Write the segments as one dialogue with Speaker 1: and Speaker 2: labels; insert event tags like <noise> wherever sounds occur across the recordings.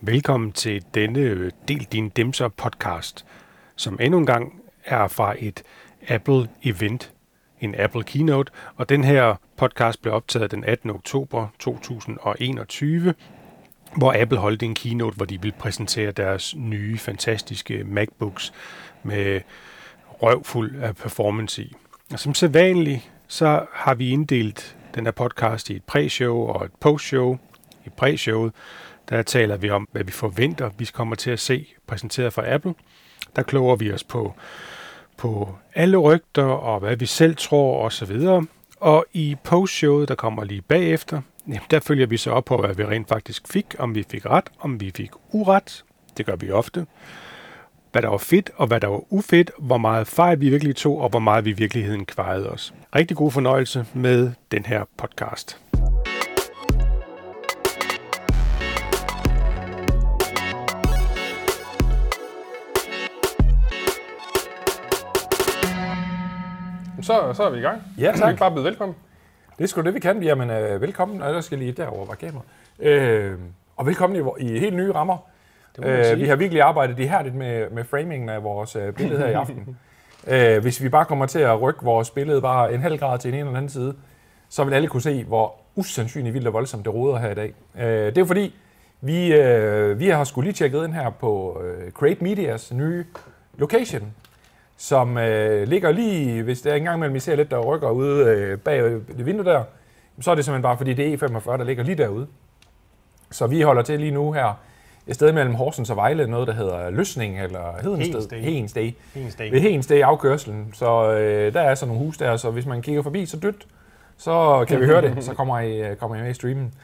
Speaker 1: Velkommen til denne øh, Del din Dimser podcast, som endnu en gang er fra et Apple event, en Apple keynote, og den her podcast blev optaget den 18. oktober 2021, hvor Apple holdt en keynote, hvor de ville præsentere deres nye fantastiske MacBooks med røvfuld af performance i. Og som sædvanligt, så har vi inddelt den her podcast i et præshow og et postshow. I præshowet, der taler vi om, hvad vi forventer, vi kommer til at se præsenteret fra Apple. Der kloger vi os på, på alle rygter og hvad vi selv tror osv. Og i postshowet, der kommer lige bagefter, jamen, der følger vi så op på, hvad vi rent faktisk fik, om vi fik ret, om vi fik uret. Det gør vi ofte. Hvad der var fedt, og hvad der var ufedt, hvor meget fejl vi virkelig tog, og hvor meget vi i virkeligheden kvejede os. Rigtig god fornøjelse med den her podcast.
Speaker 2: Så, så er vi i gang.
Speaker 3: Ja,
Speaker 2: Skal vi
Speaker 3: tak.
Speaker 2: ikke bare byde velkommen?
Speaker 3: Det er sgu det, vi kan. Jamen, øh, velkommen. Og der skal lige derover var kamera. Øh, og velkommen i, vor- i helt nye rammer.
Speaker 1: må man sige.
Speaker 3: Øh, vi har virkelig arbejdet ihærdigt med, med framingen af vores øh, billede her i
Speaker 1: <laughs>
Speaker 3: aften. øh, hvis vi bare kommer til at rykke vores billede bare en halv grad til en eller anden side, så vil alle kunne se, hvor usandsynligt vildt og voldsomt det roder her i dag. Øh, det er jo fordi, vi, øh, vi har skulle lige tjekket ind her på øh, Create Medias nye location, som øh, ligger lige, hvis der er engang imellem, I ser lidt, der rykker ude øh, bag øh, det vindue der, så er det simpelthen bare, fordi det er E45, der ligger lige derude. Så vi holder til lige nu her et sted mellem Horsens og Vejle, noget der hedder Løsning eller Hedensted.
Speaker 1: Hedensted.
Speaker 3: Hedensted.
Speaker 1: Hedensted.
Speaker 3: Ved Hedensted i afkørselen. Så øh, der er sådan nogle hus der, så hvis man kigger forbi, så dødt, så kan vi høre det, så kommer I, øh, kommer I med i streamen.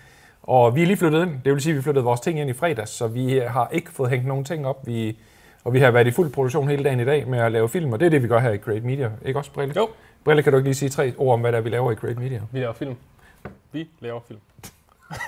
Speaker 3: Og vi er lige flyttet ind, det vil sige, at vi flyttede vores ting ind i fredags, så vi øh, har ikke fået hængt nogen ting op. Vi, og vi har været i fuld produktion hele dagen i dag med at lave film, og det er det, vi gør her i Create Media. Ikke også, Brille?
Speaker 2: Jo.
Speaker 3: Brille, kan du ikke lige sige tre ord om, hvad der er, vi laver i Create Media?
Speaker 2: Vi laver film. Vi laver film.
Speaker 3: <laughs>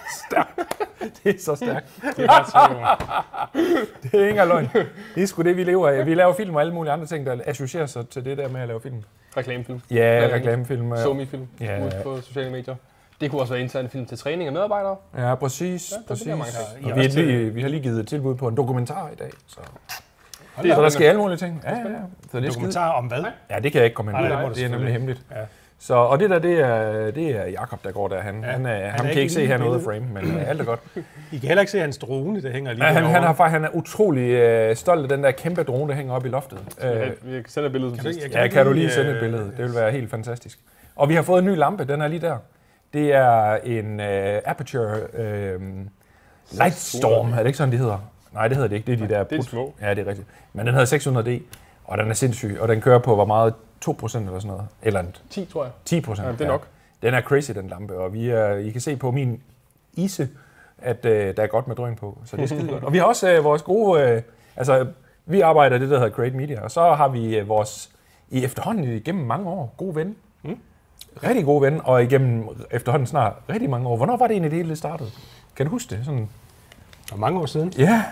Speaker 3: Det er så stærkt.
Speaker 2: Det er godt sagt,
Speaker 3: <laughs> Det er ingen løgn. Det er sgu det, vi lever af. Vi laver film og alle mulige andre ting, der associerer sig til det der med at lave film.
Speaker 2: Reklamefilm.
Speaker 3: Ja,
Speaker 2: Øh,
Speaker 3: reklamefilm. øh,
Speaker 2: SoMe-film.
Speaker 3: Ja.
Speaker 2: Ud på sociale medier. Det kunne også være interne film til træning af medarbejdere.
Speaker 3: Ja, præcis.
Speaker 2: der
Speaker 3: præcis.
Speaker 2: bliver mange her.
Speaker 3: Og vi, har lige, vi har lige givet et tilbud på en dokumentar i dag. Så,
Speaker 2: Det er
Speaker 3: så der
Speaker 2: spændende.
Speaker 3: sker alle mulige ting. Ja, ja, ja. Så det er skide.
Speaker 1: Dokumentar om hvad?
Speaker 3: Ja, det kan jeg ikke komme ind
Speaker 1: Nej,
Speaker 3: på.
Speaker 1: det må du
Speaker 3: Det er nemlig
Speaker 1: selvfølgelig
Speaker 3: hemmeligt.
Speaker 1: Ja.
Speaker 3: Så, og det der, det er, det er Jakob, der går der. Han, ja, han, øh, ham
Speaker 1: ikke
Speaker 3: kan ikke
Speaker 1: inde
Speaker 3: se
Speaker 1: i
Speaker 3: her noget af
Speaker 1: billedet.
Speaker 3: frame, men øh, alt er
Speaker 1: <clears throat>
Speaker 3: godt.
Speaker 1: I kan heller ikke se hans drone, der hænger lige
Speaker 3: Ja, han, han,
Speaker 1: derovre.
Speaker 3: har, fakt- han er utrolig øh, stolt af den der kæmpe drone, der hænger oppe i loftet. Øh,
Speaker 2: Øh, vi kan sende et billede som
Speaker 1: kan du-
Speaker 2: sidst.
Speaker 1: jeg
Speaker 3: Ja, kan du lige
Speaker 1: lige,
Speaker 3: sende
Speaker 1: øh,
Speaker 3: et billede? Det vil være helt fantastisk. Og vi har fået en ny lampe, den er lige der. Det er en øh, Aperture øh, Lightstorm, er det ikke sådan, det hedder? Nej, det hedder det ikke. Det er de der...
Speaker 2: det er de
Speaker 3: brut-
Speaker 2: små.
Speaker 3: Ja, det er rigtigt. Men den hedder 600D, og den er sindssyg, og den kører på, hvor meget? 2% eller sådan noget? Eller en
Speaker 2: 10, tror jeg.
Speaker 3: 10 procent.
Speaker 2: Ja, det er nok.
Speaker 3: Den er crazy, den lampe, og vi er, I kan se på min ise, at øh, der er godt med drøn på, så det er skide godt. Og vi har også øh, vores gode, øh, altså vi arbejder i det, der hedder Great Media, og så har vi øh, vores, i efterhånden igennem mange år, god ven. Mm. Rigtig god ven, og igennem efterhånden snart rigtig mange år. Hvornår var det egentlig, det hele startede? Kan du huske det? Sådan,
Speaker 1: For mange år siden.
Speaker 3: ja.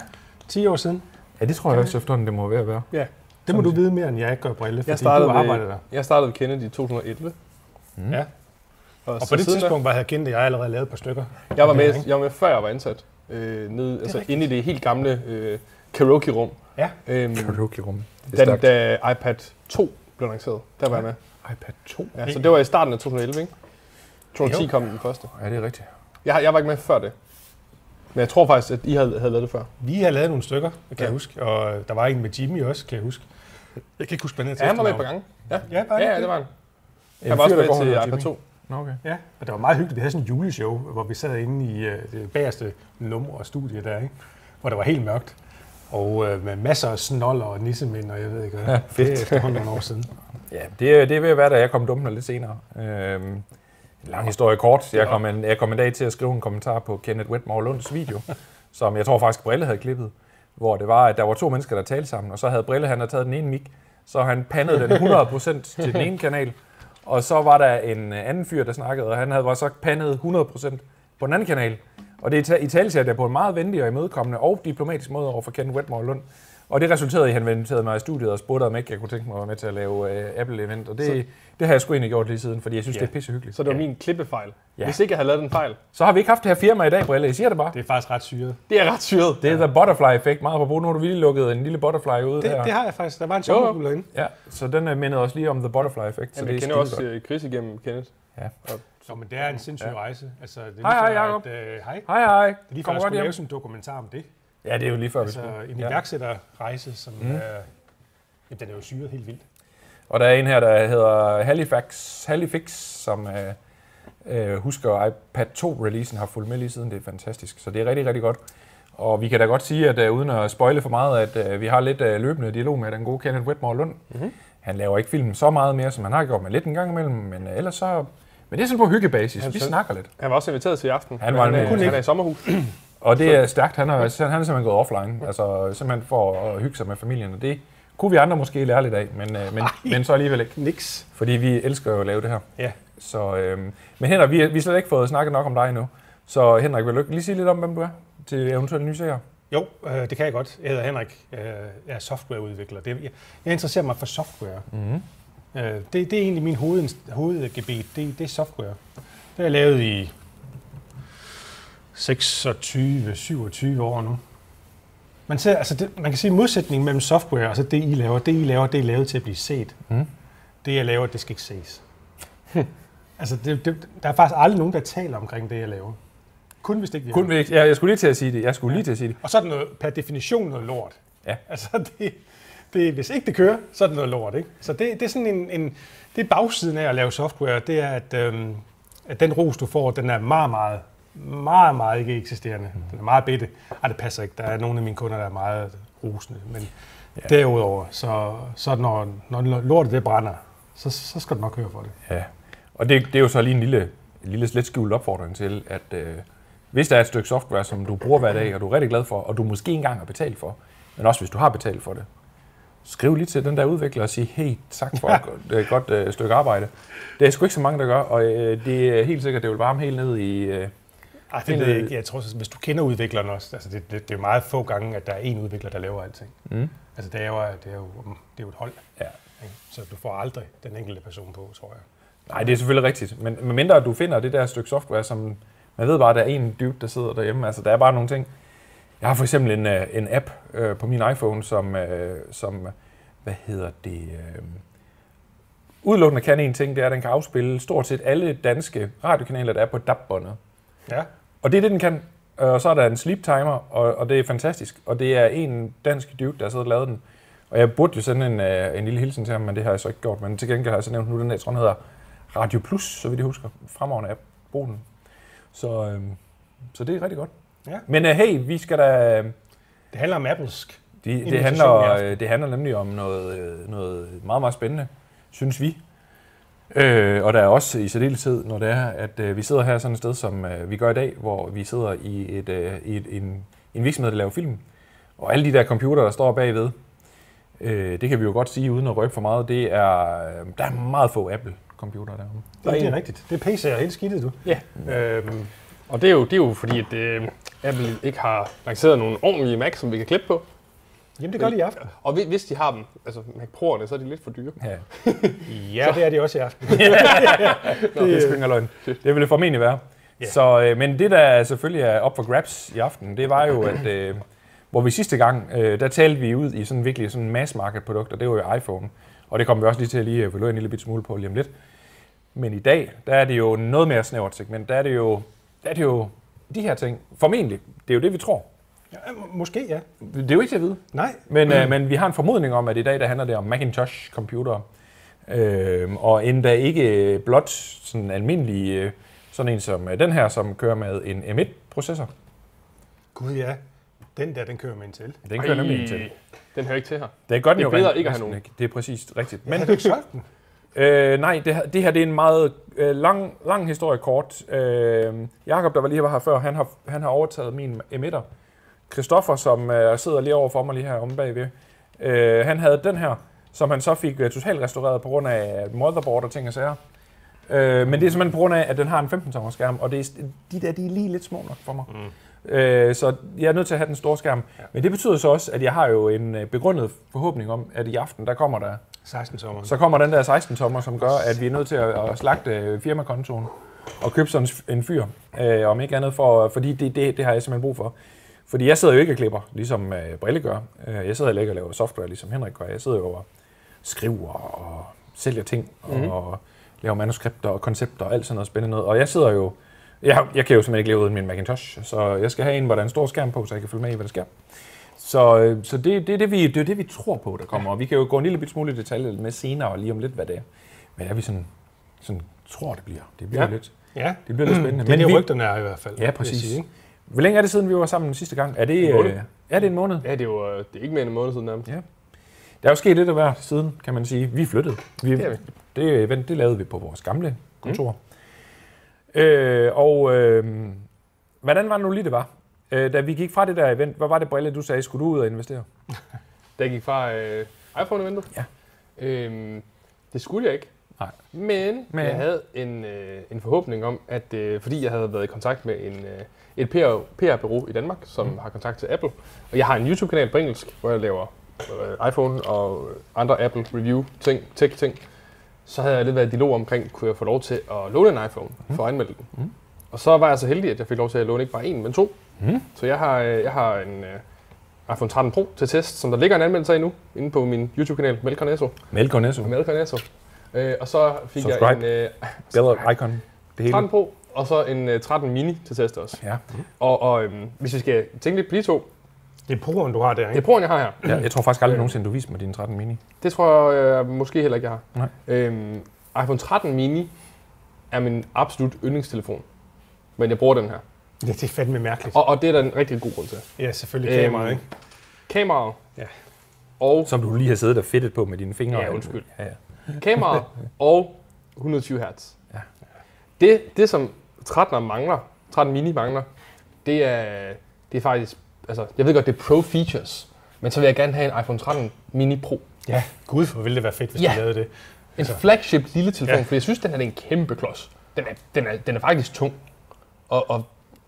Speaker 1: 10 år siden.
Speaker 3: ja, det tror jeg også efterhånden, det må være at være.
Speaker 2: Ja.
Speaker 1: Det må du vide mere, end jeg gør, Brille, fordi
Speaker 2: Jeg startede,
Speaker 1: du arbejder
Speaker 2: ved,
Speaker 1: der.
Speaker 2: jeg startede ved Kennedy i 2011.
Speaker 1: Mm. Ja.
Speaker 2: Og,
Speaker 1: Og på det tidspunkt var jeg kendt, at jeg allerede lavet et par stykker.
Speaker 2: Der, jeg, var
Speaker 1: Ja,
Speaker 2: med,
Speaker 1: ikke?
Speaker 2: jeg var med, før jeg var ansat. Øh, nede, altså inde i det helt gamle øh, karaoke-rum.
Speaker 1: Ja.
Speaker 2: Øhm,
Speaker 3: Karaoke-rummet. Det er
Speaker 2: da,
Speaker 3: stærkt.
Speaker 2: da iPad 2 blev lanceret, der var jeg med.
Speaker 3: iPad 2.
Speaker 2: Ja, så det var i starten af 2011, ikke? 2010
Speaker 3: Jo.
Speaker 2: kom den første.
Speaker 3: Ja, det er rigtigt.
Speaker 2: Jeg, har- jeg var ikke med før det. Men jeg tror faktisk, at I havde, havde lavet det før.
Speaker 1: Vi har lavet nogle stykker, kan ja.
Speaker 2: Ja.
Speaker 1: jeg huske. Og øh, der var en med Jimmy også, kan jeg huske. Jeg kan ikke huske, hvad han
Speaker 2: Ja, han var med et par gange. Ja,
Speaker 1: Ja, bare
Speaker 2: ja, ja det var han. Han
Speaker 3: En
Speaker 2: var også
Speaker 3: fyr, der
Speaker 2: med
Speaker 3: går
Speaker 2: til
Speaker 3: under
Speaker 2: iPad
Speaker 3: Jimmy.
Speaker 2: 2.
Speaker 3: Nå, okay.
Speaker 1: Ja, og det var meget hyggeligt. Vi havde sådan en juleshow, hvor vi sad inde i øh, det bagerste nummer og studie der, ikke? hvor det var helt mørkt. Og øh, med masser af snoller og nissemænd, og jeg ved ikke hvad. Ja, fedt. Det er efterhånden nogle år siden.
Speaker 3: Ja, det, er- det er ved at være, da jeg kom dummende lidt senere. Øhm, en lang historie kort. Jeg kom, en, jeg kom en dag til at skrive en kommentar på Kenneth Whitmore Lunds video, som jeg tror faktisk Brille havde klippet, hvor det var, at der var to mennesker, der talte sammen, og så havde Brille, han havde taget den ene mic, så han pandede den 100% til den ene kanal, og så var der en øh, anden fyr, der snakkede, og han havde var så pandet 100% på den anden kanal. Og det i tale jeg på en meget venlig og imødekommende og diplomatisk måde over for Kenneth Wetmore Lund. Og det resulterede i, at han inviterede mig i studiet og spurgte, om ikke jeg kunne tænke mig at være med til at lave øh, Apple-event. Og det, så, det har jeg sgu egentlig gjort lige siden, fordi jeg synes,
Speaker 4: Ja.
Speaker 3: det er pissehyggeligt.
Speaker 2: Så
Speaker 3: Så,
Speaker 2: det var min klippefejl.
Speaker 3: Ja.
Speaker 2: Hvis ikke jeg havde lavet den fejl.
Speaker 3: så har vi ikke haft det her firma i dag, Brille. Jeg siger det bare.
Speaker 1: Det er faktisk ret syret.
Speaker 2: Det er ret syret.
Speaker 3: Det er The Butterfly-effekt. Meget på brug. Nu har du lige lukket en lille butterfly ud
Speaker 1: Det,
Speaker 3: der.
Speaker 1: det har jeg faktisk. Der var en sommerfugl derinde.
Speaker 3: Ja, så den øh, mindede også lige om The Butterfly-effekt. Så
Speaker 2: Jamen,
Speaker 3: det
Speaker 2: jeg
Speaker 3: er
Speaker 2: kender
Speaker 3: skide
Speaker 2: også
Speaker 3: godt.
Speaker 2: øh, Chris igennem, Kenneth.
Speaker 1: Nå, men det er en sindssyg rejse. Altså, det
Speaker 3: Hej, hej,
Speaker 1: viser, at,
Speaker 3: Jacob.
Speaker 1: øh, hej.
Speaker 3: Hej, hej.
Speaker 1: Det er lige før,
Speaker 3: Kom
Speaker 1: jeg
Speaker 3: godt
Speaker 1: skulle
Speaker 3: hjem.
Speaker 1: lave sådan en dokumentar om det.
Speaker 3: Ja, det er jo lige før, vi
Speaker 1: Altså,
Speaker 3: skulle.
Speaker 1: en
Speaker 3: Ja. Mhm.
Speaker 1: iværksætterrejse, som mm. er... Jamen, den er jo syret helt vildt.
Speaker 3: Og der er en her, der hedder Halifax, Halifix, som øh, øh, husker iPad 2-releasen har fulgt med lige siden. Det er fantastisk, så det er rigtig, rigtig godt. Og vi kan da godt sige, at øh, uden at spoile for meget, at øh, vi har lidt øh, løbende dialog med den gode Kenneth Whitmore Lund. Mm-hmm. Han laver ikke film så meget mere, som han har gjort med lidt en gang imellem, men øh, ellers så... Men det er sådan på hyggebasis.
Speaker 2: Han
Speaker 3: vi
Speaker 2: selv-
Speaker 3: snakker lidt.
Speaker 2: Han var også inviteret til i aften.
Speaker 3: Han var
Speaker 2: men
Speaker 3: en-
Speaker 2: han,
Speaker 3: Kunne
Speaker 2: er, han
Speaker 3: ikke.
Speaker 2: er i sommerhus.
Speaker 3: Og det er stærkt. Han er, han er simpelthen gået offline. Altså simpelthen for at hygge sig med familien. Og det kunne vi andre måske lære lidt af, men, øh, men, men så alligevel ikke.
Speaker 1: Niks.
Speaker 3: Fordi vi elsker jo at lave det her.
Speaker 1: Ja.
Speaker 3: Så, øhm, men Henrik, vi, vi har slet ikke fået snakket nok om dig endnu. Så Henrik, vil du ikke lige sige lidt om, hvem du er til eventuelle nye seere?
Speaker 1: Jo, øh, det kan jeg godt. Jeg hedder Henrik. Øh, jeg er softwareudvikler. Det, jeg, jeg interesserer mig for software.
Speaker 3: Mm.
Speaker 1: Øh, det, det er egentlig min hoved, hovedgebet. Det, det er software. Det har jeg lavet i 26-27 år nu. Man, ser, altså det, man kan sige modsætningen mellem software og så det, I laver. Det, I laver, det er lavet til at blive set.
Speaker 3: Mm.
Speaker 1: Det, jeg laver, det skal ikke ses. altså, det, det, der er faktisk aldrig nogen, der taler omkring det, jeg laver. Kun hvis det ikke virker.
Speaker 3: Kun vi ikke, ja, jeg skulle lige til at sige det. Jeg skulle lige til at sige det.
Speaker 1: Og så er det noget, per definition noget lort.
Speaker 3: Ja.
Speaker 1: Altså, det, det, hvis ikke det kører, så er det noget lort. Ikke? Så det, det er sådan en, en, det er bagsiden af at lave software, det er, at, øhm, at den ros, du får, den er meget, meget, meget, meget ikke eksisterende. Den er meget bitte. Ej, det passer ikke. Der er nogle af mine kunder, der er meget rosende. Men ja. derudover, så, så når, når lortet det brænder, så, så skal du nok høre for det.
Speaker 3: Ja. Og det, det er jo så lige en lille, en lille slet skjult opfordring til, at øh, hvis der er et stykke software, som du bruger hver dag, og du er rigtig glad for, og du måske ikke engang har betalt for, men også hvis du har betalt for det, skriv lige til den der udvikler og sig, hey, tak for et godt, øh, godt øh, stykke arbejde. Det er sgu ikke så mange, der gør, og øh, det er helt sikkert, det vil varme helt ned i... Øh,
Speaker 1: Ej, det
Speaker 3: Det
Speaker 1: ved
Speaker 3: ved
Speaker 1: jeg ikke. Jeg tror, så- hvis du kender udvikleren også, altså det, det, det er jo meget få gange, at der er én udvikler, der laver alting.
Speaker 3: Mm.
Speaker 1: Altså det er, jo, det, er jo, det er jo et hold,
Speaker 3: ja.
Speaker 1: ikke? så du får aldrig den enkelte person på, tror jeg.
Speaker 3: Nej, det er selvfølgelig rigtigt. Men medmindre du finder det der stykke software, som man ved bare, der er en dybt, der sidder derhjemme. Altså, der er bare nogle ting. Jeg har for eksempel en, øh, en app øh, på min iPhone, som, øh, som hvad hedder det, øh, udelukkende kan en ting, det er, at den kan afspille stort set alle danske radiokanaler, der er på DAB-båndet.
Speaker 1: Ja,
Speaker 3: Og det er det, den kan. Og så er der en sleep timer, og, og det er fantastisk. Og det er en dansk dude, der har siddet og lavet den. Og jeg burde jo sende en, øh, en lille hilsen til ham, men det har jeg så ikke gjort. Men til gengæld har jeg så nævnt nu, den der, jeg tror, den hedder Radio Plus, så vidt jeg husker. Fremover app. Brug den. Så, øh, så det er rigtig godt.
Speaker 1: Ja.
Speaker 3: Men øh, hey, vi skal da...
Speaker 1: det handler om applesk.
Speaker 3: De, det,
Speaker 1: Invitation i
Speaker 3: handler,
Speaker 1: aften.
Speaker 3: øh, det handler nemlig om noget, øh, noget meget, meget spændende, synes vi. Øh, og der er også i særdeleshed, når det er, at øh, vi sidder her sådan et sted, som øh, vi gør i dag, hvor vi sidder i, et, øh, i et, en, en virksomhed, der laver film. Og alle de der computer, der står bagved, øh, det kan vi jo godt sige uden at røbe for meget, det er, øh, der er meget få Apple-computere deromme.
Speaker 1: Det, det er rigtigt. Det er PC'er helt skidtet, du.
Speaker 2: Ja.
Speaker 1: Øhm,
Speaker 2: Og det er jo, det er jo fordi, at øh, Apple ikke har lanceret nogle ordentlige Mac, som vi kan klippe på.
Speaker 1: jamen, det gør de i aften.
Speaker 2: Og hvi- hvis de har dem, altså Mac Pro'erne, så er de lidt for dyre.
Speaker 3: Ja.
Speaker 1: Ja, så det er de også i aften.
Speaker 3: Nå, det er sgu ikke løgn. Det ville det formentlig være. Yeah. Så, øh, men det, der selvfølgelig er op for grabs i aften, det var jo, at øh, hvor vi sidste gang, øh, der talte vi ud i sådan virkelig sådan mass market produkter, det var jo iPhone. Og det kommer vi også lige til at lige evaluere en lille bit smule på lige om lidt. Men i dag, der er det jo noget mere snævert segment. Der er det jo, der er det jo de her ting. Formentlig. Det er jo det, vi tror.
Speaker 1: Ja, må- måske, ja.
Speaker 3: Det er jo ikke til at vide.
Speaker 1: Nej,
Speaker 3: Men,
Speaker 2: Mm.
Speaker 3: øh, men vi har en formodning om, at i dag der handler det om Macintosh-computere. Øh, og endda ikke øh, blot sådan almindelig, øh, sådan en som øh, den her, som kører med en M1-processor.
Speaker 1: gud ja. Den der, den kører med en til.
Speaker 3: Den kører
Speaker 2: Ej,
Speaker 3: nemlig en til.
Speaker 2: Den hører ikke til her.
Speaker 3: Det er godt,
Speaker 2: Det er
Speaker 3: jo
Speaker 2: bedre
Speaker 3: rent
Speaker 2: ikke at
Speaker 3: næsten
Speaker 2: have nogen.
Speaker 3: Det er præcis rigtigt.
Speaker 1: Men
Speaker 3: Men
Speaker 1: har du ikke solgt den?
Speaker 3: øh, nej, det, her- det her det er en meget øh, lang, lang historie kort. Øh, Jakob, der var lige var her før, han har, han har overtaget min M1'er. Christoffer, som øh, sidder lige over for mig lige her omme bagved, øh, han havde den her, som han så fik øh, totalt restaureret på grund af motherboard og ting og sager. Øh, men det er simpelthen på grund af, at den har en 15 tommer skærm, og det er, de der de er lige lidt små nok for mig. Mm. Øh, så jeg er nødt til at have den store skærm. Ja. Men det betyder så også, at jeg har jo en øh, begrundet forhåbning om, at i aften, der kommer der
Speaker 1: 16 sommer.
Speaker 3: så kommer den der 16-tommer, som gør, at vi er nødt til at, at slagte øh, firmakontoen og købe sådan en fyr, øh, om ikke andet, for, fordi det, det, det har jeg simpelthen brug for. Fordi jeg sidder jo ikke og klipper, ligesom øh, Brille gør. Øh, Jeg sidder heller ikke og laver software, ligesom Henrik gør. Jeg sidder jo og skriver og sælger ting og, mm. og laver manuskripter og koncepter og alt sådan noget spændende noget. Og jeg sidder jo... Jeg, jeg kan jo simpelthen ikke leve uden min Macintosh, så jeg skal have en, hvor der er en stor skærm på, så jeg kan følge med i, hvad der sker. Så, øh, så det, det, er det, vi, det er det, vi tror på, der kommer. Og vi kan jo gå en lille bit smule i detalje med senere og lige om lidt, hvad det er. Men er vi sådan, sådan tror, det bliver. Det bliver
Speaker 2: Ja.
Speaker 3: ja. lidt,
Speaker 1: Ja,
Speaker 3: det bliver lidt
Speaker 2: <clears throat>
Speaker 3: spændende.
Speaker 1: det er
Speaker 3: vi,
Speaker 1: det, rygterne er i hvert fald. vil
Speaker 3: Ja,
Speaker 1: jeg
Speaker 3: præcis.
Speaker 1: sige, ikke?
Speaker 3: Hvor længe er det siden, vi var sammen sidste gang? Er det,
Speaker 2: måned.
Speaker 3: øh, er det en måned?
Speaker 2: Ja, det er jo øh, det er ikke mere end en måned siden nærmest.
Speaker 3: Ja. Der er jo sket lidt af hver siden, kan man sige. Vi er flyttet. Vi,
Speaker 2: Det er vi.
Speaker 3: det event, det lavede vi på vores gamle kontor. Mm. Øh, og øh, hvordan var det nu lige, det var? Øh, da vi gik fra det der event, hvad var det, Brille, du sagde, skulle du ud og investere?
Speaker 2: Da jeg gik fra øh, iPhone-eventet.
Speaker 3: Ja.
Speaker 2: Øhm, det skulle jeg ikke.
Speaker 3: Nej.
Speaker 2: Men,
Speaker 3: Men-
Speaker 2: Men. jeg havde en, øh, en forhåbning om, at øh, fordi jeg havde været i kontakt med en, øh, et PR, PR-bureau i Danmark, som mm. har kontakt til Apple, og jeg har en YouTube-kanal på engelsk, hvor jeg laver øh, iPhone og øh, andre Apple-review-ting, tech-ting, så havde jeg lidt været i dialog omkring, kunne jeg få lov til at låne en iPhone for at anmelde den. Mm. Og så var jeg så heldig, at jeg fik lov til at låne ikke bare en, men to.
Speaker 3: Mm.
Speaker 2: Så jeg har, øh, jeg har en øh, iPhone 13 Pro til test, som der ligger en anmeldelse af nu, inde på min YouTube-kanal, Mel Carnesso.
Speaker 3: Mel Cornesso,
Speaker 2: Mel Carnesso. Øh, og så fik jeg en
Speaker 3: Mm. Subscribe.
Speaker 2: øh,
Speaker 3: Bella Icon, det hele.
Speaker 2: 13 Pro, og så en øh, 13 Mini til test også.
Speaker 3: Ja.
Speaker 2: Og, og øhm, hvis vi skal tænke lidt på de to,
Speaker 1: Det er proen, du har der,
Speaker 2: det er
Speaker 1: ikke?
Speaker 2: Pro'en, jeg har her.
Speaker 3: ja. Jeg tror faktisk aldrig nogensinde, du viste mig din 13 mini.
Speaker 2: Det tror jeg øh, måske heller ikke, jeg har.
Speaker 3: Nej.
Speaker 2: Øhm, iPhone 13 Mini er min absolut yndlingstelefon. Men jeg bruger den her.
Speaker 1: Ja, det er fandme mærkeligt.
Speaker 2: Og, og det er der en rigtig god grund til.
Speaker 1: Ja, selvfølgelig
Speaker 2: Øhm,
Speaker 1: kameraet, ikke?
Speaker 2: Kameraet.
Speaker 1: Ja.
Speaker 2: Og
Speaker 3: Som du lige har siddet og fedtet på med dine fingre.
Speaker 2: Ja, undskyld.
Speaker 3: Ja, ja.
Speaker 2: kameraet og 120 Hz.
Speaker 3: Ja.
Speaker 2: Det, det som 13'eren mangler, 13 mini mangler, det er, det er faktisk, altså jeg ved godt, det er pro features, men så vil jeg gerne have en iPhone 13 mini pro.
Speaker 1: Ja, gud, hvor ville det være fedt, hvis
Speaker 2: Ja.
Speaker 1: du lavede det.
Speaker 2: En flagship lille telefon,
Speaker 1: Ja.
Speaker 2: ja. for jeg synes, den her det er en kæmpe klods. Den er, den er, den er faktisk tung. Og, og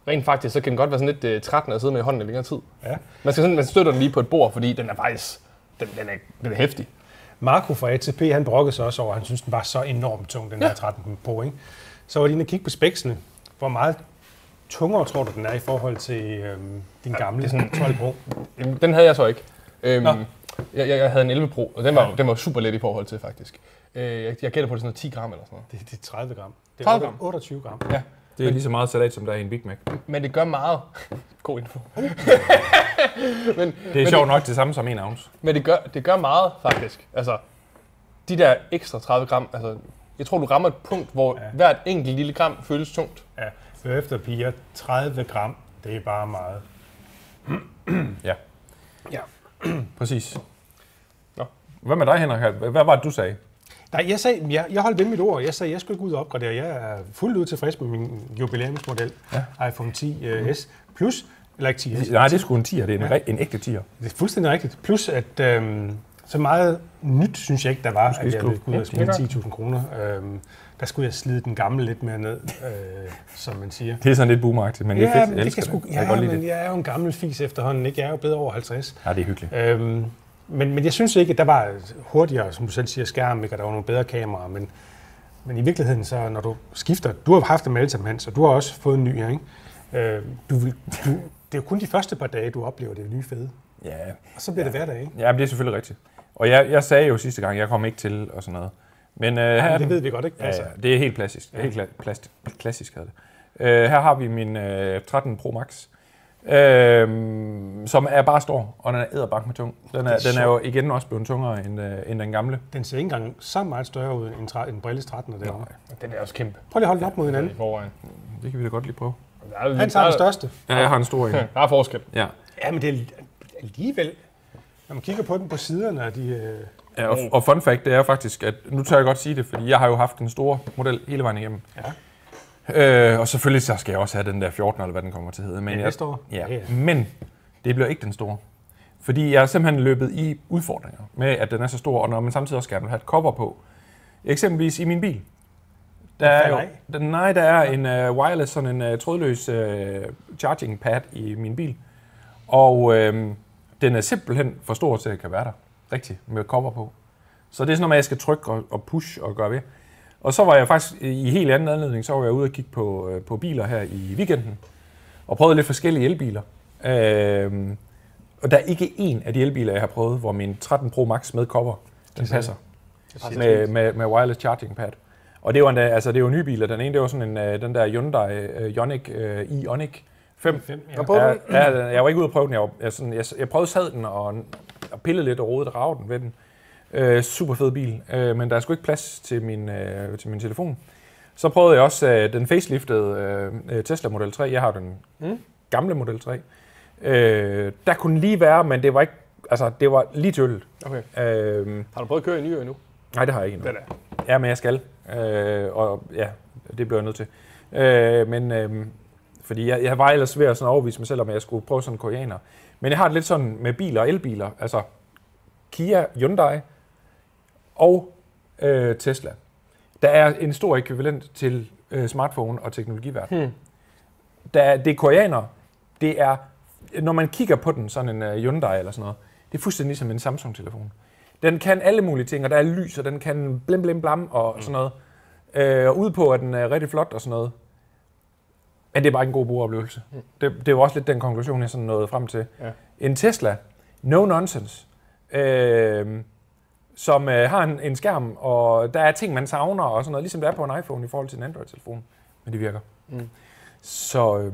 Speaker 2: rent faktisk, så kan den godt være sådan lidt øh, 13 at sidde med i hånden i længere tid.
Speaker 1: Ja.
Speaker 2: Man, skal sådan, man støtter den lige på et bord, fordi den er faktisk, den, den, er, den er hæftig.
Speaker 1: Marco fra ATP, han brokkede sig også over, han synes, den var så enormt tung, den her 13 på, ikke? Så var de inde og kigge på spæksene. Hvor meget tungere tror du, den er i forhold til øhm, din gamle sådan 12 Pro?
Speaker 2: Jamen, den havde jeg så ikke. Øhm,
Speaker 1: Nå.
Speaker 2: jeg, jeg, jeg havde en 11 Pro, og den var, den var super let i forhold til, faktisk. Øh, jeg, jeg gætter på, det er sådan noget 10 gram eller sådan
Speaker 1: <laughs>
Speaker 2: noget.
Speaker 1: Det, det er 30 gram. Det er
Speaker 2: 30 gram?
Speaker 1: 8- 28 gram.
Speaker 3: Det er lige så meget salat, som der er i en Big Mac.
Speaker 2: Men det gør meget. <laughs> God info.
Speaker 3: Det er sjovt nok det samme som en ounce.
Speaker 2: Men det gør, det gør meget, faktisk. Altså, de der ekstra 30 gram, altså, jeg tror, du rammer et punkt, hvor ja. hvert enkelt lille gram føles tungt.
Speaker 1: Ja, for efter piger, 30 gram, det er bare meget.
Speaker 3: Ja.
Speaker 1: Ja.
Speaker 3: Præcis.
Speaker 2: Nå.
Speaker 3: Hvad med dig, Henrik? Hvad hvad var det, du sagde?
Speaker 1: Nej, jeg, sagde, jeg, jeg holdt ved mit ord. Jeg sagde, jeg skulle ikke ud og opgradere. Jeg er fuldt ud tilfreds med min jubilæumsmodel, ja. Mm. iPhone 10s Plus, eller ikke 10s,
Speaker 3: Nej, det er sgu en tier. Det er en, ja. en ægte tier.
Speaker 1: Det er fuldstændig rigtigt. Plus, at øhm, så meget nyt, synes jeg ikke, der var, at jeg
Speaker 3: skulle-
Speaker 1: ville gå ud
Speaker 3: Ja,
Speaker 1: og spille
Speaker 3: det
Speaker 1: 10.000 kroner. Øhm, der skulle jeg slide den gamle lidt mere ned, øh, som man siger.
Speaker 3: Det er sådan lidt boomeragtigt, men det er
Speaker 1: Ja,
Speaker 3: fedt.
Speaker 1: men
Speaker 3: Jeg
Speaker 1: det
Speaker 3: elsker
Speaker 1: kan sgu,
Speaker 3: Jeg kan
Speaker 1: ja,
Speaker 3: godt lide
Speaker 1: men
Speaker 3: det.
Speaker 1: jeg er jo en gammel fis efterhånden, ikke? Jeg er jo blevet over 50.
Speaker 3: Ja, det er hyggeligt.
Speaker 1: Øhm, men, men jeg synes ikke, at der var hurtigere, som du selv siger, skærm, ikke? og der var nogle bedre kameraer, men, men i virkeligheden, så når du skifter, du har haft dem alle sammen, Hans, og du har også fået en ny her, ikke? Øh, du, vil- du, det er jo kun de første par dage, du oplever det nye fede,
Speaker 3: Ja,
Speaker 1: og så bliver ja. det hverdag, ikke?
Speaker 3: ja men det er selvfølgelig rigtigt. Og jeg, jeg sagde jo sidste gang, jeg kom ikke til og sådan noget. Men øh, her er
Speaker 1: Ja, det
Speaker 3: den.
Speaker 1: ved vi godt, ikke? Altså,
Speaker 3: Ja, ja, Altså, det er helt klassisk. Ja. Helt kla- plastik, klassisk hedder det. Øh, her har vi min øh, 13 Pro Max, øh, som er bare stor, og den er æderbank med tung. Den er,
Speaker 1: er
Speaker 3: den er jo igen også blevet tungere end, øh, end den gamle.
Speaker 1: Den ser ikke engang så meget større ud end tre- en Brilles 13 derovre. Prøv
Speaker 2: Den er også kæmpe.
Speaker 1: lige at holde den op mod
Speaker 2: I
Speaker 1: hinanden.
Speaker 2: forvejen.
Speaker 3: Det kan vi da godt lige prøve.
Speaker 2: Der er,
Speaker 1: Han tager den
Speaker 2: der,
Speaker 1: største.
Speaker 3: Ja, jeg har en stor en.
Speaker 2: der, der er forskel.
Speaker 3: Ja.
Speaker 1: Ja, men det er alligevel... Når man kigger på den på siderne, og de... Øh,
Speaker 3: Ja, og, og fun fact, det er faktisk, at nu tør jeg godt sige det, fordi jeg har jo haft den store model hele vejen igennem. Ja. Øh, og selvfølgelig så skal jeg også have den der 14, eller hvad den kommer til at hedde. Men
Speaker 1: Ja,
Speaker 3: jeg-
Speaker 1: næste år.
Speaker 3: Ja,
Speaker 1: Ja, ja.
Speaker 3: men det bliver ikke den store. Fordi jeg er simpelthen løbet i udfordringer med, at den er så stor, og når man samtidig også gerne vil have et cover på. Eksempelvis i min bil. Der er jo,
Speaker 1: falder af.
Speaker 3: der, nej, der er en uh, wireless, sådan en uh, trådløs uh, charging pad i min bil. Og øhm, den er simpelthen for stor til at kan være der. Rigtig, med cover på. Så det er sådan noget med, at jeg skal trykke og, og push og gøre ved. Og så var jeg faktisk øh, i helt anden anledning, så var jeg ude og kigge på, øh, på biler her i weekenden. Og prøvede lidt forskellige elbiler. Øhm, og der er ikke en af de elbiler, jeg har prøvet, hvor min 13 Pro Max med cover, den passer med, med, med wireless charging pad. Og det er jo, endda, altså, det er jo nye biler. Den ene, det var sådan en, øh, den der Hyundai øh, Ioniq, øh, Ioniq 5.
Speaker 2: Jeg
Speaker 3: Ja,
Speaker 2: prøvede
Speaker 3: ja, jeg var ikke ude at prøve den. Jeg, var, jeg, sådan, jeg, jeg prøvede sad den og, og pillede lidt og rodede og ragede den ved den. Øh, super fed bil, øh, men der er sgu ikke plads til min, øh, til min telefon. Så prøvede jeg også øh, den faceliftede øh, øh, Tesla Model 3. Jeg har den mm. gamle Model 3. Øh, der kunne den lige være, men det var ikke, altså, det var lige tøllet.
Speaker 2: Okay.
Speaker 3: Øh,
Speaker 2: Har du prøvet at køre i nyere endnu?
Speaker 3: nej, det har jeg ikke endnu.
Speaker 2: Det er det.
Speaker 3: Ja, men jeg skal. Øh, og ja, det bliver jeg nødt til. Øh, men øh, fordi jeg, jeg var ellers ved at sådan overbevise mig selv om, at jeg skulle prøve sådan en koreaner. Men jeg har det lidt sådan med biler og elbiler. Altså Kia, Hyundai og øh, Tesla. Der er en stor ekvivalent til øh, smartphone og teknologiverden. Hmm. Der, er- det er koreaner. Det er, når man kigger på den, sådan en øh, Hyundai eller sådan noget, det er fuldstændig ligesom en Samsung-telefon. Den kan alle mulige ting, og der er lys, og den kan blim blim blam og sådan noget. Øh, og ud på er den er rigtig flot og sådan noget. Men det er bare ikke en god brugeroplevelse. Det, det var også lidt den konklusion, jeg sådan nåede frem til.
Speaker 2: Ja.
Speaker 3: En Tesla, no nonsense, øh, som øh, har en, en skærm, og der er ting, man savner og sådan noget, ligesom der er på en iPhone i forhold til en Android-telefon. Men det virker.
Speaker 2: Mm.
Speaker 3: Så øh,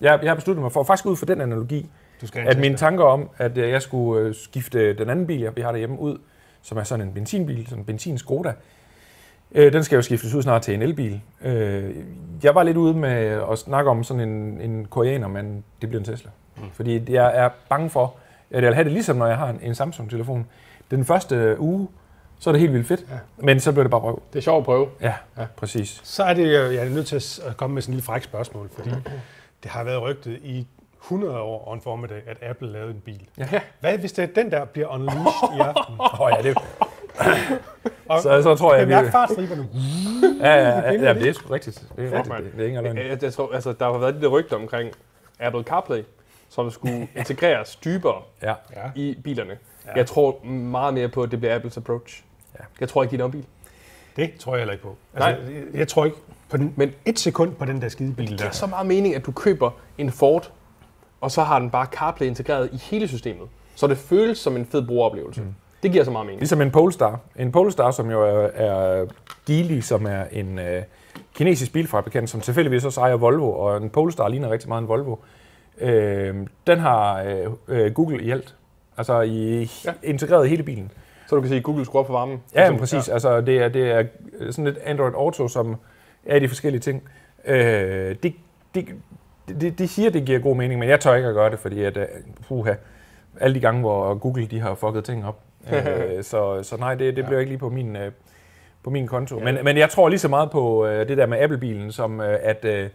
Speaker 3: jeg, jeg har besluttet mig for, faktisk ud fra den analogi,
Speaker 1: Du skal
Speaker 3: at mine tanker om, at øh, jeg skulle øh, skifte den anden bil, jeg vi har derhjemme, ud, som er sådan en benzinbil, sådan en benzinskoda, øh, den skal jo skiftes ud snart til en elbil. Øh, jeg var lidt ude med at snakke om sådan en, en koreaner, men det bliver en Tesla. Mm. Fordi jeg er bange for, at jeg vil have det ligesom, når jeg har en, en Samsung-telefon. Den første uge, så er det helt vildt fedt, ja. men så bliver det bare røv.
Speaker 2: Det er sjovt at prøve.
Speaker 3: Ja,
Speaker 2: Ja.
Speaker 3: ja. præcis.
Speaker 1: Så er det, øh, jeg er nødt til at s- at komme med sådan en lille fræk spørgsmål, fordi det har været rygtet i 100 år og en formiddag, at Apple lavede en bil.
Speaker 3: Ja.
Speaker 1: Hvad hvis det, den der bliver unleashed <laughs> i aften?
Speaker 3: Åh oh, ja, det,
Speaker 1: Og
Speaker 3: så, så tror jeg,
Speaker 1: kan
Speaker 3: vi...
Speaker 1: mærke fartstriberne.
Speaker 3: Ja, ja, ja, ja, det er sgu rigtigt. Det er rigtigt.
Speaker 2: mand.
Speaker 3: Det, det er ikke engang
Speaker 2: Jeg,
Speaker 3: løgn.
Speaker 2: jeg, jeg tror, altså, der har været de der rygter omkring Apple CarPlay, som skulle integreres dybere
Speaker 3: Ja.
Speaker 1: Ja.
Speaker 2: i bilerne. Ja. Jeg tror meget mere på, at det bliver Apples approach.
Speaker 3: Ja.
Speaker 2: Jeg tror ikke, de er en bil.
Speaker 1: Det tror jeg heller ikke på. Altså, Nej. Jeg tror ikke på den,
Speaker 2: Men-
Speaker 1: men et sekund på den der skide bil
Speaker 2: Det giver
Speaker 1: der.
Speaker 2: så meget mening, at du køber en Ford, og så har den bare CarPlay integreret i hele systemet. Så det føles som en fed brugeroplevelse. Mm. Det giver så meget mening.
Speaker 3: Ligesom en Polestar. En Polestar, som jo er, er Geely, som er en øh, kinesisk bilfabrikant, som tilfældigvis også ejer Volvo, og en Polestar ligner rigtig meget en Volvo. Øh, den har øh, øh, Google i alt. Altså i,
Speaker 2: Ja.
Speaker 3: ja. integreret i hele bilen.
Speaker 2: Så du kan sige, at Google skruer op for varmen.
Speaker 3: Ja, men præcis. Ja. Altså, det, er, det er sådan lidt Android Auto, som er de forskellige ting. Øh, det, det, det, de siger, det giver god mening, men jeg tør ikke at gøre det, fordi at, øh, puha, alle de gange, hvor Google de har fucket ting <laughs> op. øh, så, så nej, det, det bliver ikke lige på min, øh, på min konto. Ja. Men, men jeg tror lige så meget på øh, det der med Apple-bilen, som øh, at, øh,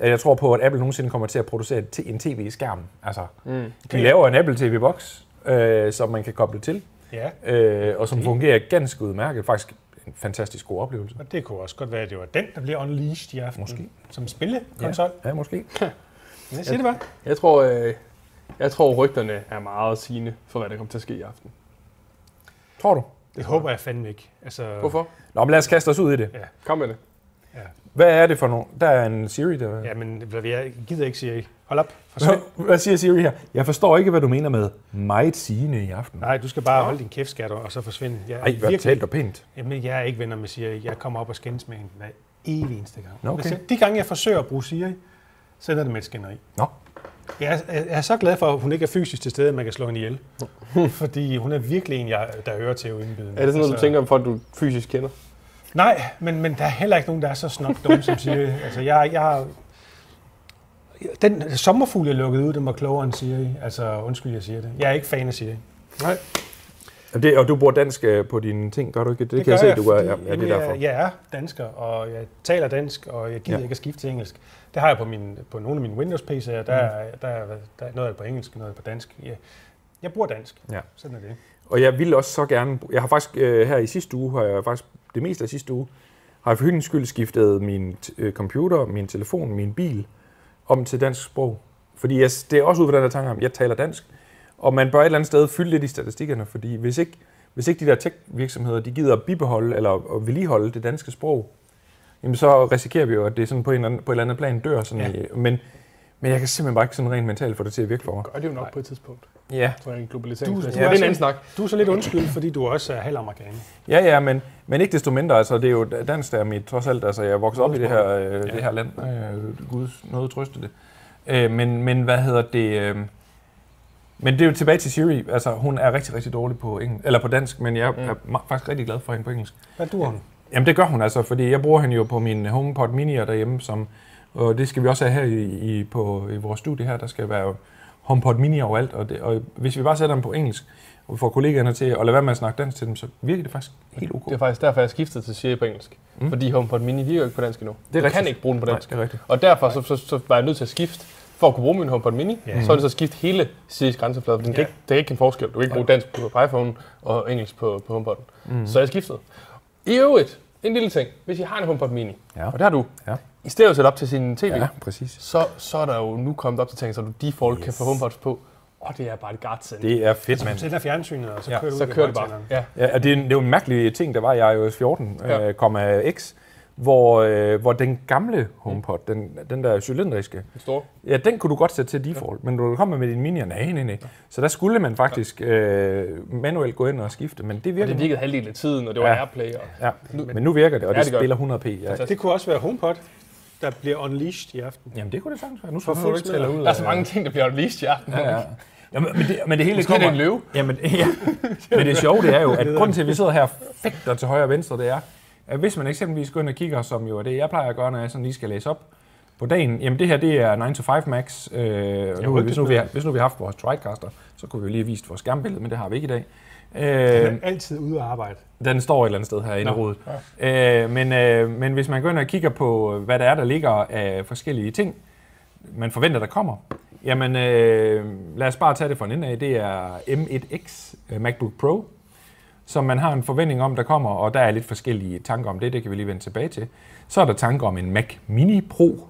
Speaker 3: at jeg tror på, at Apple nogensinde kommer til at producere et t- en tv-skærm. Altså,
Speaker 2: Mm.
Speaker 3: de laver en Apple TV-boks, øh, som man kan koble til
Speaker 1: Ja,
Speaker 3: øh, og som fungerer ganske udmærket. Faktisk en fantastisk god oplevelse.
Speaker 1: og det kunne også godt være, at det var den, der bliver unleashed i aften.
Speaker 3: Måske.
Speaker 1: Som spillekonsol.
Speaker 3: Ja, måske.
Speaker 1: Ja. Jeg siger det bare.
Speaker 2: Jeg tror, øh, jeg tror rygterne er meget sigende for, hvad der kommer til at ske i aften.
Speaker 3: Tror du?
Speaker 1: Det håber jeg fandme ikke. Altså,
Speaker 2: Hvorfor?
Speaker 3: Nå, men lad os kaste os ud i det.
Speaker 1: Ja.
Speaker 2: Kom med det.
Speaker 3: Hvad er det for nogen? Der er en Siri, der... Ja.
Speaker 1: Jamen, hvad ved jeg gider ikke, siger I. Hold op. Forsvind.
Speaker 3: Hvad, hvad siger Siri her? Jeg forstår ikke, hvad du mener med meget sigende i aften.
Speaker 1: Nej, du skal bare holde din kæft, skat, og så forsvinde. Jeg er
Speaker 3: Ej, hvad talte du pænt?
Speaker 1: Jamen, jeg er ikke venner med Siri. Jeg kommer op og skændes med hende hver evig eneste gang.
Speaker 3: Nå, okay.
Speaker 1: Hvis jeg, de gange, jeg forsøger at bruge Siri, så ender det med et skænderi.
Speaker 3: Nå.
Speaker 1: Jeg er, jeg er så glad for, at hun ikke er fysisk til stede, at man kan slå hende ihjel. Fordi hun er virkelig en, jeg, der hører til Altså, indbydende.
Speaker 2: Er det sådan noget, du tænker om folk, du fysisk kender?
Speaker 1: Nej, men, men der er heller ikke nogen, der er så snokdumme, som
Speaker 3: <laughs>
Speaker 1: Siri. Altså, jeg, jeg har... Den sommerfugl, jeg lukkede ud, den var klogere end Siri. Altså, undskyld, jeg siger det. Jeg er ikke fan af Siri.
Speaker 3: Nej. Det, og du bruger dansk øh, på dine ting, gør du ikke? Det, det kan jeg
Speaker 1: gør
Speaker 3: se, du gør.
Speaker 1: fordi,
Speaker 3: Ja, ja,
Speaker 1: jamen,
Speaker 3: det er derfor.
Speaker 1: Jeg, jeg er dansker, og jeg taler dansk, og jeg gider ja.
Speaker 3: Ja.
Speaker 1: ikke at skifte til engelsk. Det har jeg på, min, på nogle af mine Windows-PC'er. Der, mm. der, der, der er noget på engelsk, noget på dansk. Jeg, jeg bruger dansk.
Speaker 3: Ja.
Speaker 1: Sådan er det.
Speaker 3: Og jeg ville også så gerne... Jeg har faktisk øh, her i sidste uge, har jeg faktisk det meste af sidste uge, har jeg for hyggens skyld skiftet min t- øh, computer, min telefon, min bil om til dansk sprog. Fordi jeg, s- det er også ud fra den der tanke om, at jeg taler dansk, og man bør et eller andet sted fylde lidt i statistikkerne, fordi hvis ikke, hvis ikke de der tech-virksomheder de gider at bibeholde eller at vedligeholde det danske sprog, jamen så risikerer vi jo, at det sådan på, en eller anden, på et eller andet plan dør. Sådan ja. i, men, men jeg kan simpelthen bare ikke sådan rent mentalt få det til at virke for mig.
Speaker 2: Gør det jo nok på et tidspunkt.
Speaker 3: Ja.
Speaker 2: Tror jeg, en globalisering.
Speaker 1: Du-
Speaker 2: ja,
Speaker 1: du
Speaker 2: det
Speaker 1: er
Speaker 2: er en
Speaker 1: sådan-
Speaker 2: anden snak.
Speaker 1: Du er så lidt undskyld, fordi du også er halvamerikaner.
Speaker 3: Ja, ja, men, men ikke desto mindre, altså, det er jo dansk, der er mit, trods alt, altså, jeg er vokset op i det her, øh, ja. det her land, øh, Gud noget trøste det. Øh, men, men hvad hedder det, øh, men det er jo tilbage til Siri, altså hun er rigtig, rigtig dårlig på, engelsk, eller på dansk, men jeg mm. er ma- faktisk rigtig glad for hende på engelsk.
Speaker 1: Hvad dur hun?
Speaker 3: Jamen det gør hun altså, fordi jeg bruger hende jo på min HomePod Mini og derhjemme, som, og det skal vi også have her i, i, på, i vores studie her, der skal være HomePod Mini overalt, og, det, og hvis vi bare sætter dem på engelsk, og vi får kollegaerne til at lade være med at snakke dansk til dem, så virker det faktisk helt ok.
Speaker 2: Det er faktisk derfor, jeg skiftede til Siri på engelsk. Mm. Fordi HomePod Mini virker jo ikke på dansk endnu.
Speaker 3: er
Speaker 2: Det du kan
Speaker 3: rigtigt.
Speaker 2: ikke bruge den på
Speaker 3: Nej,
Speaker 2: dansk.
Speaker 3: det er rigtigt.
Speaker 2: Og derfor så, så, så var jeg nødt til at skifte. For at kunne bruge min HomePod Mini,
Speaker 1: Ja.
Speaker 2: yeah. så er det så at skifte hele Siri's grænseflade, for den kan
Speaker 1: Ja.
Speaker 2: ikke, det kan ikke en forskel. Du kan ikke bruge dansk på iPhone og engelsk på, på HomePod'en. Mm. Så jeg skiftede. I øvrigt, en lille ting. Hvis I har en HomePod Mini,
Speaker 3: Ja.
Speaker 2: og det har du,
Speaker 3: Ja.
Speaker 2: i stedet for at sætte op til sin tv,
Speaker 3: Ja, præcis.
Speaker 2: så, så er der jo nu kommet opdatering, så du default yes. kan få HomePods på. Og det er bare et godsend.
Speaker 3: Det er fedt,
Speaker 1: Man
Speaker 3: mand.
Speaker 1: sætter fjernsynet, og så
Speaker 3: Ja,
Speaker 1: kører du
Speaker 2: så
Speaker 1: ud i
Speaker 2: kører det bare.
Speaker 1: højtaleren.
Speaker 2: Ja.
Speaker 3: Ja, og det, er en, det er jo en mærkelig ting, der var i iOS 14,
Speaker 2: Ja.
Speaker 3: ja. øh, komma X, hvor, øh, hvor den gamle HomePod, den, den der cylindriske,
Speaker 2: Den store.
Speaker 3: Ja, den kunne du godt sætte til default, ja. men når du kommer med din mini, nej, nej, nej. Så der skulle man faktisk øh, manuelt gå ind og skifte, men det
Speaker 2: Og
Speaker 3: virker.
Speaker 2: det virkede halvdelen af tiden, og det var ja.
Speaker 3: Ja.
Speaker 2: Airplay. Og
Speaker 3: Ja, men nu virker det, og
Speaker 2: Ja,
Speaker 3: det,
Speaker 2: det gør
Speaker 3: spiller 100p. Ja.
Speaker 2: Fantastisk.
Speaker 1: Det kunne også være HomePod, der bliver unleashed i aften.
Speaker 3: Jamen, det kunne det sagtens være. Nu får
Speaker 1: For
Speaker 3: du ikke Altså,
Speaker 1: fuld
Speaker 3: tæller ud
Speaker 2: der er så mange ting, der bliver vist i aften. Ja.
Speaker 3: Ja, ja. Ja, men, det, men det hele
Speaker 2: Måske er det en løve.
Speaker 3: Jamen, <laughs> ja. Men det sjove, det er jo, at grunden til, at vi sidder her og fægter til højre og venstre, det er, at hvis man eksempelvis går ind og kigger, som jo er det, jeg plejer at gøre, når jeg sådan lige skal læse op på dagen, jamen det her, det er 9 to 5 max. Øh, nu, hvis, nu vi, hvis nu vi har haft vores tridecaster, så kunne vi jo lige have vist vores skærmbillede, men det har vi ikke i dag. Øh,
Speaker 1: Man er altid ude at arbejde.
Speaker 3: Den står et eller andet sted her inde i rodet. Øh, men, øh, men hvis man går ind og kigger på, hvad der er, der ligger af forskellige ting, man forventer, der kommer, jamen øh, lad os bare tage det fra en ende af. Det er M1X øh, MacBook Pro, som man har en forventning om, der kommer, og der er lidt forskellige tanker om det, det kan vi lige vende tilbage til. Så er der tanker om en Mac Mini Pro,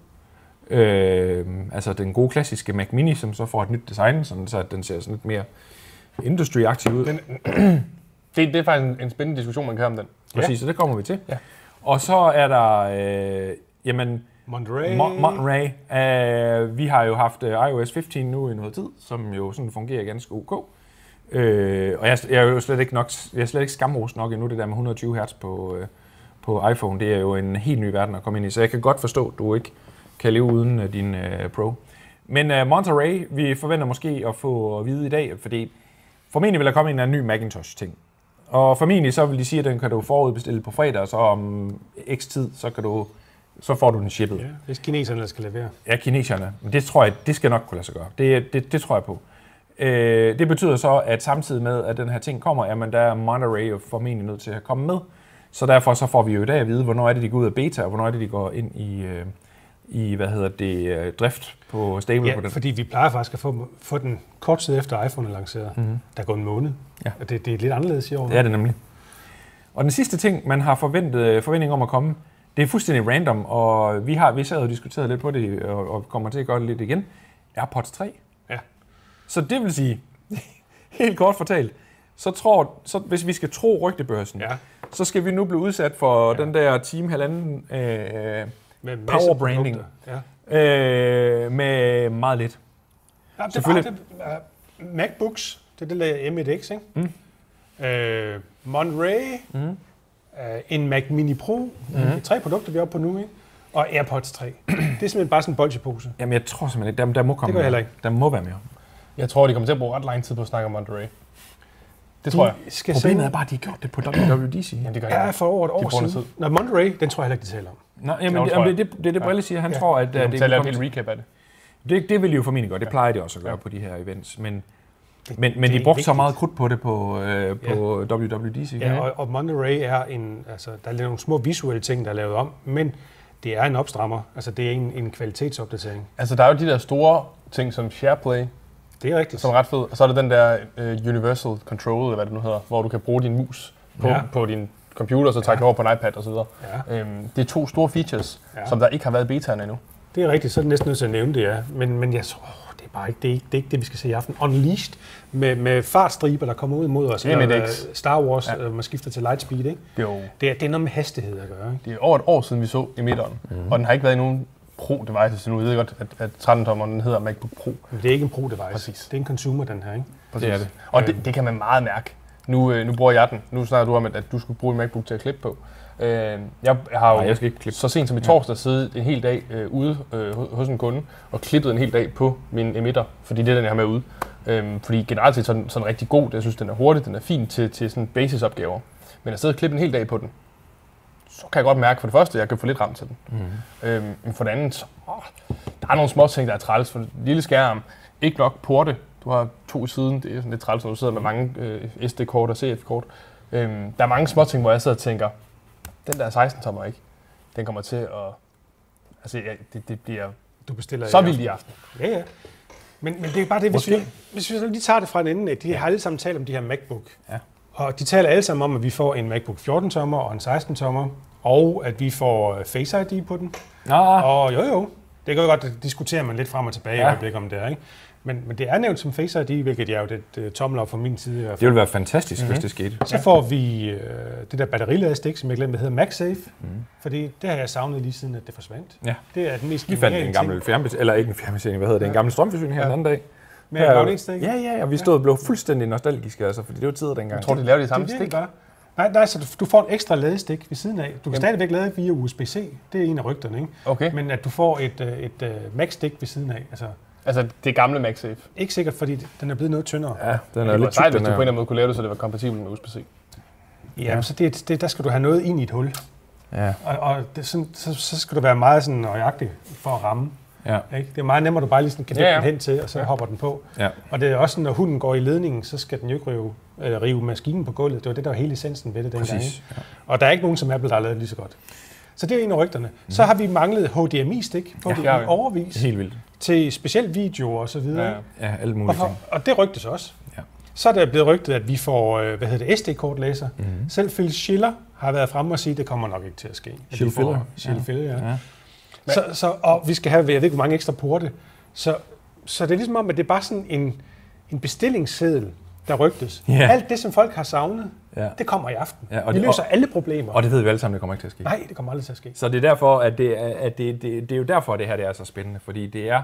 Speaker 3: øh, altså den gode klassiske Mac Mini, som så får et nyt design, sådan, så at den ser sådan lidt mere industry-aktiv ud.
Speaker 2: Det, det er faktisk en, en spændende diskussion, man kan have om den.
Speaker 3: Præcis, ja. så det kommer vi til.
Speaker 2: Ja.
Speaker 3: Og så er der, øh, jamen,
Speaker 1: Monterey.
Speaker 3: Mo- Monterey. Øh, vi har jo haft øh, iOS 15 nu i noget tid, som jo sådan fungerer ganske ok. Øh, og jeg, jeg er jo slet ikke, nok, jeg er slet ikke skamros nok endnu, det der med 120 Hz på, øh, på iPhone. Det er jo en helt ny verden at komme ind i, så jeg kan godt forstå, at du ikke kan leve uden øh, din øh, Pro. Men øh, Monterey, vi forventer måske at få at vide i dag, fordi formentlig vil der komme en eller anden ny Macintosh-ting. Og formentlig så vil de sige, at den kan du forudbestille på fredag, og så om x tid, så, kan du, så får du den shippet.
Speaker 1: Ja, hvis kineserne der skal levere.
Speaker 3: Ja, kineserne. Men det tror jeg, det skal nok kunne lade sig gøre. Det, det, det tror jeg på. Øh, det betyder så, at samtidig med, at den her ting kommer, jamen der er Monterey jo formentlig nødt til at komme med. Så derfor så får vi jo i dag at vide, hvornår er det, de går ud af beta, og hvornår er det, de går ind i, øh, i hvad hedder det, øh, drift på stable på
Speaker 1: Ja,
Speaker 3: den.
Speaker 1: fordi vi plejer faktisk at få, få den kort tid efter iPhone er lanceret. Mm-hmm. Der går en måned.
Speaker 3: Mhm. Ja.
Speaker 1: Og det, det er lidt anderledes i år.
Speaker 3: Det er det nemlig. Og den sidste ting, man har forventet, øh, forventning om at komme, det er fuldstændig random, og vi har vi sad og diskuteret lidt på det, og, og kommer til at gøre det lidt igen. AirPods 3.
Speaker 1: Ja.
Speaker 3: Så det vil sige, <laughs> helt kort fortalt, så, tror, så hvis vi skal tro rygtebørsen,
Speaker 1: Ja.
Speaker 3: så skal vi nu blive udsat for ja. den der time halvanden øh,
Speaker 1: Med masser af
Speaker 3: Power branding.
Speaker 1: produkter. Ja.
Speaker 3: øh, med meget lidt.
Speaker 1: Ja, det
Speaker 3: Selvfølgelig.
Speaker 1: Selvfølgelig. Bare, det, uh, MacBooks, det er det der M1X, ikke? Mm. Uh, Monterey, mm. uh, en Mac Mini Pro, mm. det er tre produkter, vi er oppe på nu, ikke? og AirPods <clears throat> 3. det er simpelthen bare sådan en bolsjepose.
Speaker 3: Jamen jeg tror simpelthen ikke, der, der må komme
Speaker 1: gør jeg
Speaker 3: mere.
Speaker 1: heller ikke.
Speaker 3: Der må være mere.
Speaker 2: Jeg tror, de kommer til at bruge ret lang tid på at snakke om Monterey. Det tror jeg.
Speaker 1: Skal
Speaker 3: Problemet
Speaker 1: sende-
Speaker 3: er bare, at de har gjort det på WWDC.
Speaker 2: Jamen, det gør
Speaker 1: Ja,
Speaker 2: jeg.
Speaker 1: for over et
Speaker 2: bruger
Speaker 1: år
Speaker 2: noget
Speaker 1: siden. Nå, Monterey, den tror jeg heller ikke, de taler om.
Speaker 3: Nå, jamen,
Speaker 2: Claus
Speaker 3: det,
Speaker 2: tror
Speaker 3: jamen, det, det, det er det, Brille siger. Han tror, at, at
Speaker 2: Jeg kommer
Speaker 3: det,
Speaker 2: til
Speaker 3: vil
Speaker 2: at lave
Speaker 3: komme
Speaker 2: et
Speaker 3: til-
Speaker 2: helt recap af det.
Speaker 3: det, det vil de jo formentlig gøre. Det plejer de også at gøre
Speaker 2: Ja.
Speaker 3: ja. på de her events. Men, men, men de
Speaker 1: er
Speaker 3: brugte så
Speaker 1: vigtigt.
Speaker 3: meget krudt på det på, øh, på WWDC.
Speaker 1: Ja, og, og Monterey er en, altså, der er lidt nogle små visuelle ting, der er lavet om, men det er en opstrammer. Altså, det er en, en kvalitetsopdatering.
Speaker 2: Altså, der er jo de der store ting som SharePlay,
Speaker 1: Det er rigtigt.
Speaker 2: som er ret fed. Og så er der den der øh, Universal Control, eller hvad det nu hedder, hvor du kan bruge din mus på,
Speaker 1: Ja.
Speaker 2: på din computer, og så trække ja. over på en iPad osv.
Speaker 1: Ja.
Speaker 2: Ja. Øhm, det er to store features,
Speaker 1: Ja.
Speaker 2: ja. som der ikke har været i betaen endnu.
Speaker 1: Det er rigtigt, så er det næsten nødt til at nævne det, ja. Men, men jeg tror, åh, det er bare ikke det, er ikke, det er ikke det, vi skal se i aften. Unleashed med, med fartstriber, der kommer ud mod os.
Speaker 2: Det er mit
Speaker 1: Eller,
Speaker 2: ex.
Speaker 1: øh, Star Wars,
Speaker 2: Ja.
Speaker 1: ja. man skifter til Lightspeed, ikke?
Speaker 2: Det er jo
Speaker 1: Det er, det er noget med hastighed at gøre, ikke?
Speaker 2: det er over et år siden, vi så Emitteren,
Speaker 3: Mhm.
Speaker 2: mm. og den har ikke været i nogen Pro-devices endnu. Jeg ved godt, at, at 13-tommeren den hedder MacBook Pro.
Speaker 1: Men det er ikke en pro-device.
Speaker 2: Præcis.
Speaker 1: Det er en consumer, den her, ikke?
Speaker 2: Præcis.
Speaker 3: Det er det.
Speaker 2: Og det, det kan man meget mærke. Nu, øh, nu bruger jeg den. Nu snakker du om, at, at du skulle bruge en MacBook til at klippe på. Øh, jeg har jo
Speaker 3: Nej, jeg skal ikke klippe.
Speaker 2: så sent som i torsdag siddet en hel dag øh, ude øh, ho- hos en kunde og klippet en hel dag på min emitter, fordi det er den, jeg har med ude. Øhm, fordi generelt set så er den sådan rigtig god. Jeg synes, den er hurtig, den er fin til, til sådan basisopgaver. Men at sidde og klippe en hel dag på den, så kan jeg godt mærke for det første, at jeg kan få lidt ramt til den.
Speaker 3: Mhm.
Speaker 2: Mm. Øhm, men for det andet, så, åh, der er nogle små ting, der er træls. For en lille skærm, ikke nok porte. Du har to siden, det er sådan lidt træls, når du sidder med mange øh, SD-kort og CF-kort. Øhm, der er mange små ting, hvor jeg sidder og tænker, den der 16-tommer ikke, den kommer til at... Altså, ja, det, det bliver
Speaker 1: Du bestiller
Speaker 2: så
Speaker 1: i-
Speaker 2: vildt i aften.
Speaker 1: Ja, ja. Men, men det er bare det, hvis vi,
Speaker 2: Måske.
Speaker 1: hvis vi så lige tager det fra en ende af, de har alle sammen talt om de her MacBook.
Speaker 2: Ja.
Speaker 1: Og de taler alle sammen om, at vi får en MacBook 14-tommer og en 16-tommer, og at vi får øh, Face ID på den.
Speaker 3: Nå,
Speaker 1: Og jo jo, det kan jo godt at diskutere man lidt frem og tilbage ja. i
Speaker 3: Ah. Ja.
Speaker 1: øjeblik om det er, ikke? Men, men det er nævnt som Face ID, hvilket jeg jo det uh, tommel op fra min side. i hvert
Speaker 3: det
Speaker 1: fald.
Speaker 3: ville være fantastisk,
Speaker 1: Mhm.
Speaker 3: mm-hmm. hvis det skete.
Speaker 1: Så får vi øh, det der batteriladestik, som jeg glemte, hvad hedder MagSafe. Mm. Fordi det har jeg savnet lige siden, at det forsvandt.
Speaker 3: Ja.
Speaker 1: Det er den mest
Speaker 3: Vi fandt
Speaker 1: geniale
Speaker 3: en
Speaker 1: ting.
Speaker 3: gammel fjernbetjening, eller ikke en fjernbetjening, hvad hedder det, en gammel strømforsyning her
Speaker 1: Ja.
Speaker 3: ja. den anden dag.
Speaker 1: Med en
Speaker 3: Her-
Speaker 1: magnetstik.
Speaker 3: Ja, ja, og vi stod og blev fuldstændig nostalgiske, altså, fordi det var tider dengang.
Speaker 2: Jeg tror, de laver de samme
Speaker 1: Det er
Speaker 2: stik.
Speaker 1: virkelig bare. Nej, nej, så du- du får et ekstra ladestik ved siden af. Du kan stadigvæk lade via USB-C. Det er en af rygterne, ikke?
Speaker 2: Okay.
Speaker 1: Men at du får et, øh, et, et Mac-stik ved siden af. Altså,
Speaker 2: Altså, det gamle MagSafe.
Speaker 1: ikke sikkert, fordi den er blevet noget tyndere.
Speaker 3: Ja, den er
Speaker 2: Det var
Speaker 3: lidt
Speaker 2: sejt,
Speaker 3: tyk,
Speaker 2: hvis
Speaker 3: den
Speaker 2: du på en eller
Speaker 3: her.
Speaker 2: anden måde kunne lave det, så det var kompatibelt med USB-C.
Speaker 1: Ja, ja. så det, er et- det, der skal du have noget ind i et hul.
Speaker 3: Ja,
Speaker 1: Og, og det, er sådan, så, så skal du være meget sådan nøjagtig for at ramme.
Speaker 3: ja,
Speaker 1: Ikke? Det er meget nemmere, at du bare lige sådan kan lægge
Speaker 2: Ja,
Speaker 1: ja,
Speaker 2: ja.
Speaker 1: den hen til, og så ja. hopper den på.
Speaker 3: ja.
Speaker 1: Og det er også sådan, når hunden går i ledningen, så skal den jo ikke rive, eller rive maskinen på gulvet. Det var det, der var hele essensen ved det dengang.
Speaker 3: Præcis,
Speaker 1: ikke? Og der er ikke nogen som Apple, der har lavet det lige så godt. Så det er en af rygterne. Mm. Så har vi manglet HDMI-stik, HDMI
Speaker 2: det har vi.
Speaker 1: overvis,
Speaker 3: Helt vildt.
Speaker 1: til specielt videoer og så videre.
Speaker 2: Ja,
Speaker 1: Ja,
Speaker 2: ja.
Speaker 3: Ja, alle
Speaker 1: og,
Speaker 3: mulige ting.
Speaker 1: for, og det rygtes også.
Speaker 3: Ja.
Speaker 1: Så er der blevet rygtet, at vi får, øh, hvad hedder det, SD-kortlæser.
Speaker 3: Mhm.
Speaker 1: Mm. Selv Phil Schiller har været fremme og sige, at det kommer nok ikke til at ske. At vi
Speaker 3: Schiller?
Speaker 1: får-
Speaker 3: Ja.
Speaker 1: Schiller, ja. ja.
Speaker 3: Ja.
Speaker 1: Så, så, og vi skal have, jeg ved ikke, hvor mange ekstra porte. Så, så det er ligesom om, at det er bare sådan en, en bestillingsseddel, der rygtes.
Speaker 3: Ja.
Speaker 1: Alt det, som folk har savnet,
Speaker 3: Ja.
Speaker 1: det kommer i aften.
Speaker 3: Ja,
Speaker 1: og
Speaker 3: og
Speaker 1: vi
Speaker 3: det-
Speaker 1: løser
Speaker 3: og-
Speaker 1: alle problemer.
Speaker 3: Og det Øhm. ved vi alle sammen, det kommer ikke til at ske.
Speaker 1: Nej, det kommer aldrig til at ske.
Speaker 3: Så det er derfor, at det er, at det, det, det er jo derfor, at det her det er så spændende, fordi det er,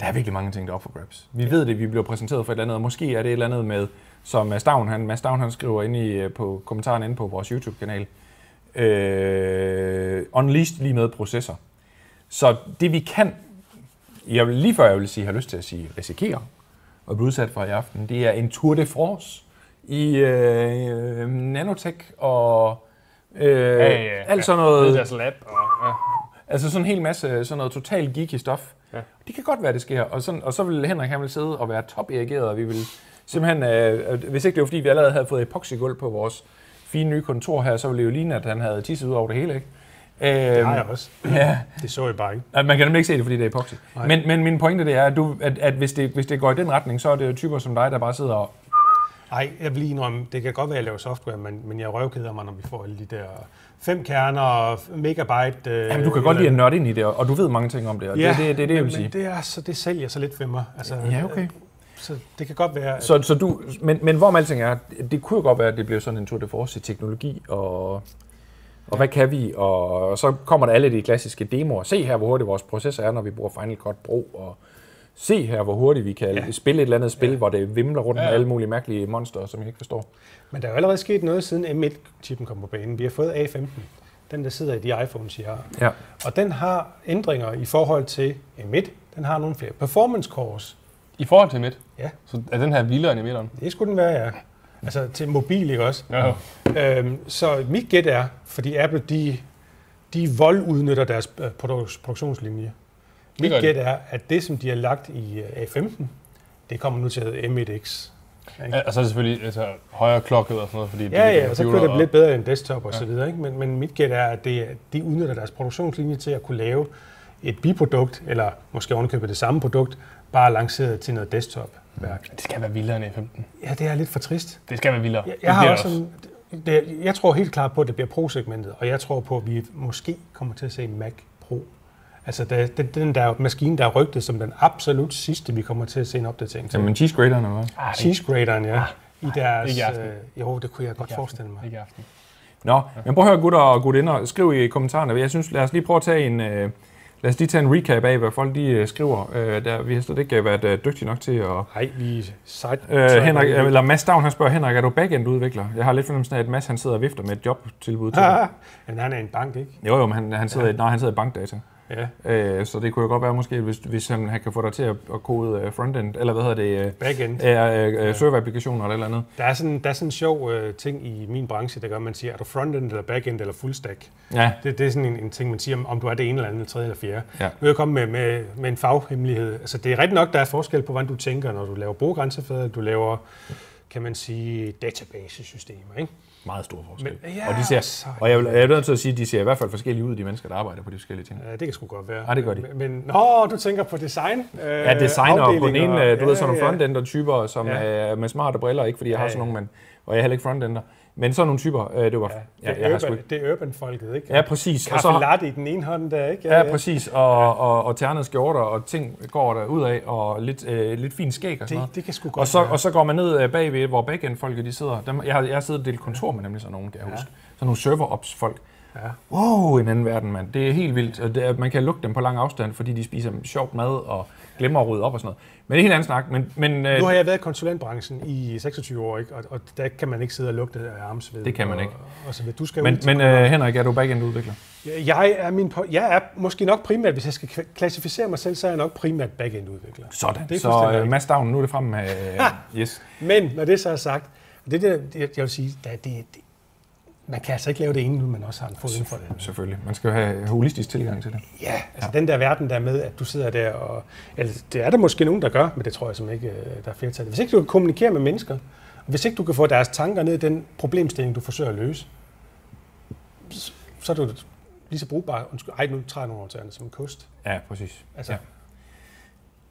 Speaker 3: der er virkelig mange ting, der er op for grabs. Vi ved det, vi bliver præsenteret for et eller andet, og måske er det et eller andet med, som Mads Down, han, Mads Down, han skriver inde i, øh, på kommentaren inde på vores YouTube-kanal, øh, unleashed lige med processor. Så det vi kan, jeg vil, lige før jeg vil sige, har lyst til at sige, risikere at blive udsat for i aften, det er en tour de force i øh, nanotech og øh,
Speaker 2: ja, ja.
Speaker 3: alt sådan
Speaker 2: Det
Speaker 3: noget.
Speaker 2: er deres lab. Og, ja.
Speaker 3: Altså sådan en hel masse sådan noget totalt geeky stof.
Speaker 2: Ja.
Speaker 3: Ja. Det kan godt være, det sker. Og, sådan, og så vil Henrik han vil sidde og være top og vi vil simpelthen, øh, øh, hvis ikke det var fordi, vi allerede havde fået epoxygulv på vores fine nye kontor her, så ville det jo ligne, at han havde tisset ud over det hele, ikke? Øh,
Speaker 1: Nej, også.
Speaker 3: ja.
Speaker 1: Det så jeg bare ikke.
Speaker 3: Ja, Man kan nemlig ikke se det, fordi det er epoxy. Men, men min pointe det er, at, du, at, at hvis, det, hvis det går i den retning, så er det jo typer som dig, der bare sidder og...
Speaker 1: Nej, jeg vil lige indrømme, det kan godt være, at jeg laver software, men, men jeg røvkeder mig, når vi får alle de der fem kerner og megabyte. Øh,
Speaker 3: Jamen, du kan godt lide at nørde ind i det, og og du ved mange ting om det, og ja, det er det, det, det, jeg
Speaker 1: men,
Speaker 3: vil sige.
Speaker 1: Men det, er, så det sælger så lidt for mig. Altså,
Speaker 3: Ja, okay.
Speaker 1: Så det kan godt være, at
Speaker 3: Så, så du, men, men hvor alting er, det kunne jo godt være, at det bliver sådan en tour de force i teknologi, og, og ja. hvad kan vi, og, og så kommer der alle de klassiske demoer. Se her, hvor hurtigt vores proces er, når vi bruger Final Cut Pro, og se her, hvor hurtigt vi kan ja. spille et eller andet spil, ja. hvor det vimler rundt ja. med alle mulige mærkelige monster, som jeg ikke forstår.
Speaker 1: Men der er jo allerede sket noget, siden M1-chippen kom på banen. Vi har fået A15, den der sidder i de iPhones, I har.
Speaker 3: Ja.
Speaker 1: Og den har ændringer i forhold til M1. Den har nogle flere performance cores.
Speaker 2: I forhold til midt,
Speaker 1: Ja,
Speaker 2: så er den her vildere end emitteren.
Speaker 1: det skulle den være, ja. Altså til mobil, ikke også?
Speaker 2: Ja.
Speaker 1: Øhm, så mit gæt er, fordi Apple, de, de voldudnytter deres øh, produk- produktionslinje. Mit
Speaker 2: gør de.
Speaker 1: gæt er, at det, som de har lagt i øh, A15, det kommer nu til at hedde M1X.
Speaker 2: Ja, Og så er det selvfølgelig altså, højere klokket og sådan noget, fordi det
Speaker 1: Ja,
Speaker 2: er
Speaker 1: ja, og så
Speaker 2: computer,
Speaker 1: kører det
Speaker 2: og-
Speaker 1: lidt bedre end desktop og så videre, ikke? Men, men mit gæt er, at det, er- de udnytter deres produktionslinje til at kunne lave et biprodukt, eller måske ovenkøbe det samme produkt, bare lanceret til noget desktop.
Speaker 2: Det skal være vildere end A15.
Speaker 1: Ja, det er lidt for trist.
Speaker 2: Det skal være vildere.
Speaker 1: Jeg,
Speaker 2: Det
Speaker 1: jeg
Speaker 2: bliver
Speaker 1: har
Speaker 2: det
Speaker 1: også sådan, det, jeg tror helt klart på, at det bliver Pro-segmentet, og jeg tror på, at vi måske kommer til at se Mac Pro. Altså da, den, den der maskine, der er rygtet som den absolut sidste, vi kommer til at se en opdatering til.
Speaker 3: Jamen, cheese grateren eller hvad?
Speaker 1: Ah, Cheese grateren, ja. I deres,
Speaker 2: ikke i aften.
Speaker 1: øh, jo, det kunne jeg godt forestille mig.
Speaker 2: Ikke i aften.
Speaker 3: Nå, men prøv at høre gutter og gutinder, skriv i kommentarerne. Jeg synes, lad os lige prøve at tage en, øh, lad os lige tage en recap af, hvad folk de øh, skriver. Øh, der, vi har slet ikke øh, været øh, dygtige nok til at...
Speaker 4: Nej, vi er sejt.
Speaker 3: Øh, Henrik, eller Mads Stavn, han spørger, Henrik, er du backend-udvikler? Jeg har lidt fornemmelsen af, at Mads han sidder og vifter med et jobtilbud til dig.
Speaker 1: Ah, <laughs> men han er en bank, ikke?
Speaker 3: Jo, jo, men han, han, sidder, ja. nej, han sidder i bankdata.
Speaker 1: Ja.
Speaker 3: Øh, så det kunne jo godt være måske, hvis, hvis han, han kan få dig til at, at kode øh, frontend, eller hvad hedder det, øh,
Speaker 1: Backend.
Speaker 3: øh, øh, øh, serverapplikationer eller et eller andet.
Speaker 1: Der er sådan, der er sådan en sjov øh, ting i min branche, der gør, at man siger, er du frontend eller backend eller full stack?
Speaker 3: Ja,
Speaker 1: Det, det er sådan en, en ting, man siger, om- om du er det ene eller andet, eller tredje eller fjerde.
Speaker 3: Ja.
Speaker 1: Nu vil jeg komme med, med, med en faghemmelighed. Altså, det er rigtigt nok, der er forskel på, hvordan du tænker, når du laver brugergrænsefader, du laver, kan man sige, database-systemer. Ikke?
Speaker 3: meget stor forskel.
Speaker 1: Men, ja,
Speaker 3: og, de ser, og jeg, vil- jeg er nødt til at sige, at de ser i hvert fald forskellige ud, de mennesker, der arbejder på de forskellige ting.
Speaker 1: Ja, det kan sgu godt være.
Speaker 3: Ja, det gør de.
Speaker 1: Men, men nå, du tænker på design? Øh,
Speaker 3: Ja, designer på den
Speaker 1: afdelinger.
Speaker 3: ene, øh, du ved, sådan
Speaker 1: ja.
Speaker 3: nogle frontender-typer, som
Speaker 1: Ja.
Speaker 3: ja. er med smarte briller, ikke fordi jeg har
Speaker 1: Ja,
Speaker 3: sådan
Speaker 1: ja.
Speaker 3: nogle, men, og jeg er heller ikke frontender, men sådan nogle typer, øh, det var, ja,
Speaker 1: Det
Speaker 3: jeg
Speaker 1: er,
Speaker 3: har sgu
Speaker 1: urban,
Speaker 3: ikke.
Speaker 1: det er urban-folket, ikke?
Speaker 3: Ja, præcis. Og
Speaker 1: Kaffe
Speaker 3: så,
Speaker 1: latte i den ene hånd der, ikke? Øh,
Speaker 3: ja, præcis, og, og, og ternede skjorter, og ting går der ud af, og lidt, øh, lidt fint skæg og sådan
Speaker 1: Det,
Speaker 3: noget.
Speaker 1: det kan sgu godt
Speaker 3: Og så,
Speaker 1: være.
Speaker 3: og så går man ned øh, bagved, hvor backend-folket de sidder. Dem, jeg, har, jeg har siddet og delt kontor med nemlig sådan nogen, kan jeg huske. Sådan nogle server-ops-folk.
Speaker 1: Ja.
Speaker 3: Wow, en anden verden, mand. Det er helt vildt. Og det er, man kan lugte dem på lang afstand, fordi de spiser sjovt mad og glemmer at rydde op og sådan noget. Men det er en helt anden snak. Men, men øh,
Speaker 1: Nu har jeg været i konsulentbranchen i 26 år, ikke? Og, og der kan man ikke sidde og lugte af armsved.
Speaker 3: Det kan man
Speaker 1: og,
Speaker 3: ikke.
Speaker 1: Og så videre. du skal
Speaker 3: Men,
Speaker 1: ud til
Speaker 3: men øh, Henrik, er du backend-udvikler?
Speaker 1: Jeg er, min, po- jeg er måske nok primært, hvis jeg skal kva- klassificere mig selv, så er jeg nok primært backend-udvikler.
Speaker 3: Sådan.
Speaker 1: Det er
Speaker 3: så
Speaker 1: fuldstændig
Speaker 3: øh, Mads Stavn, nu er det
Speaker 1: <laughs>
Speaker 3: frem med... Øh, yes.
Speaker 1: Men når det så er sagt, og det der, det- jeg vil sige, da det, det, man kan altså ikke lave det ene, uden man også har en fod inden for det.
Speaker 3: Selvfølgelig. Man skal jo have holistisk tilgang til det.
Speaker 1: Ja, altså den der verden der med, at du sidder der og... Altså, det er der måske nogen, der gør, men det tror jeg simpelthen ikke, øh, der er flertal. Hvis ikke du kan kommunikere med mennesker, og hvis ikke du kan få deres tanker ned i den problemstilling, du forsøger at løse, så- så er du lige så brugbar. Undskyld, ej, nu træder jeg nogle overtagerne som en kost.
Speaker 3: Ja, præcis.
Speaker 1: Altså,
Speaker 3: Ja.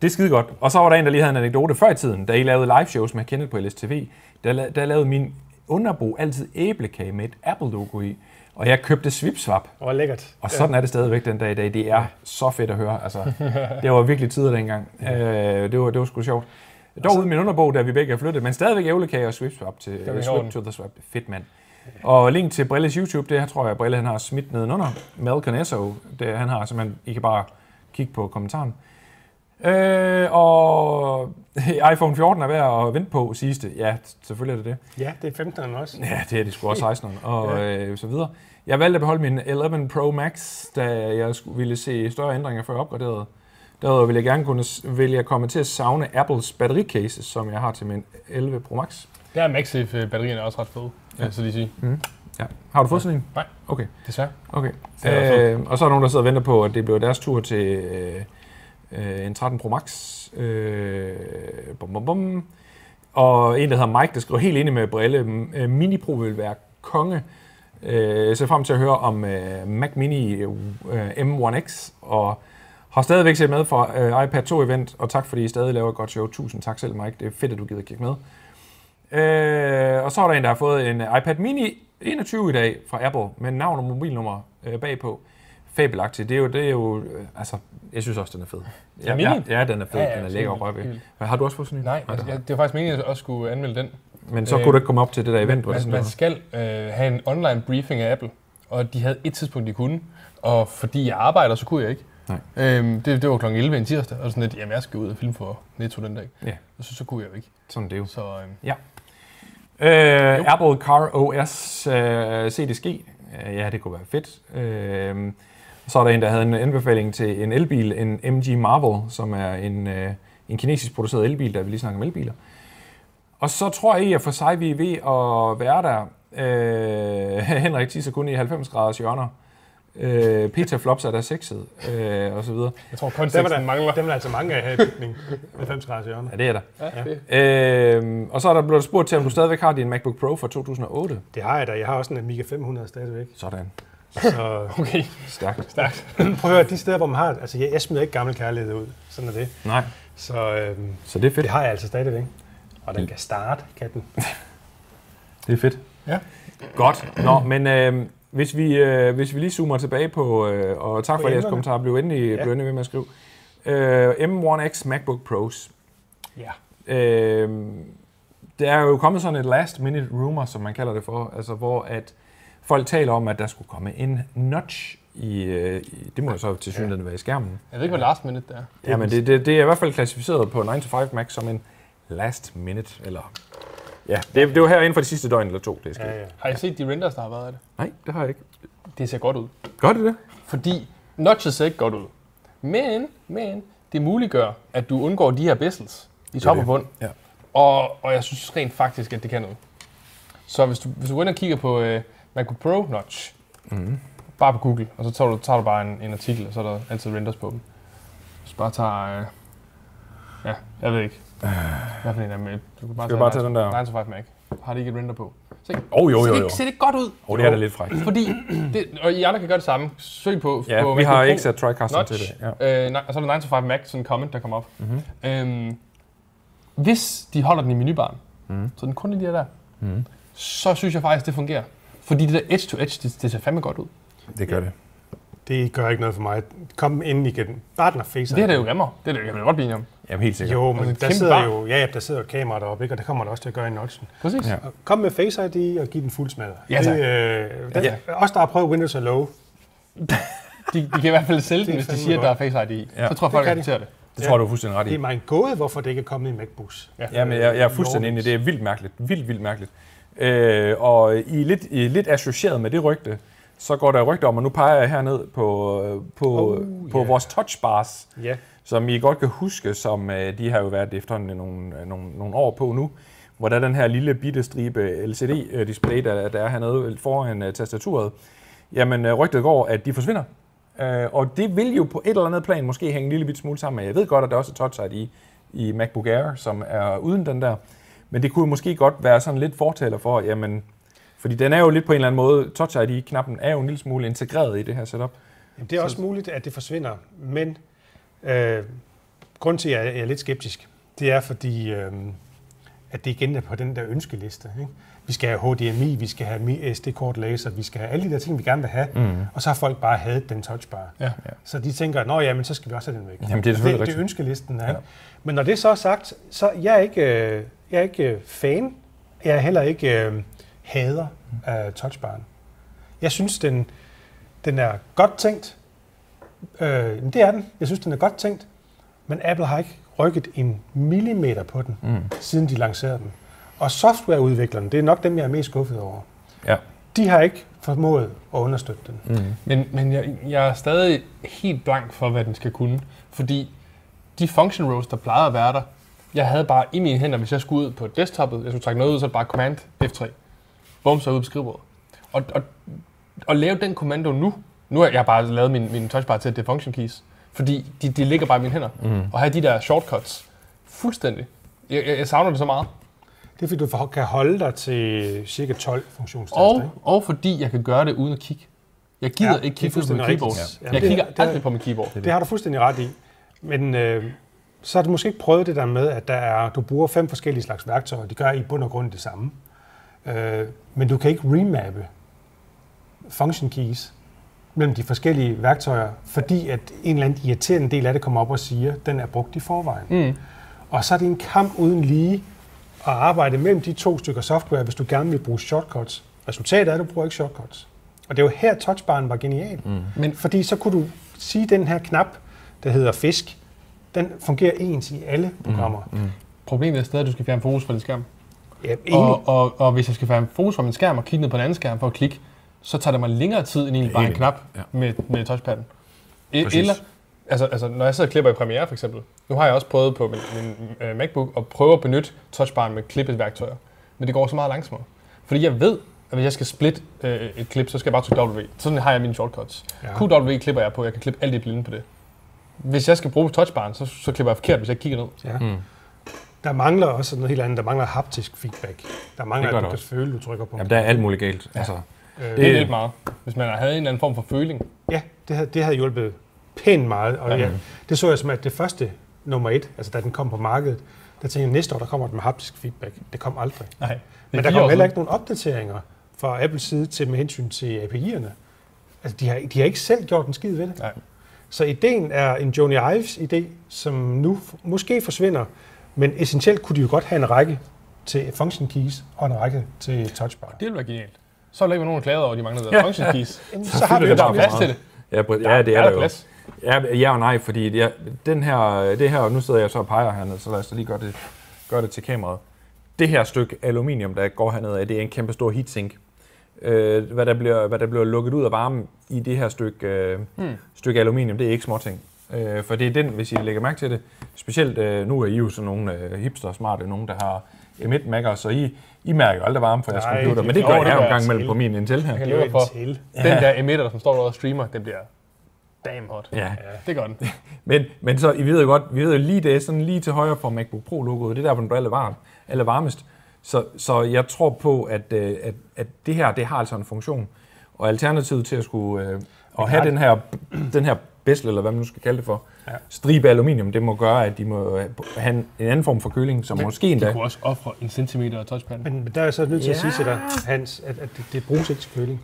Speaker 3: Det er skide godt. Og så var der en, der lige havde en anekdote før i tiden, da I lavede live shows med Kenneth på LSTV. Der, la- der lavede min underbo altid æblekage med et Apple-logo i, og jeg købte svipsvap.
Speaker 1: og lækkert.
Speaker 3: Og sådan er det stadigvæk den dag i dag. Det er så fedt at høre. Altså, det var virkelig tider dengang. Øh, det, var, det var sgu sjovt. Dog uden min underbog, da vi begge er flyttet, men stadigvæk ævlekage og swipswap til
Speaker 2: er i
Speaker 3: øh, swip
Speaker 2: orden.
Speaker 3: to the swap. Fedt mand. Og link til Brilles YouTube, det her tror jeg, Brille han har smidt nedenunder. Malcolm Esso, det han har simpelthen, I kan bare kigge på kommentaren. Øh, og <laughs> iPhone 14 er værd at vente på, siges det. Ja, selvfølgelig er det det.
Speaker 1: Øh, Ja, det er 15'eren
Speaker 3: <laughs>
Speaker 1: også.
Speaker 3: Ja, det er det sgu også 16'eren, og øh, så videre. Jeg valgte at beholde min 11 Pro Max, da jeg skulle, ville se større ændringer, før jeg opgraderede. Derudover ville jeg gerne kunne, s- ville jeg komme til at savne Apples battericase, som jeg har til min 11 Pro Max.
Speaker 2: Der er MagSafe-batterierne også ret fede, ja. så lige sige.
Speaker 3: Ja. Har du fået sådan en?
Speaker 2: Nej.
Speaker 3: Okay.
Speaker 2: Desværre.
Speaker 3: okay.
Speaker 2: Det er også
Speaker 3: Øh, og så er der nogen, der sidder og venter på, at det bliver deres tur til øh, øh, en 13 Pro Max. Øh, bum, bum, bum. Og en, der hedder Mike, der skriver helt enig med Brille, m- øh, Mini Pro vil være konge. Øh, Jeg ser frem til at høre om øh, Mac Mini øh, M1X, og har stadigvæk set med fra øh, iPad 2-event, og tak fordi I stadig laver et godt show. Tusind tak selv, Mike. Det er fedt, at du gider kigge med. Øh, og så er der en, der har fået en øh, iPad Mini 21 i dag fra Apple, med navn og mobilnummer øh, bagpå. Fabelagtigt. Det er jo, det er jo øh, altså, jeg synes også, den er fed. Ja,
Speaker 2: Mini?
Speaker 3: ja, ja, den er fed.
Speaker 2: Ja,
Speaker 3: Ja,
Speaker 2: ja,
Speaker 3: den er
Speaker 2: helt
Speaker 3: lækker og
Speaker 2: vildt,
Speaker 3: røvig.
Speaker 2: helt
Speaker 3: Men Har du også fået sådan en?
Speaker 2: Nej, altså, jeg, det var faktisk meningen, at jeg også skulle anmelde den.
Speaker 3: Men så
Speaker 2: Øh,
Speaker 3: kunne du ikke komme op til det der event, hvor det
Speaker 2: Man,
Speaker 3: sådan
Speaker 2: man
Speaker 3: noget.
Speaker 2: skal øh, have en online briefing af Apple, og de havde et tidspunkt, de kunne. Og fordi jeg arbejder, så kunne jeg ikke.
Speaker 3: Nej.
Speaker 2: Øhm, det, det var kl. 11 en tirsdag, og sådan lidt, jamen jeg skal ud og filme for Netto den dag.
Speaker 3: Ja.
Speaker 2: Og så, så kunne jeg jo ikke.
Speaker 3: Sådan er det jo.
Speaker 2: Så øhm,
Speaker 3: Øh, Apple Car OS øh, CDSG. Øh, ja, det kunne være fedt. Øh, så er der en, der havde en anbefaling til en elbil, en MG Marvel, som er en, øh, en kinesisk produceret elbil, der vi lige snakker om elbiler. Og så tror jeg, at for sig, vi er ved at være der. Øh, <laughs> Henrik tisser kun i 90 graders hjørner. Øh, Peter Flops er der sexet, øh, og så videre.
Speaker 2: jeg tror,
Speaker 1: Der var
Speaker 2: konteksten
Speaker 1: der,
Speaker 2: mangler.
Speaker 1: mangler. Dem er der altså mange af her i bygningen. 90 grader hjørne.
Speaker 3: Ja, det er der.
Speaker 2: Ja, det.
Speaker 3: Øh, og så er der blevet spurgt til, om du stadigvæk har din MacBook Pro fra 2008.
Speaker 1: Det har jeg da. Jeg har også en Amiga 500 stadigvæk.
Speaker 3: Sådan.
Speaker 1: Så
Speaker 2: Okay.
Speaker 3: Stærkt.
Speaker 1: prøv at høre, de steder, hvor man har... Altså, jeg, jeg smider ikke gammel kærlighed ud. Sådan er det.
Speaker 3: Nej,
Speaker 1: Så øhm,
Speaker 3: så det er fedt.
Speaker 1: det har jeg altså stadigvæk. Og den kan starte, kan den.
Speaker 3: Det er fedt.
Speaker 1: Ja.
Speaker 3: Godt. Nå, men øh, hvis, vi, øh, hvis vi lige zoomer tilbage på, øh, og tak
Speaker 1: På
Speaker 3: for jeres
Speaker 1: emnerne.
Speaker 3: kommentarer, blev endelig, ja.
Speaker 1: Ja.
Speaker 3: blev endelig ved med at skrive. Øh, M1X MacBook Pros.
Speaker 1: ja.
Speaker 3: Øh, der er jo kommet sådan et last minute rumor, som man kalder det for, altså hvor at folk taler om, at der skulle komme en notch i, øh, i det må jo så til synligheden være i skærmen.
Speaker 2: Jeg ved ikke, hvad last minute det er.
Speaker 3: Ja, men det, det, det er i hvert fald klassificeret på 9 to 5 Max som en last minute, eller... Ja, det, det var her inden for de sidste døgn eller to, det er sket.
Speaker 1: ja, ja.
Speaker 2: Har I set de renders, der har været af det?
Speaker 3: Nej, det har jeg ikke.
Speaker 2: Det ser godt ud.
Speaker 3: Gør det det?
Speaker 2: Fordi notches ser ikke godt ud. Men, men, det muliggør, at du undgår de her bezels i top og
Speaker 3: det.
Speaker 2: bund.
Speaker 3: Ja.
Speaker 2: Og, og jeg synes rent faktisk, at det kan noget. Så hvis du, hvis du går ind og kigger på øh, MacBook Pro Notch,
Speaker 3: Mhm.
Speaker 2: mm. bare på Google, og så tager du, tager du bare en, en artikel, og så er der altid renders på dem. Hvis du bare tager... Øh, ja, jeg ved ikke. Hvad for en af dem? Du kan bare,
Speaker 3: Øh. Skal vi bare tage den der?
Speaker 2: 9 to 5 Mac. Har de ikke et render på? Så,
Speaker 3: Åh, oh, jo,
Speaker 2: ser
Speaker 3: jo,
Speaker 2: det
Speaker 3: jo.
Speaker 2: ikke- Ser det ikke godt ud?
Speaker 3: Oh, det er da lidt frækt.
Speaker 2: Fordi, det, og I andre kan gøre det samme. Søg på, på
Speaker 3: Ja, vi
Speaker 2: MacBook
Speaker 3: har
Speaker 2: Pro
Speaker 3: ikke sat Mhm. TriCaster
Speaker 2: Notch,
Speaker 3: til det. Ja.
Speaker 2: øh, nej, og så er der 9 to 5 Mac, sådan en comment, der kommer op. Mm-hmm. Øhm, hvis de holder den i menubaren,
Speaker 3: Mhm.
Speaker 2: mm. så den kun lige er der, mm. så synes jeg faktisk, det fungerer. Fordi det der edge-to-edge, det, det ser fandme godt ud.
Speaker 3: Det gør det.
Speaker 1: Det gør ikke noget for mig. Kom ind igen. Bare den er facer.
Speaker 2: Det her det er jo grimmere. Det er det, jeg vil godt blive enige om.
Speaker 3: Jamen, helt sikkert.
Speaker 1: Jo, men
Speaker 2: Altså,
Speaker 1: der
Speaker 2: kæmpe
Speaker 1: sidder
Speaker 2: bar.
Speaker 1: jo, ja, ja, der sidder jo kameraer deroppe, ikke? og det kommer der også til at gøre i notchen.
Speaker 2: Præcis.
Speaker 3: Ja.
Speaker 2: Ja.
Speaker 1: Og Kom med Face ID og giv den fuld smadre.
Speaker 2: Ja, tak.
Speaker 1: det, øh, den,
Speaker 3: Ja.
Speaker 1: ja. Os, der har prøvet Windows og Low,
Speaker 2: De, de, kan i hvert fald sælge den,
Speaker 1: er
Speaker 2: hvis de
Speaker 1: fandme
Speaker 2: siger, at der er
Speaker 1: godt.
Speaker 2: Face ID i.
Speaker 3: Ja.
Speaker 2: Ja. Så tror jeg, folk
Speaker 1: kan de.
Speaker 2: accepterer det.
Speaker 3: Det tror jeg, du er fuldstændig ret
Speaker 1: det er
Speaker 3: i.
Speaker 1: mig en gåde, hvorfor det ikke er kommet i MacBooks. Ja.
Speaker 3: Ja, men jeg, jeg er fuldstændig enig.
Speaker 1: Lortens.
Speaker 3: Det er vildt mærkeligt. Vildt, vildt mærkeligt. Øh, og I er lidt, I er lidt associeret med det rygte, så går der rygter om, og nu peger jeg herned på, på, oh,
Speaker 1: Oh,
Speaker 3: på
Speaker 1: ja.
Speaker 3: vores touchbars,
Speaker 1: ja.
Speaker 3: som I godt kan huske, som øh, de har jo været efterhånden nogle, øh, nogle, nogle år på nu, hvor der er den her lille bitte stribe LCD-display, øh, der, der er hernede foran øh, tastaturet. Jamen, øh, rygtet går, at de forsvinder. Øh, og det vil jo på et eller andet plan måske hænge en lille bit smule sammen med. Jeg ved godt, at der også er Touch ID i MacBook Air, som er uden den der. Men det kunne jo måske godt være sådan lidt fortaler for, jamen, fordi den er jo lidt på en eller anden måde, Touch ID-knappen er jo en lille smule integreret i det her setup.
Speaker 1: Jamen, det er også muligt, at det forsvinder, men øh, grunden til, at jeg er- jeg er lidt skeptisk, det er fordi, øh, at det igen er på den der ønskeliste. Ikke? Vi skal have HDMI, vi skal have Mi- SD-kort laser, vi skal have alle de der ting, vi gerne vil have, mm. og så har folk bare hadet den touchbar.
Speaker 2: Ja.
Speaker 1: Så de tænker, at ja, men så skal vi også have den væk.
Speaker 3: Jamen, det er selvfølgelig
Speaker 1: det, det
Speaker 3: rigtigt.
Speaker 1: er ønskelisten. Ja.
Speaker 3: Ja.
Speaker 1: Ja. Men når det så er sagt, så jeg er ikke, øh, jeg er ikke øh, fan. Jeg er heller ikke øh, hader af touchbaren. Jeg synes, den, den er godt tænkt. Øh, men det er den. Jeg synes, den er godt tænkt. Men Apple har ikke rykket en millimeter på den,
Speaker 3: Mm.
Speaker 1: siden de lancerede den. Og softwareudviklerne, det er nok dem, jeg er mest skuffet over.
Speaker 3: Ja.
Speaker 1: De har ikke formået at understøtte den.
Speaker 3: Mm.
Speaker 2: Men, men jeg, jeg er stadig helt blank for, hvad den skal kunne. Fordi de function rows, der plejede at være der, jeg havde bare i mine hænder, hvis jeg skulle ud på desktoppet, jeg skulle trække noget ud, så er det bare command F3. Bum, så ud på skrivebordet. Og, og, og lave den kommando nu, nu har jeg bare lavet min, min touchbar til, at det er function keys, fordi de, de ligger bare i mine hænder. Mm. Og have de der shortcuts, fuldstændig. Jeg, jeg, jeg savner det så meget.
Speaker 1: Det er, fordi du for- kan holde dig til cirka 12 funktionstaster.
Speaker 2: Og,
Speaker 1: ikke?
Speaker 2: og fordi jeg kan gøre det uden at kigge. Jeg gider
Speaker 1: Ja,
Speaker 2: ja,
Speaker 1: det er
Speaker 2: ikke kigge ud på mit
Speaker 1: fuldstændig
Speaker 2: keyboard.
Speaker 1: rigtigt. Ja.
Speaker 2: Jeg
Speaker 1: Jamen, det-
Speaker 2: kigger
Speaker 1: det er-
Speaker 2: aldrig på mit keyboard.
Speaker 1: Det har du fuldstændig ret i. Men øh, så har du måske ikke prøvet det der med, at der er, du bruger fem forskellige slags værktøjer, og de gør i bund og grund det samme. Øh, men du kan ikke remappe function keys mellem de forskellige værktøjer, fordi at en eller anden irriterende del af det kommer op og siger, at den er brugt i forvejen.
Speaker 2: Mm.
Speaker 1: Og så er det en kamp uden lige at arbejde mellem de to stykker software, hvis du gerne vil bruge shortcuts. Resultatet er, at du bruger ikke shortcuts. Og det var her, touchbaren var genial. Mm. Men fordi så kunne du sige, at den her knap, der hedder fisk, den fungerer ens i alle programmer. Mm. Mm.
Speaker 2: Problemet er stadig, at du skal fjerne fokus fra din skærm.
Speaker 1: Ja, og,
Speaker 2: Og, og, og hvis jeg skal fjerne fokus fra min skærm og kigge ned på en anden skærm for at klikke, så tager det mig længere tid end egentlig bare en
Speaker 3: enig.
Speaker 2: knap
Speaker 3: Ja.
Speaker 2: ja. med, med touchpadden. E-
Speaker 3: Præcis.
Speaker 2: eller, altså, altså når jeg sidder og klipper i Premiere for eksempel, nu har jeg også prøvet på min, min uh, MacBook at prøve at benytte touchbaren med klippet værktøjer, men det går så meget langsommere. Fordi jeg ved, at hvis jeg skal splitte øh, et klip, så skal jeg bare trykke W. Sådan har jeg mine shortcuts.
Speaker 1: Ja.
Speaker 2: Ja. QW klipper jeg på, jeg kan klippe alt i blinde på det. Hvis jeg skal bruge touchbaren, så, så klipper jeg forkert, hvis jeg kigger ned.
Speaker 1: ja. Mm. Der mangler også noget helt andet. Der mangler haptisk feedback. Der mangler,
Speaker 3: Det gør
Speaker 1: at du
Speaker 3: der
Speaker 1: kan
Speaker 3: også.
Speaker 1: føle, du trykker på.
Speaker 3: Jamen, der er alt muligt galt. Ja. Altså,
Speaker 1: Øh,
Speaker 2: Det er lidt meget. Hvis man havde en eller anden form for føling,
Speaker 1: Ja, det havde, det havde hjulpet pænt meget. Og
Speaker 2: Ja.
Speaker 1: ja. Ja, det så jeg som at det første nummer et, altså da den kom på markedet, der tænkte jeg, næste år der kommer den med haptisk feedback. Det kom aldrig.
Speaker 2: Nej. Det
Speaker 1: Men der kom heller ikke nogen opdateringer. fra Apples side til med hensyn til API'erne. Altså, de har, de har ikke selv gjort en skid ved det.
Speaker 3: Nej.
Speaker 1: Så ideen er en Joni Ives idé, som nu f- måske forsvinder, men essentielt kunne de jo godt have en række til function keys og en række til touchbar.
Speaker 2: Det ville være genialt. Så ville der ikke være nogen der klagede over, at de manglede deres function keys.
Speaker 1: Jamen, så har vi
Speaker 2: <laughs> Det
Speaker 1: jo
Speaker 2: er
Speaker 3: det
Speaker 2: bare
Speaker 3: er
Speaker 2: plads
Speaker 3: meget.
Speaker 2: til det.
Speaker 3: Ja, præ- ja, det er,
Speaker 2: der
Speaker 3: der jo.
Speaker 2: plads?
Speaker 3: Ja, ja og nej, fordi det er, den her, det her, nu sidder jeg så og peger hernede, så lad os da lige gøre det, gøre det til kameraet. Det her stykke aluminium, der går hernede af, det er en kæmpe stor heatsink. Øh, hvad, der bliver, hvad der bliver lukket ud af varmen i det her stykke, øh, hmm. stykke aluminium, det er ikke småting. Øh, for det er den, hvis I lægger mærke til det. Specielt, øh, nu er I jo sådan nogle øh, hipster smarte, nogen der har M1 Mac'er, så I, I mærker jo aldrig varme fra jeres
Speaker 1: Nej,
Speaker 3: computer,
Speaker 1: det-
Speaker 3: men det
Speaker 1: jo,
Speaker 3: gør
Speaker 1: det
Speaker 3: jeg jo
Speaker 1: gør
Speaker 3: en gang
Speaker 1: jeg
Speaker 3: imellem
Speaker 1: til.
Speaker 3: på min Intel her.
Speaker 2: Jeg
Speaker 1: Det er jo
Speaker 2: løber
Speaker 1: en
Speaker 2: for.
Speaker 1: til.
Speaker 2: Den der emitter, som står derude og streamer, den bliver damn hot.
Speaker 3: Ja,
Speaker 2: Det gør den.
Speaker 3: Men, men så, I ved jo godt, vi ved jo lige det, er sådan lige til højre for MacBook Pro-logoet, det er der, hvor den bliver allervarm, allervarmest. Så, så jeg tror på, at, øh, at, at det her, det har altså en funktion. Og alternativet til at skulle øh, at have den her, den her bezel, eller hvad man nu skal kalde det for, ja. stribe aluminium, det må gøre, at de må øh, have en en anden form for køling, som men, måske
Speaker 2: De
Speaker 3: endda...
Speaker 2: kunne også ofre en centimeter af touchpadden.
Speaker 1: Men der er jeg så nødt til at sige til dig, Hans, at, at det, det bruges ikke til køling.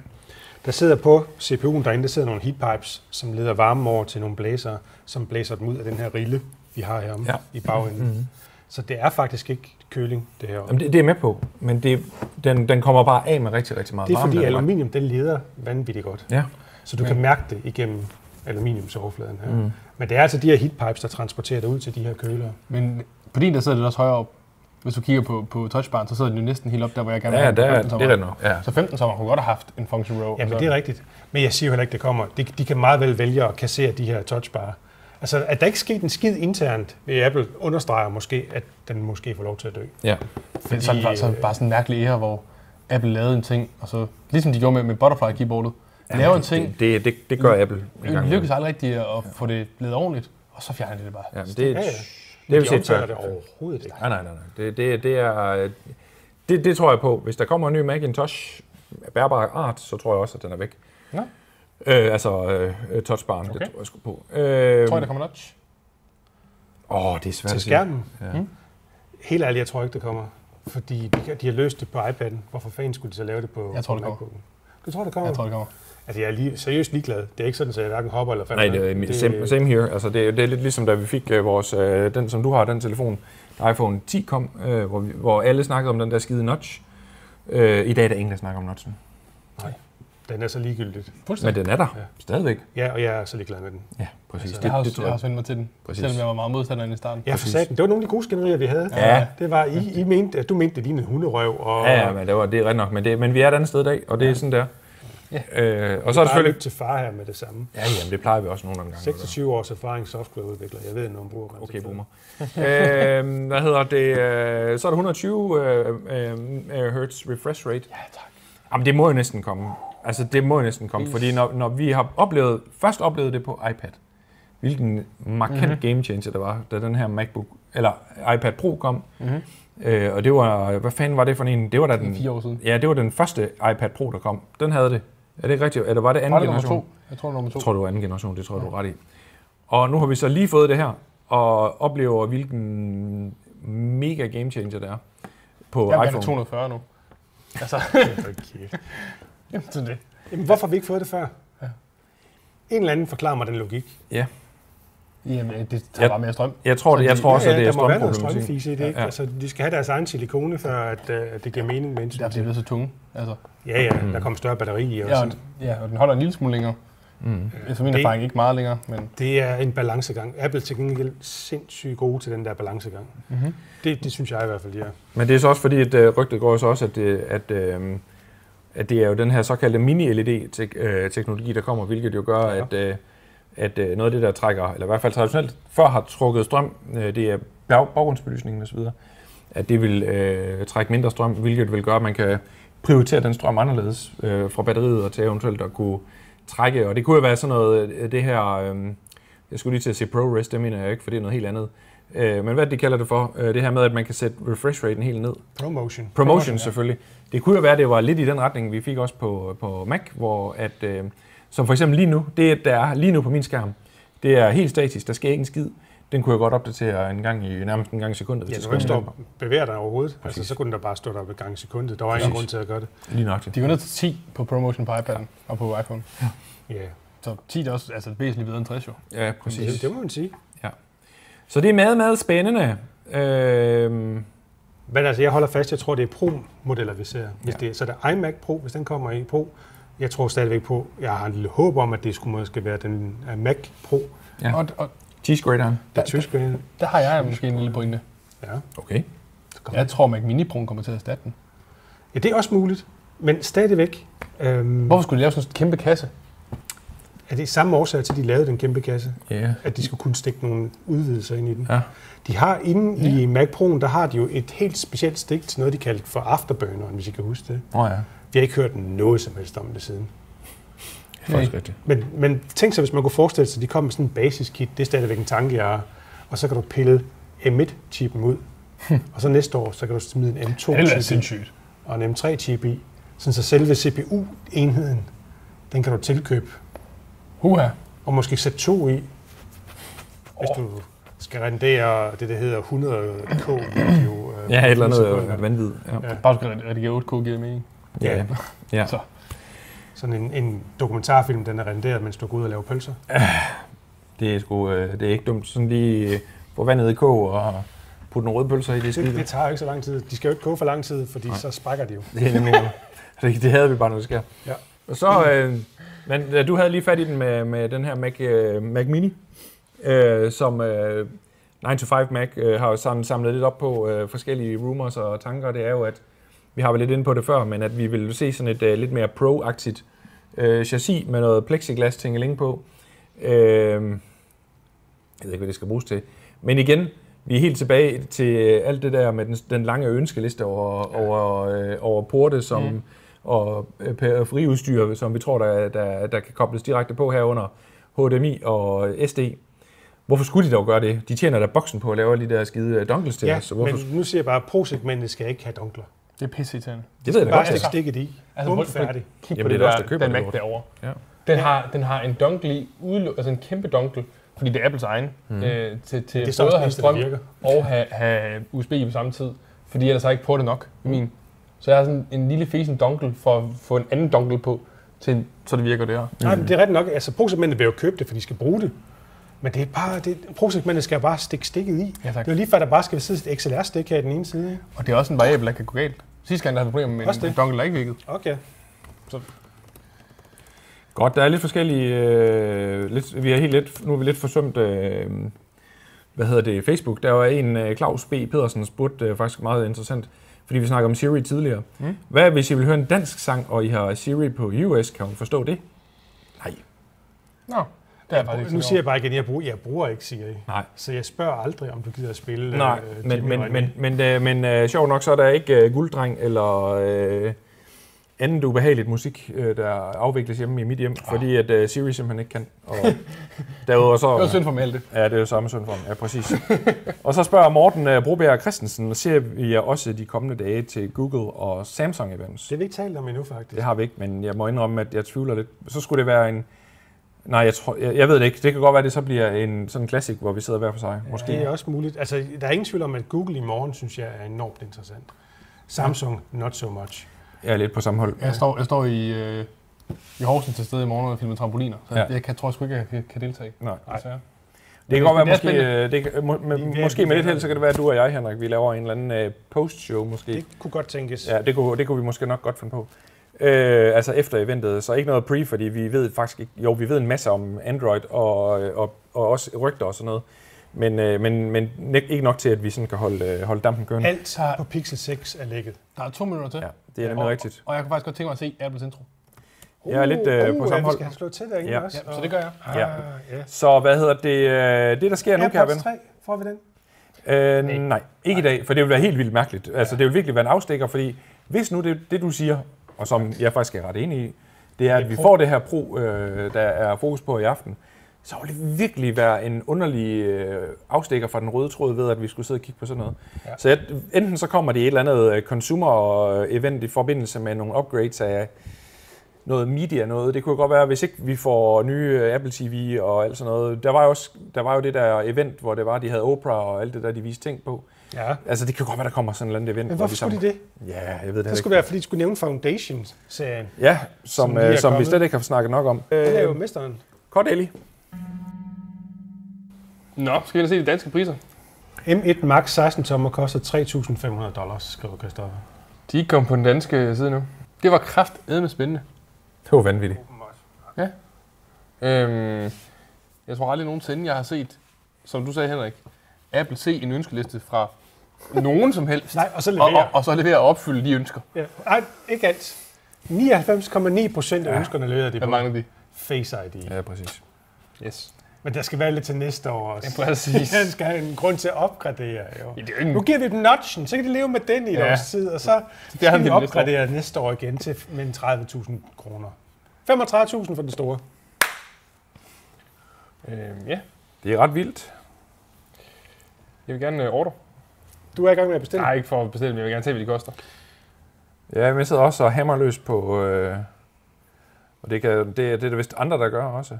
Speaker 1: Der sidder på CPU'en derinde, der sidder nogle heatpipes, som leder varmen over til nogle blæsere, som blæser dem ud af den her rille, vi har heromme
Speaker 3: Ja. Mhm.
Speaker 1: ja. i bagenden. Mm-hmm. Så det er faktisk ikke køling, det her.
Speaker 3: Jamen, det, det er jeg med på, men det, den, den kommer bare af med rigtig, rigtig meget
Speaker 1: Det er
Speaker 3: varme.
Speaker 1: fordi
Speaker 3: den her.
Speaker 1: aluminium, den leder vanvittigt godt.
Speaker 3: Ja. Mhm.
Speaker 1: Så du kan mærke det igennem aluminiumsoverfladen her. Mm. Men det er altså de her heatpipes, der transporterer det ud til de her kølere.
Speaker 2: Men på din, der sidder det også højere op. Hvis du kigger på, på touchbaren, så sidder den jo næsten helt op, der hvor jeg gerne
Speaker 3: Ja,
Speaker 2: have den
Speaker 3: der,
Speaker 2: på
Speaker 3: er-
Speaker 2: 15
Speaker 3: det
Speaker 2: tommer.
Speaker 3: er der nok. Ja.
Speaker 2: Så 15 sommer kunne godt have haft en function row.
Speaker 1: Jamen,
Speaker 2: Altså,
Speaker 1: det er rigtigt. Men jeg siger jo heller ikke, det kommer. De, de kan meget vel vælge at kassere de her touchbar. Altså, at der ikke skete en skid internt ved Apple, understreger måske, at den måske får lov til at dø.
Speaker 3: ja.
Speaker 2: fordi, sådan, bare, sådan, bare sådan en mærkelig ære, hvor Apple lavede en ting, og så, ligesom de gjorde med, med Butterfly-keyboardet, ja, laver en ting,
Speaker 3: Det, det, det, det gør Apple. en gang
Speaker 2: det
Speaker 3: imellem.
Speaker 2: lykkes aldrig rigtigt at få det blevet ordentligt, og så fjerner de det bare.
Speaker 3: Ja, men det,
Speaker 1: Ja, ja.
Speaker 3: det har vi
Speaker 1: De
Speaker 3: set
Speaker 1: omtaler
Speaker 3: før.
Speaker 1: det overhovedet ikke.
Speaker 3: Nej, nej, nej. nej. Det, det, det er... øh, Det, det tror jeg på. Hvis der kommer en ny Macintosh af bærbar art, så tror jeg også, at den er væk.
Speaker 2: Ja.
Speaker 3: Øh, altså øh, touchbaren, okay.
Speaker 2: Okay.
Speaker 3: det tror jeg sgu på. Øh,
Speaker 2: Tror jeg, der kommer notch?
Speaker 3: Åh, det er svært
Speaker 1: Til
Speaker 3: at sige.
Speaker 1: skærmen? Ja. Helt ærligt, jeg tror ikke, det kommer. Fordi de, kan- de har løst det på iPad'en. Hvorfor fanden skulle de så lave det på
Speaker 2: Jeg tror, det
Speaker 1: på
Speaker 2: kommer.
Speaker 1: MacBook'en? Du tror, det kommer?
Speaker 2: Jeg tror, det kommer.
Speaker 1: Altså, jeg er lige, seriøst ligeglad. Det er ikke sådan, at jeg hverken hopper eller falder.
Speaker 3: Nej, det er
Speaker 1: ned.
Speaker 3: same, same here. Altså, det, er- det er lidt ligesom, da vi fik øh, vores, øh, den, som du har, den telefon, da iPhone 10 kom, øh, hvor, vi, hvor alle snakkede om den der skide notch. Øh, I dag er der ingen, der snakker om notchen.
Speaker 1: Den er så ligegyldigt.
Speaker 3: Men den er der
Speaker 1: Ja.
Speaker 3: ja. stadigvæk.
Speaker 1: Ja, og jeg er så ligeglad med den.
Speaker 3: Ja, præcis.
Speaker 1: Altså,
Speaker 3: Altså,
Speaker 2: Jeg
Speaker 3: det,
Speaker 2: har,
Speaker 3: det
Speaker 2: også,
Speaker 3: tror
Speaker 2: jeg har
Speaker 3: jeg.
Speaker 2: også vendt mig til den,
Speaker 3: Præcis.
Speaker 2: selvom jeg var meget modstander i starten.
Speaker 1: Ja, for satan. Det var nogle af de gode skænderier, vi havde.
Speaker 3: Ja.
Speaker 1: Det var, I, I mente, at du mente, det lignede hunderøv. Og
Speaker 3: Ja, ja, men det, var, det er rigtigt nok, men, det, men vi er et andet sted i dag, og det er sådan der. Ja. Øh, og så
Speaker 1: Bare
Speaker 3: er der selvfølgelig...
Speaker 1: lyt til far her med det samme.
Speaker 3: Ja, jamen, det plejer vi også nogle gange.
Speaker 1: 26 års erfaring softwareudvikler. Jeg ved, når man bruger
Speaker 3: Okay, boomer. øh, hvad hedder det? øh, Så er der 120 øh, øh, øh, hertz refresh rate. Ja, tak. Jamen, det må jo næsten komme. Altså, det må jo næsten komme, fordi når, når vi har oplevet, først oplevet det på iPad, hvilken markant mm-hmm. game changer det var, da den her MacBook, eller iPad Pro kom. Mm-hmm. Øh, og det var, hvad fanden var det for en? Det var da
Speaker 2: Mhm. Det er
Speaker 3: den,
Speaker 2: fire år siden.
Speaker 3: Ja, det var den første iPad Pro, der kom. Den havde det. Er det ikke rigtigt? Eller var det anden
Speaker 2: Var det nummer
Speaker 3: generation?
Speaker 2: to? Jeg tror, det var nummer to.
Speaker 3: Jeg tror, det var anden generation. Det tror jeg, du er ret i. Og nu har vi så lige fået det her, og oplever, hvilken mega game changer det er på
Speaker 2: jeg er
Speaker 3: iPhone.
Speaker 2: 240 nu. Altså, jamen, sådan det.
Speaker 1: <laughs> Jamen, hvorfor har vi ikke fået det før? En eller anden forklarer mig den logik.
Speaker 3: Ja,
Speaker 2: Jamen, det tager
Speaker 3: Ja.
Speaker 2: bare mere strøm.
Speaker 3: jeg tror, det, jeg tror også, at det er
Speaker 1: der må være noget
Speaker 3: strømproblematik.
Speaker 1: strømfise i det. Ikke?
Speaker 3: Ja.
Speaker 1: Altså, de skal have deres egen silikone, før at, øh, at det giver mening med
Speaker 2: Det
Speaker 1: hensyn
Speaker 2: er, fordi
Speaker 1: til.
Speaker 2: de er blevet så tunge. Altså,
Speaker 1: Ja, ja,
Speaker 3: Mm.
Speaker 1: der kommer større batteri i. Og
Speaker 2: ja, og,
Speaker 1: sådan.
Speaker 2: ja, og den holder en lille smule længere. Mm. Efter min
Speaker 1: Det-
Speaker 2: erfaring ikke meget længere, men
Speaker 1: Det er en balancegang. Apple er til gengæld sindssygt gode til den der balancegang. Mm-hmm.
Speaker 3: Mhm.
Speaker 1: Det, det synes jeg i hvert fald, de er.
Speaker 3: Men det er så også fordi, at øh, rygtet går jo så også, at, det, at, øh, at det er jo den her såkaldte E mini-LED-teknologi, øh, der kommer, hvilket jo gør, at, øh, at øh, noget af det, der trækker, eller i hvert fald traditionelt før har trukket strøm, øh, det er bag- baggrundsbelysningen osv., at det vil øh, trække mindre strøm, hvilket vil gøre, at man kan prioritere den strøm anderledes øh, fra batteriet og til eventuelt at kunne trække. Og det kunne jo være sådan noget, øh, det her, øh, jeg skulle lige til at sige ProRes, det mener jeg ikke, for det er noget helt andet. Øh, men hvad er det, de kalder det for? Øh, det her med, at man kan sætte refresh raten helt ned.
Speaker 1: Promotion.
Speaker 3: Promotion selvfølgelig. Det kunne jo være, at det var lidt i den retning, vi fik også på, på Mac, hvor at, øh, som for eksempel lige nu, det der er lige nu på min skærm, det er helt statisk, der sker ikke en skid. Den kunne jeg godt opdatere en gang i nærmest en gang i sekundet. hvis
Speaker 1: Ja,
Speaker 3: jeg
Speaker 1: du
Speaker 3: skulle
Speaker 1: kan ikke stå
Speaker 3: anvende
Speaker 1: og bevæge dig overhovedet. Præcis. Altså,
Speaker 3: Præcis.
Speaker 1: så kunne den da bare stå der ved gang i sekundet. Der var ingen
Speaker 3: Præcis.
Speaker 1: grund til at gøre det.
Speaker 3: den. Lige nøjagtigt.
Speaker 2: De var ned til 10 på promotion på iPad'en og på iPhone.
Speaker 1: Ja,
Speaker 2: Så 10 er også altså, væsentligt bedre end 60 jo.
Speaker 3: Ja,
Speaker 1: det,
Speaker 3: præcis.
Speaker 1: det må man sige.
Speaker 3: Så det er meget, meget spændende. Øhm,
Speaker 1: Men altså, jeg holder fast. Jeg tror, det er Pro-modeller, vi ser. Hvis
Speaker 3: Ja.
Speaker 1: ja. det, er- så det er iMac Pro, hvis den kommer i Pro. Jeg tror stadigvæk på, jeg har en lille håb om, at det skulle måske være den uh, Mac Pro,
Speaker 3: Ja.
Speaker 2: Og, og
Speaker 3: Cheese-graderen.
Speaker 1: den tyske.
Speaker 2: der har jeg måske en lille pointe.
Speaker 1: Ja.
Speaker 3: Okay.
Speaker 2: Jeg tror, Mac Mini Pro'en kommer til at erstatte den.
Speaker 1: ja, det er også muligt. Men stadigvæk, øhm,
Speaker 2: Hvorfor skulle de lave sådan en kæmpe kasse?
Speaker 1: er det samme årsag til, at de lavede den kæmpe kasse?
Speaker 3: Ja. Yeah.
Speaker 1: At de skulle kunne stikke nogle udvidelser ind i den.
Speaker 3: Ja.
Speaker 1: De har inde i Mac Pro'en, der har de jo et helt specielt stik til noget, de kaldte for afterburneren, hvis I kan huske det.
Speaker 3: Nå oh, ja,
Speaker 1: Vi har ikke hørt noget som helst om det siden.
Speaker 3: det er faktisk rigtigt.
Speaker 1: Men, men tænk sig, hvis man kunne forestille sig, at de kom med sådan en basiskit, det er stadigvæk en tanke, jeg har. Og så kan du pille M1-chippen ud,
Speaker 3: Hm.
Speaker 1: og så næste år, så kan du smide en M2-chip
Speaker 2: sindssygt.
Speaker 1: og en M3-chip i. Sådan så selve CPU-enheden, den kan du tilkøbe,
Speaker 2: Huha.
Speaker 1: og måske sætte to i, hvis du skal rendere det, der hedder 100K video. øh,
Speaker 3: Ja, et eller
Speaker 1: på
Speaker 3: andet
Speaker 1: sekunder.
Speaker 3: øh, vanvid. Ja.
Speaker 1: Ja.
Speaker 2: Bare du skal redigere 8K, giver det mening.
Speaker 3: Ja. ja. ja.
Speaker 2: Så.
Speaker 1: Sådan en, en dokumentarfilm, den er renderet, mens du går ud og laver pølser.
Speaker 3: Det er sgu, øh, det er ikke dumt. Sådan lige øh, få vandet i kog og putte nogle røde pølser i det <laughs> skide.
Speaker 1: Det, det tager jo ikke så lang tid. De skal jo ikke koge for lang tid, fordi Nej. så sprækker de jo.
Speaker 3: Det, er
Speaker 1: <laughs>
Speaker 3: nemlig, det, det havde vi bare, når det sker.
Speaker 1: Ja.
Speaker 3: Og så, øh, men øh, du havde lige fat i den med, med den her Mac, øh, Mac Mini, øh, som øh, 9to5 Mac øh, har jo sådan, samlet lidt op på øh, forskellige rumors og tanker. Det er jo, at vi har været lidt inde på det før, men at vi vil se sådan et øh, lidt mere pro-agtigt øh, chassis med noget plexiglas tingeling på. Øh, jeg ved ikke, hvad det skal bruges til. Men igen, vi er helt tilbage til øh, alt det der med den, den lange ønskeliste over, ja. over, øh, over porte, som... Mm og øh, periferiudstyr, som vi tror, der, der, der kan kobles direkte på herunder HDMI og SD. Hvorfor skulle de dog gøre det? De tjener da boksen på at lave alle de der skide øh, dongles til
Speaker 1: Ja,
Speaker 3: os. Så hvorfor?
Speaker 1: men nu siger jeg bare, at pro-segmentet skal ikke have dunkler.
Speaker 2: Det er pisse irriterende.
Speaker 3: det ved jeg da
Speaker 1: Bare
Speaker 3: godt.
Speaker 1: stik
Speaker 3: Altså.
Speaker 1: stikket i.
Speaker 2: Altså,
Speaker 1: Altså,
Speaker 2: hvor-
Speaker 1: Bum, færdig.
Speaker 2: Kig
Speaker 3: Jamen,
Speaker 2: på
Speaker 3: det er
Speaker 2: det,
Speaker 3: os,
Speaker 2: der,
Speaker 3: der køber
Speaker 2: den
Speaker 3: det
Speaker 2: Mac
Speaker 3: lort.
Speaker 2: derovre.
Speaker 3: Ja.
Speaker 2: Den, har, den har en dongle i, udeluk- altså en kæmpe dongle, fordi det er Apples egen,
Speaker 3: Mhm.
Speaker 2: mm. øh, til, til
Speaker 1: Det er
Speaker 2: det
Speaker 1: så også det
Speaker 2: både at have
Speaker 1: eneste, der
Speaker 2: strøm
Speaker 1: virker.
Speaker 2: og have, have USB på samme tid, fordi ellers har jeg ikke portet nok i min. Så jeg har sådan en lille fesen dongle for at få en anden dongle på, til, en- så det virker det her.
Speaker 1: Nej, men det er rigtigt nok. Altså, pro-segmentet vil jo købe det, for de skal bruge det. Men det er bare, det, pro-segmentet skal bare stikke stikket i.
Speaker 2: Ja, tak.
Speaker 1: Det er jo lige før, der bare skal sidde et XLR-stik her i den ene side. ikke?
Speaker 2: Og det er også en variabel, der kan gå galt. Sidste gang, der havde vi problemer med
Speaker 1: Også
Speaker 2: en, en
Speaker 1: det.
Speaker 2: dongle, der ikke virkede.
Speaker 1: Okay.
Speaker 3: Godt, der er lidt forskellige... Øh, lidt, vi er helt lidt, nu er vi lidt forsømt... Øh, hvad hedder det? Facebook. Der var en, øh, Claus B. Pedersen, spurgte øh, faktisk meget interessant, fordi vi snakkede om Siri tidligere. Mm. Hvad hvis I vil høre en dansk sang, og I har Siri på US? Kan hun forstå det? Nej.
Speaker 2: Nå, det er jeg faktisk
Speaker 1: Nu
Speaker 2: ikke
Speaker 1: siger jeg bare igen, at jeg bruger, jeg bruger ikke Siri.
Speaker 3: Nej.
Speaker 1: Så jeg spørger aldrig, om du gider at spille.
Speaker 3: Nej,
Speaker 1: øh,
Speaker 3: men,
Speaker 1: Jimmy
Speaker 3: men,
Speaker 1: Rønne.
Speaker 3: men, men, øh, men øh, sjov nok, så er der ikke øh, gulddreng eller øh, andet ubehageligt musik, øh, der afvikles hjemme i mit hjem, fordi at øh, Siri simpelthen ikke kan. Og derudover så...
Speaker 2: Ah. <laughs> Det var synd for mig alt det.
Speaker 3: Ja, det er jo samme synd for ham. Ja, præcis. og så spørger Morten øh, Broberg Christensen, ser vi jer også de kommende dage til Google og Samsung events?
Speaker 1: Det har vi ikke talt om endnu, faktisk.
Speaker 3: Det har vi ikke, men jeg må indrømme, at jeg tvivler lidt. Så skulle det være en... Nej, jeg, tror, jeg, jeg ved det ikke. Det kan godt være, at det så bliver en sådan en classic, hvor vi sidder hver for sig. Måske.
Speaker 1: Det er også muligt. Altså, der er ingen tvivl om, at Google i morgen, synes jeg, er enormt interessant. Samsung, not so much.
Speaker 3: Jeg er lidt på samme hold.
Speaker 2: Jeg står, jeg står i, øh, i Horsens til stede i morgen og filmer trampoliner, så
Speaker 3: Ja.
Speaker 2: ja. jeg kan, tror sgu ikke, jeg kan, kan deltage.
Speaker 3: Nej.
Speaker 2: Desværre.
Speaker 3: Det kan
Speaker 2: Men
Speaker 3: godt være,
Speaker 2: det er
Speaker 3: måske,
Speaker 2: spændende.
Speaker 3: øh, det, kan- må, med,
Speaker 1: Vi- vi-
Speaker 3: måske
Speaker 1: vi-
Speaker 3: med lidt held, så kan det være, at du og jeg, Henrik, vi laver en eller anden øh, postshow måske.
Speaker 1: Det kunne godt tænkes.
Speaker 3: Ja, det kunne, det kunne vi måske nok godt finde på. Øh, altså efter eventet, så ikke noget pre, fordi vi ved faktisk ikke, jo, vi ved en masse om Android og, øh, og, og også rygter og sådan noget, men, øh, men, men ne- ikke nok til, at vi sådan kan holde, øh, holde dampen kørende.
Speaker 1: Alt på Pixel 6 er lækket.
Speaker 2: Der er to minutter til,
Speaker 3: Ja, det er nemlig
Speaker 2: og,
Speaker 3: rigtigt.
Speaker 2: Og jeg kunne faktisk godt tænke mig at se Apples intro.
Speaker 3: Jeg er lidt, øh, på samme
Speaker 1: Uh, ja,
Speaker 3: hold.
Speaker 1: Vi skal have slået til derinde
Speaker 3: Ja.
Speaker 1: ja. også.
Speaker 2: Ja, så det gør jeg.
Speaker 3: Ja.
Speaker 1: Ah, ja.
Speaker 3: Så hvad hedder det, øh, det der sker nu, kære ven?
Speaker 1: AirPods 3, får vi den?
Speaker 3: Øh, nej, ikke i dag, for det vil være helt vildt mærkeligt. Altså, det vil virkelig være en afstikker, fordi hvis nu det, det du siger, og som jeg faktisk er ret enig i, det er, at vi får det her pro, øh, der er fokus på i aften, så vil det virkelig være en underlig øh, afstikker fra den røde tråd ved, at vi skulle sidde og kigge på sådan noget. Ja. Så jeg, enten så kommer det i et eller andet øh, consumer-event i forbindelse med nogle upgrades af noget media noget. Det kunne godt være, hvis ikke vi får nye øh, Apple TV og alt sådan noget. Der var jo, også, der var jo det der event, hvor det var, de havde Oprah og alt det der, de viste ting på.
Speaker 1: Ja.
Speaker 3: Altså, det kan godt være, der kommer sådan et eller andet event.
Speaker 1: Men
Speaker 3: hvor
Speaker 1: hvorfor
Speaker 3: vi
Speaker 1: skulle
Speaker 3: sammen-
Speaker 1: de det?
Speaker 3: Ja, jeg ved det,
Speaker 1: Det skulle være, fordi de skulle nævne Foundation-serien.
Speaker 3: Ja, som,
Speaker 1: Som
Speaker 3: som,
Speaker 1: lige er
Speaker 3: øh, som vi
Speaker 1: kommet.
Speaker 3: slet ikke har snakket nok om.
Speaker 1: Den er
Speaker 3: Øh,
Speaker 1: jo mesteren.
Speaker 3: Kort Eli.
Speaker 2: Nå, skal vi ind og se de danske priser?
Speaker 1: M1 Max 16 tommer koster 3.500 dollars, skriver Christoffer.
Speaker 2: De er ikke kommet på den danske side nu. Det var kraft med spændende.
Speaker 3: Det var vanvittigt.
Speaker 2: Øhm, jeg tror aldrig nogensinde, jeg har set, som du sagde Henrik, Apple se en ønskeliste fra nogen som helst,
Speaker 1: Nej, og så
Speaker 2: og, og,
Speaker 1: leverer.
Speaker 2: og så levere og opfylde de ønsker.
Speaker 1: Ja. Ej, ikke alt. 99,9 procent af ønskerne leverer de
Speaker 2: Hvad
Speaker 1: på
Speaker 2: mangler de?
Speaker 1: Face ID.
Speaker 3: Ja, præcis.
Speaker 2: Yes.
Speaker 1: Men der skal være lidt til næste år også. <laughs>
Speaker 2: <laughs> Præcis.
Speaker 1: Den skal have en grund til at opgradere, jo.
Speaker 2: Det er jo ikke
Speaker 1: Nu
Speaker 2: en
Speaker 1: giver vi dem notchen, så kan de leve med den i et
Speaker 2: Ja.
Speaker 1: års tid, og så
Speaker 2: har
Speaker 1: skal
Speaker 2: vi
Speaker 1: vi
Speaker 2: næste år.
Speaker 1: opgradere næste år igen til med en 30.000 kroner. 35.000 for den store.
Speaker 2: Øhm, ja,
Speaker 3: Det er ret vildt.
Speaker 2: jeg vil gerne øh, ordre.
Speaker 1: Du er i gang med at bestille.
Speaker 2: Nej, ikke for at bestille, men jeg vil gerne se, hvad de koster.
Speaker 3: Ja, men jeg sidder også og hammer løs på... Øh, og det, kan, det, er- det er der vist andre, der gør også.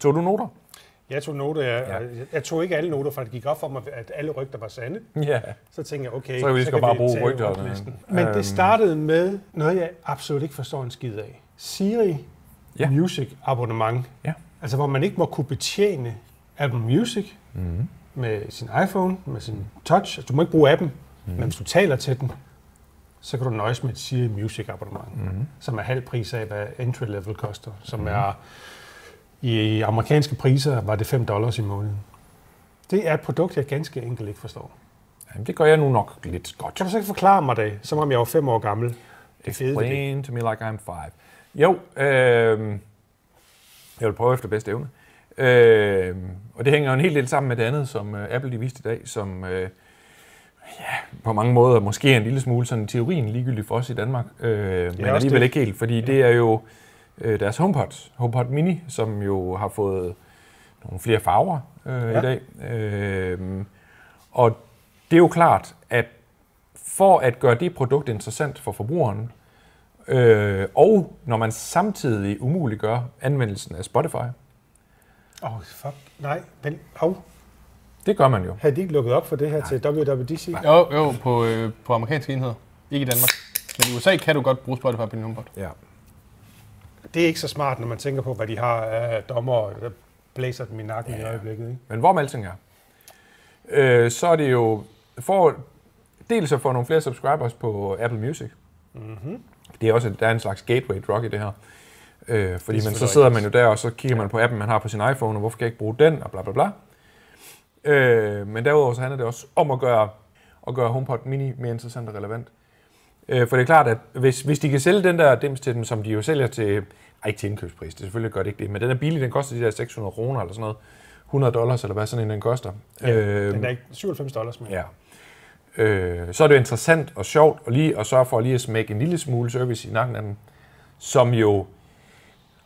Speaker 3: Tog du noter?
Speaker 1: Jeg tog noter, jeg,
Speaker 3: Ja.
Speaker 1: ja. jeg tog ikke alle noter, for det gik op for mig, at alle rygter var sande.
Speaker 3: Ja.
Speaker 1: Så tænkte jeg, okay,
Speaker 3: Så kan vi lige så godt bare bruge
Speaker 1: tage
Speaker 3: rygterne.
Speaker 1: oplisten. Men
Speaker 3: Øhm.
Speaker 1: det startede med noget, jeg absolut ikke forstår en skid af. Siri
Speaker 3: Ja.
Speaker 1: Music abonnement.
Speaker 3: Ja.
Speaker 1: Altså, hvor man ikke må kunne betjene Apple Music
Speaker 3: mm-hmm.
Speaker 1: med sin iPhone, med sin Touch. Altså, du må ikke bruge appen, men hvis du taler til den, så kan du nøjes med et Siri Music abonnement,
Speaker 3: Mhm.
Speaker 1: som er halv pris af, hvad entry level koster, som er i amerikanske priser var det 5 dollars i måneden. Det er et produkt, jeg ganske enkelt ikke forstår.
Speaker 3: Jamen, det gør jeg nu nok lidt godt.
Speaker 1: Kan du så ikke forklare mig det, som om jeg var fem år gammel? Det fede ved det.
Speaker 3: Explain to me like I'm five. Jo, øh, jeg vil prøve efter bedste evne. Øh, og det hænger jo en hel del sammen med det andet, som øh, Apple de viste i dag, som øh, ja, på mange måder måske er en lille smule sådan i teorien ligegyldig for os i Danmark, øh, men
Speaker 1: også
Speaker 3: alligevel
Speaker 1: det.
Speaker 3: ikke helt, fordi det er jo øh, deres HomePod, HomePod Mini, som jo har fået nogle flere farver øh, ja. i dag. Øh, og det er jo klart, at for at gøre det produkt interessant for forbrugeren, øh, og når man samtidig umuliggør anvendelsen af Spotify,
Speaker 1: Åh, oh, fuck. Nej, vel. Hov.
Speaker 3: det gør man jo.
Speaker 1: Havde de ikke lukket op for det her til WWDC?
Speaker 2: Jo, jo, på, øh, på amerikanske enheder. Ikke i Danmark. Men i USA kan du godt bruge Spotify på din nummer.
Speaker 3: Ja.
Speaker 1: Det er ikke så smart, når man tænker på, hvad de har af dommer, der blæser dem i nakken ja. i øjeblikket. Ikke?
Speaker 3: Men hvorom alting er, øh, så er det jo for dels at få nogle flere subscribers på Apple Music. Mm-hmm. Det er også, der er en slags gateway drug i det her. Øh, fordi
Speaker 1: Det er
Speaker 3: man, så
Speaker 1: selvfølgelig
Speaker 3: sidder man jo
Speaker 1: rigtigt.
Speaker 3: der, og så kigger man på appen, man har på sin iPhone, og hvorfor kan jeg ikke bruge den, og bla bla bla. Øh, men derudover så handler det også om at gøre, at gøre HomePod Mini mere interessant og relevant. Øh, for det er klart, at hvis, hvis de kan sælge den der dims til dem, som de jo sælger til, ej, ikke til indkøbspris, det selvfølgelig gør det ikke det, men den er billig, den koster de der 600 kroner eller sådan noget, 100 dollars eller hvad sådan en den koster. Ja, øh,
Speaker 1: Den er ikke 97 dollars mere.
Speaker 3: ja. Øh, så er det jo interessant og sjovt at, lige, at sørge for lige at smække en lille smule service i nakken af den, som jo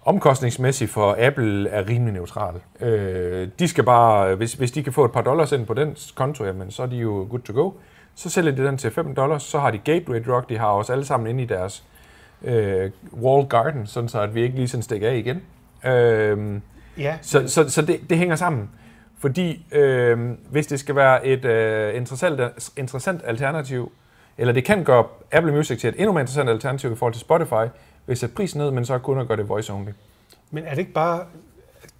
Speaker 3: omkostningsmæssigt for Apple er rimelig neutral. Øh, de skal bare, hvis, hvis de kan få et par dollars ind på den konto, jamen, så er de jo good to go. Så sælger de den til 5 dollars, så har de Gateway Drug, de har os alle sammen inde i deres øh, wall garden, sådan så at vi ikke lige sådan stikker af igen. Øh,
Speaker 1: ja.
Speaker 3: så, så, så det, det hænger sammen. Fordi øh, hvis det skal være et øh, interessant, interessant alternativ, eller det kan gøre Apple Music til et endnu mere interessant alternativ i forhold til Spotify, hvis sætte prisen ned, men så kun at gøre det voice only.
Speaker 1: Men er det ikke bare...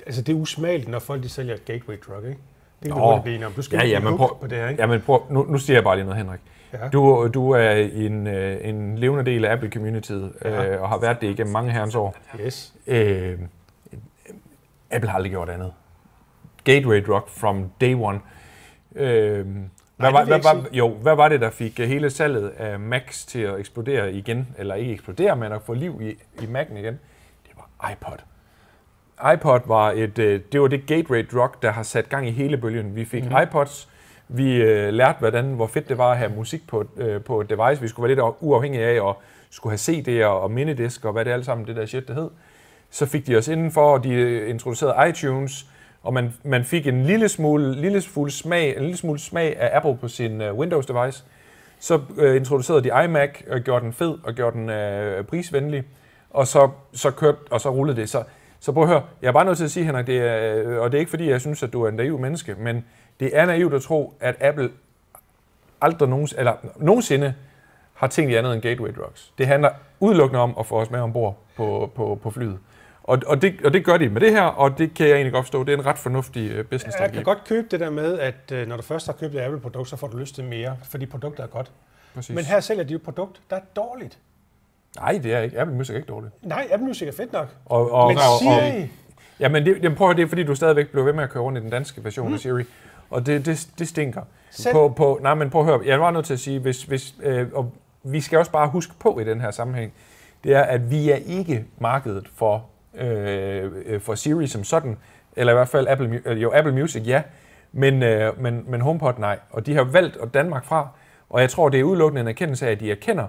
Speaker 1: Altså, det er usmageligt, når folk de sælger et gateway drug, ikke? Det kan vi
Speaker 3: Nå.
Speaker 1: hurtigt blive enige om. Du skal
Speaker 3: Ja,
Speaker 1: ikke
Speaker 3: ja,
Speaker 1: give
Speaker 3: men
Speaker 1: hook
Speaker 3: prøv-
Speaker 1: på det her, ikke?
Speaker 3: Jamen prøv, nu, nu siger jeg bare lige noget, Henrik.
Speaker 1: Ja.
Speaker 3: Du, du er en, øh, en levende del af Apple-communityet,
Speaker 1: Ja.
Speaker 3: øh, og har været det igennem mange herrens år.
Speaker 1: Yes.
Speaker 3: Øh, Apple har aldrig gjort andet. Gateway drug from day one. Øh, hvad,
Speaker 1: det
Speaker 3: var,
Speaker 1: vil jeg
Speaker 3: hvad,
Speaker 1: ikke
Speaker 3: var, jo, hvad var det, der fik øh, hele salget af Macs til at eksplodere igen? Eller ikke eksplodere, men at få liv i, i Mac'en igen? Det var iPod. iPod var et, øh, det var det gateway drug, der har sat gang i hele bølgen. Vi
Speaker 1: Mhm.
Speaker 3: fik mm-hmm. iPods, vi øh, lærte, hvordan, hvor fedt det var at have musik på, et, øh, på et device. Vi skulle være lidt uafhængige af at skulle have CD'er og mindedisk og hvad det alt sammen, det der shit, det hed. Så fik de os indenfor, og de øh, introducerede iTunes, og man, man fik en lille smule, lille smule smag, en lille smule smag af Apple på sin øh, Windows-device. Så øh, introducerede de iMac og gjorde den fed og gjorde den øh, prisvenlig. og så, så kørte, og så rullede det. Så, så prøv at høre, jeg er bare nødt til at sige, Henrik, det er, øh, og det er ikke fordi, jeg synes, at du er en naiv menneske, men det er naivt at tro, at Apple aldrig nogensinde, eller nogensinde har tænkt i andet end gateway drugs. Det handler udelukkende om at få os med ombord på, på, på flyet. Og, og, det, og det gør de med det her, og det kan jeg egentlig godt forstå. Det er en ret fornuftig øh, business
Speaker 1: Jeg kan
Speaker 3: strategi.
Speaker 1: godt købe det der med, at øh, når du først har købt et Apple-produkt, så får du lyst til mere, fordi produktet er godt.
Speaker 3: Præcis.
Speaker 1: Men her sælger de jo et produkt, der er dårligt.
Speaker 3: Nej, det er ikke. Apple Music er ikke dårligt.
Speaker 1: Nej, Apple Music er fedt nok.
Speaker 3: Og, og,
Speaker 1: Men
Speaker 3: og, og,
Speaker 1: Siri,
Speaker 3: Ja, men det, jamen prøv at høre, det er fordi, du stadigvæk bliver ved med at køre rundt i den danske version mm. af Siri. Og det, det, det stinker.
Speaker 1: Selv-
Speaker 3: På, på, nej, men prøv at høre, jeg var nødt til at sige, hvis, hvis, øh, og vi skal også bare huske på i den her sammenhæng, det er, at vi er ikke markedet for, øh, øh, for Siri som sådan, eller i hvert fald Apple, Mu- øh, jo, Apple Music, ja, men, øh, men, men HomePod nej. Og de har valgt at Danmark fra, og jeg tror, det er udelukkende en erkendelse af, at de erkender,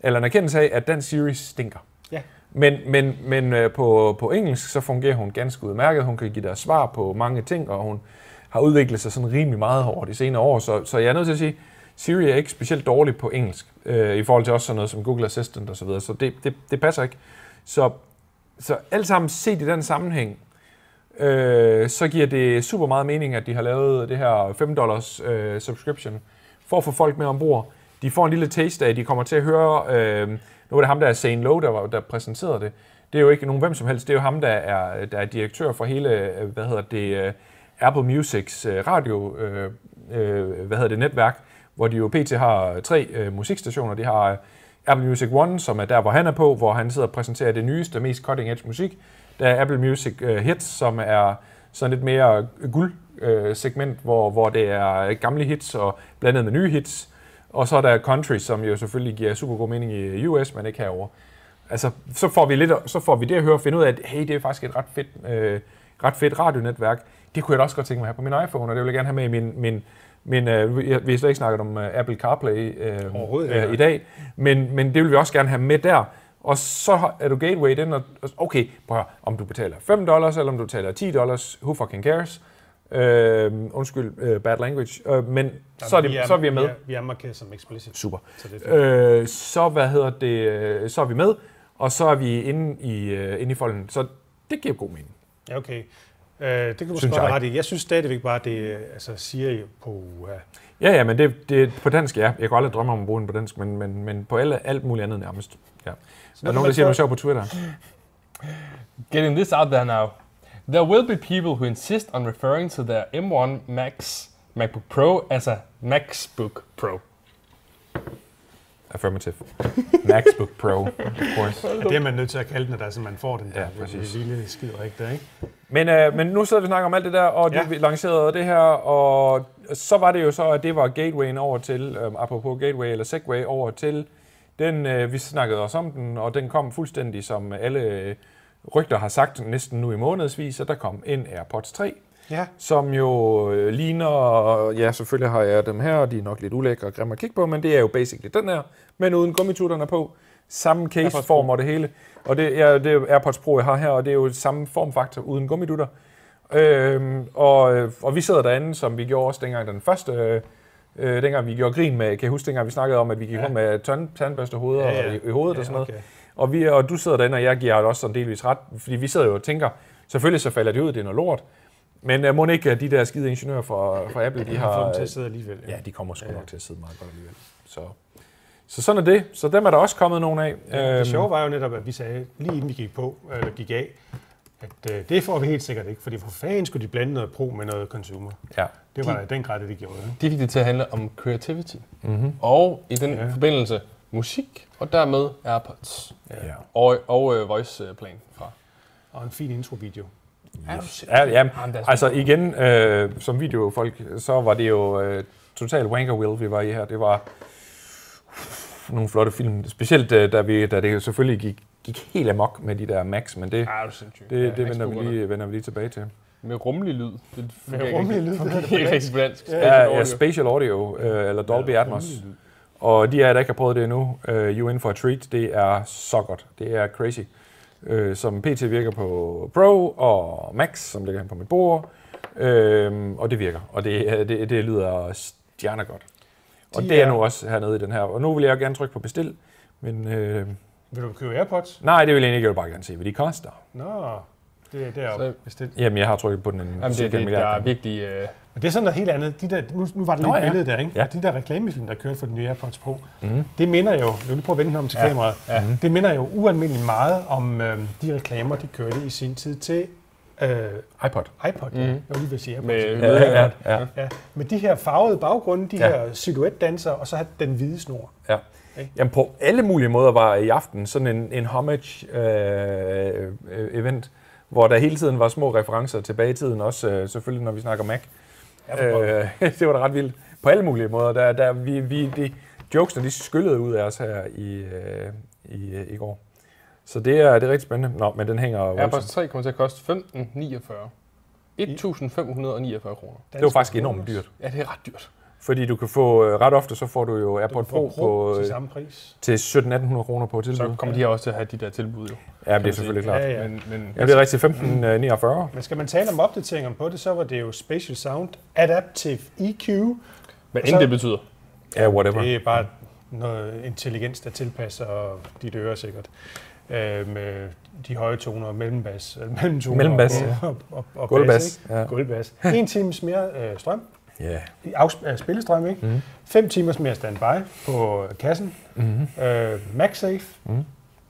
Speaker 3: eller en erkendelse af, at den Siri stinker.
Speaker 1: ja,
Speaker 3: Men, men, men øh, på, på engelsk, så fungerer hun ganske udmærket. Hun kan give dig svar på mange ting, og hun har udviklet sig sådan rimelig meget over de senere år. Så, så jeg er nødt til at sige, Siri er ikke specielt dårlig på engelsk, øh, i forhold til også sådan noget som Google Assistant osv., så, videre. så det, det, det passer ikke. Så, så alt sammen set i den sammenhæng, øh, så giver det super meget mening, at de har lavet det her 5 dollars øh, subscription, for at få folk med ombord. De får en lille taste af, de kommer til at høre, øh, nu er det ham, der er Zane Lowe, der, var- der præsenterede det. Det er jo ikke nogen hvem som helst, det er jo ham, der er, der er direktør for hele, øh, hvad hedder det, øh, Apple Musics øh, radio, øh, øh, hvad hedder det, netværk, hvor de jo pt. har tre øh, musikstationer. De har øh, Apple Music One, som er der, hvor han er på, hvor han sidder og præsenterer det nyeste og mest cutting edge musik. Der er Apple Music øh, Hits, som er sådan lidt mere guld øh, segment, hvor, hvor det er gamle hits og blandet med nye hits. Og så er der Country, som jo selvfølgelig giver super god mening i US, men ikke herovre. Altså, så får vi, lidt, så får vi det at høre og finde ud af, at hey, det er faktisk et ret fedt, øh, ret fedt radionetværk. Det kunne jeg da også godt tænke mig at have på min iPhone, og det vil jeg gerne have med i min... min men øh, vi- vi har slet ikke snakket om øh, Apple CarPlay øh,
Speaker 1: Overhovedet
Speaker 3: øh,
Speaker 1: ikke.
Speaker 3: i dag, men, men det vil vi også gerne have med der. Og så har- er du gateway den, og og- okay, prøv at høre, om du betaler 5 dollars, eller om du betaler 10 dollars, who fucking cares? Øh, undskyld, øh, bad language. Øh, men så er, det, så er vi med.
Speaker 1: Vi er, vi er markeret som explicit.
Speaker 3: Super.
Speaker 1: Så det er fint.
Speaker 3: Øh, så hvad hedder det, øh, så er vi med, og så er vi inde i, øh, inde i folden. Så det giver god mening.
Speaker 1: Ja, okay. Øh, det kan du måske
Speaker 3: Synes
Speaker 1: godt have
Speaker 3: jeg.
Speaker 1: ret i. Jeg synes stadigvæk bare, det øh, altså, Siri på... Uh,
Speaker 3: Ja, ja, men det, det på dansk, ja. Jeg kan aldrig drømme om at bruge den på dansk, men, men, men på alle, alt muligt andet nærmest. Ja. Er der nogen, der siger, du er sjov på Twitter?
Speaker 2: Getting this out there now. There will be people who insist on referring to their M1 Max MacBook Pro as a MacBook Pro.
Speaker 3: Affirmative. MacBook Pro, of <laughs> course.
Speaker 1: ja, det er man nødt til at kalde den, når der, er sådan, man får den der
Speaker 3: Ja, præcis.
Speaker 1: lille skider, ikke der, ikke?
Speaker 3: Men, øh, men nu sidder vi og snakker om alt det der, og ja.
Speaker 1: Ja.
Speaker 3: du lancerede det her, og så var det jo så, at det var gatewayen over til, øh, apropos gateway eller segway, over til den, øh, vi snakkede også om den, og den kom fuldstændig, som alle øh, rygter har sagt, næsten nu i månedsvis, at der kom en AirPods 3,
Speaker 1: Ja.
Speaker 3: som jo øh, ligner, og ja, selvfølgelig har jeg dem her, og de er nok lidt ulækre og grimme at kigge på, men det er jo basically den her, men uden gummitutterne på. Samme caseform og det hele. Og det, ja, det er AirPods Pro, jeg har her, og det er jo samme formfaktor uden gummidutter. Øhm, og, øh, og vi sidder derinde, som vi gjorde også dengang den første, øh, øh, dengang vi gjorde grin med, kan jeg huske dengang vi snakkede om, at vi gik ja. rundt med tand, tandbørstehoveder ja,
Speaker 1: Ja,
Speaker 3: ja.
Speaker 1: ja.
Speaker 3: i, i hovedet
Speaker 1: Ja,
Speaker 3: og sådan noget.
Speaker 1: okay.
Speaker 3: Og, vi, og du sidder derinde, og jeg giver dig også sådan delvis ret, fordi vi sidder jo og tænker, selvfølgelig så falder det ud, det er noget lort, men uh, må ikke, at de der skide ingeniører fra, fra Apple, de
Speaker 1: Jeg har fået
Speaker 3: har... øh,
Speaker 1: den til at sidde alligevel.
Speaker 3: Ja, de kommer sgu nok til at sidde meget godt alligevel. Så, så sådan er det. Så dem er der også kommet nogen af.
Speaker 1: Øhm.
Speaker 3: Øhm,
Speaker 1: Det sjove var jo netop, at vi sagde, lige inden vi gik på, eller gik af, at øh, det får vi helt sikkert ikke, fordi for fanden skulle de blande noget pro med noget consumer.
Speaker 3: Ja.
Speaker 1: Det var da i den grad, det de gjorde. ikke?
Speaker 2: De fik det til at handle om creativity.
Speaker 3: Mm-hmm.
Speaker 1: Mhm.
Speaker 2: Og i den
Speaker 1: Ja.
Speaker 2: ja. forbindelse musik, og dermed AirPods.
Speaker 3: ja.
Speaker 2: Og, og øh, voiceplan fra.
Speaker 1: Og en fin introvideo.
Speaker 3: Yes. Ja, ja,
Speaker 2: Jamen, der Ah, er
Speaker 3: altså igen, øh, som videofolk, så var det jo øh, total wanker wheel, vi var i her. Det var nogle flotte film. Specielt øh, da, vi, da det selvfølgelig gik, gik helt amok med de der Max, men det,
Speaker 2: Ja, det er sindssygt.
Speaker 3: det, det vender, vi lige, vender vi lige tilbage til.
Speaker 2: Med rummelig lyd. Det fungerer ikke
Speaker 1: rummelig
Speaker 2: rigtig-
Speaker 1: lyd, det er
Speaker 2: fungerer
Speaker 1: det
Speaker 2: ikke
Speaker 1: på
Speaker 2: rigtig på dansk.
Speaker 3: Ja, ja, Spatial Audio, øh, eller Dolby
Speaker 1: Ja,
Speaker 3: Atmos. Og de af jer, der ikke har prøvet det endnu, øh, You In For A Treat, det er så godt. Det er crazy. Øh, som PT virker på Pro og Max, som ligger hen på mit bord. Øh, og det virker, og det, er- det, det lyder stjernegodt. Og
Speaker 1: De
Speaker 3: det er
Speaker 1: er-
Speaker 3: nu også hernede i den her. Og nu vil jeg jo gerne trykke på bestil, men øh,
Speaker 1: Vil du købe AirPods?
Speaker 3: Nej, det vil jeg egentlig ikke. Jeg vil bare gerne se, hvad de koster.
Speaker 1: Nå, det er deroppe
Speaker 2: Så-
Speaker 1: bestilt.
Speaker 3: Jamen, jeg har trykket på den en
Speaker 2: Jamen, det,
Speaker 3: cirka en
Speaker 2: det, der
Speaker 3: milliard
Speaker 2: er
Speaker 3: gange.
Speaker 2: virkelig... Øh,
Speaker 1: Men det er sådan noget helt andet. De der, nu, nu var der lige
Speaker 3: Nå,
Speaker 1: et
Speaker 3: ja.
Speaker 1: billede der, ikke?
Speaker 3: Ja.
Speaker 1: De der reklamefilm, der kørte for den nye AirPods Pro, mm.
Speaker 3: Mhm.
Speaker 1: det minder jo, nu lige prøve at vende den om til ja. kameraet, ja. det minder jo ualmindeligt meget om øh, de reklamer, de kørte i sin tid til øh,
Speaker 3: iPod.
Speaker 1: iPod. Mm. Ja. Jeg var lige ved at sige AirPods.
Speaker 2: med,
Speaker 1: Med,
Speaker 3: Ja,
Speaker 2: med,
Speaker 3: ja, Mhm. ja.
Speaker 1: ja. med de her farvede baggrunde, de
Speaker 3: Ja.
Speaker 1: ja. her silhuetdanser, og så have den hvide snor.
Speaker 3: Ja. Jamen på alle mulige måder var i aften sådan en, en homage-event, øh, event, hvor der hele tiden var små referencer tilbage i tiden, også øh, selvfølgelig når vi snakker Mac. Øh, <laughs> det var da ret vildt. På alle mulige måder. Der, der, vi, vi, de, jokesene de skyllede ud af os her i, øh, i, øh, i går. Så det er, det er rigtig spændende. Nå, men den hænger jo
Speaker 2: AirPods
Speaker 3: voldsomt.
Speaker 2: 3 kommer til at koste 1549. 1.549 kroner.
Speaker 3: Det var faktisk
Speaker 1: altså.
Speaker 3: enormt dyrt.
Speaker 2: Ja, det er ret dyrt.
Speaker 3: Fordi du kan få, øh, ret ofte så får du jo AirPod Pro,
Speaker 1: Pro,
Speaker 3: på,
Speaker 1: Pro
Speaker 3: øh,
Speaker 1: til samme pris.
Speaker 3: til 17-1800 kroner på tilbud.
Speaker 2: Så kommer de her også til at have de der tilbud, jo.
Speaker 3: ja, det
Speaker 2: kan
Speaker 3: er
Speaker 2: man
Speaker 3: selvfølgelig
Speaker 2: sige.
Speaker 3: klart.
Speaker 1: Ja, ja.
Speaker 2: Men, men
Speaker 3: Ja, det er rigtigt. øh, 1549.
Speaker 1: Men skal man tale om opdateringerne på det, så var det jo Spatial Sound Adaptive EQ.
Speaker 2: hvad
Speaker 1: så-
Speaker 2: end det betyder.
Speaker 3: Ja, whatever.
Speaker 1: Det er bare noget intelligens, der tilpasser dit øre sikkert. Øh, med de høje toner, mellembass, øh, mellemtoner
Speaker 3: Mellembas,
Speaker 1: og,
Speaker 3: ja.
Speaker 1: og, og, og
Speaker 3: Gulvbas,
Speaker 1: Bass,
Speaker 3: ja.
Speaker 1: ikke? Gulvbas. En times mere øh, strøm,
Speaker 3: Ja.
Speaker 1: i afs- øh, spillestrøm, ikke? Mm. Fem timers mere standby på øh, kassen.
Speaker 3: Mm-hmm.
Speaker 1: Mm. Øh, MagSafe, mm.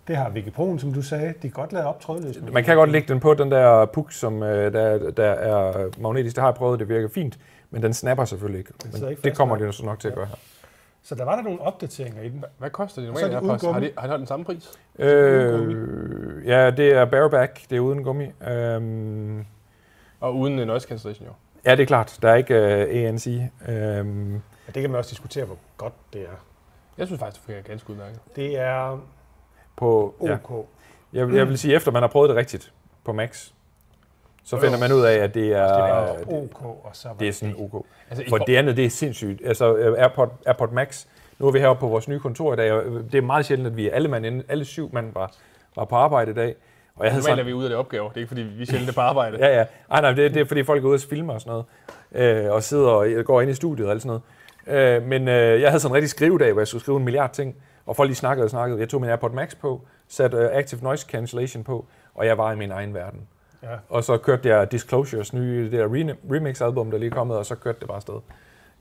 Speaker 1: det har Wikiproen, som du sagde, de er godt lavet op trådløst.
Speaker 3: Man kan godt lægge den på den der puk, som øh, der, der er magnetisk. Det har jeg prøvet, det virker fint, men den snapper selvfølgelig ikke. Men
Speaker 1: sidder ikke
Speaker 3: det
Speaker 1: fast,
Speaker 3: kommer
Speaker 1: nej.
Speaker 3: det jo så nok til at gøre.
Speaker 1: Så der var der nogle opdateringer i den.
Speaker 2: Hvad koster de
Speaker 1: Så er
Speaker 2: normale
Speaker 1: det
Speaker 2: AirPods?
Speaker 1: uden
Speaker 2: Har
Speaker 1: gummi.
Speaker 2: de, har de holdt den samme pris?
Speaker 3: Øh, ja, det er bareback, det er uden gummi. Øhm,
Speaker 2: Og uden øh, noise cancellation, jo.
Speaker 3: ja, det er klart, der er ikke øh, ANC. Øhm,
Speaker 1: Og det kan man også diskutere, hvor godt det er.
Speaker 2: Jeg synes faktisk, det fungerer ganske udmærket.
Speaker 1: Det er
Speaker 3: på, ja.
Speaker 1: OK. Ja.
Speaker 3: jeg, vil- jeg vil sige, efter man har prøvet det rigtigt på max, så finder man ud af, at det
Speaker 1: Altså, Det
Speaker 3: er,
Speaker 1: var OK, og så var
Speaker 3: det er sådan ok.
Speaker 2: Altså, i
Speaker 3: For
Speaker 2: for-
Speaker 3: det andet, det er sindssygt. Altså øh, AirPod, AirPod Max, nu er vi heroppe på vores nye kontor i dag, og øh, det er meget sjældent, at vi er alle, mand, inde- alle syv mand var, var på arbejde i dag. Og jeg havde
Speaker 2: Normalt er
Speaker 3: sådan,
Speaker 2: vi ude af det opgave. Det er ikke, fordi vi er sjældent er på arbejde.
Speaker 3: altså- ja, ja. Ej, nej, det, det er fordi folk er ude og filmer og sådan noget, øh, og sidder og øh, går ind i studiet og alt sådan noget. Øh, men øh, jeg havde sådan en rigtig skrivedag, hvor jeg skulle skrive en milliard ting, og folk lige snakkede og snakkede. Jeg tog min AirPod Max på, satte øh, Active Noise Cancellation på, og jeg var i min egen verden.
Speaker 1: Ja.
Speaker 3: Og så kørte jeg Disclosures nye det der rene- remix-album, der lige er kommet, og så kørte det bare afsted.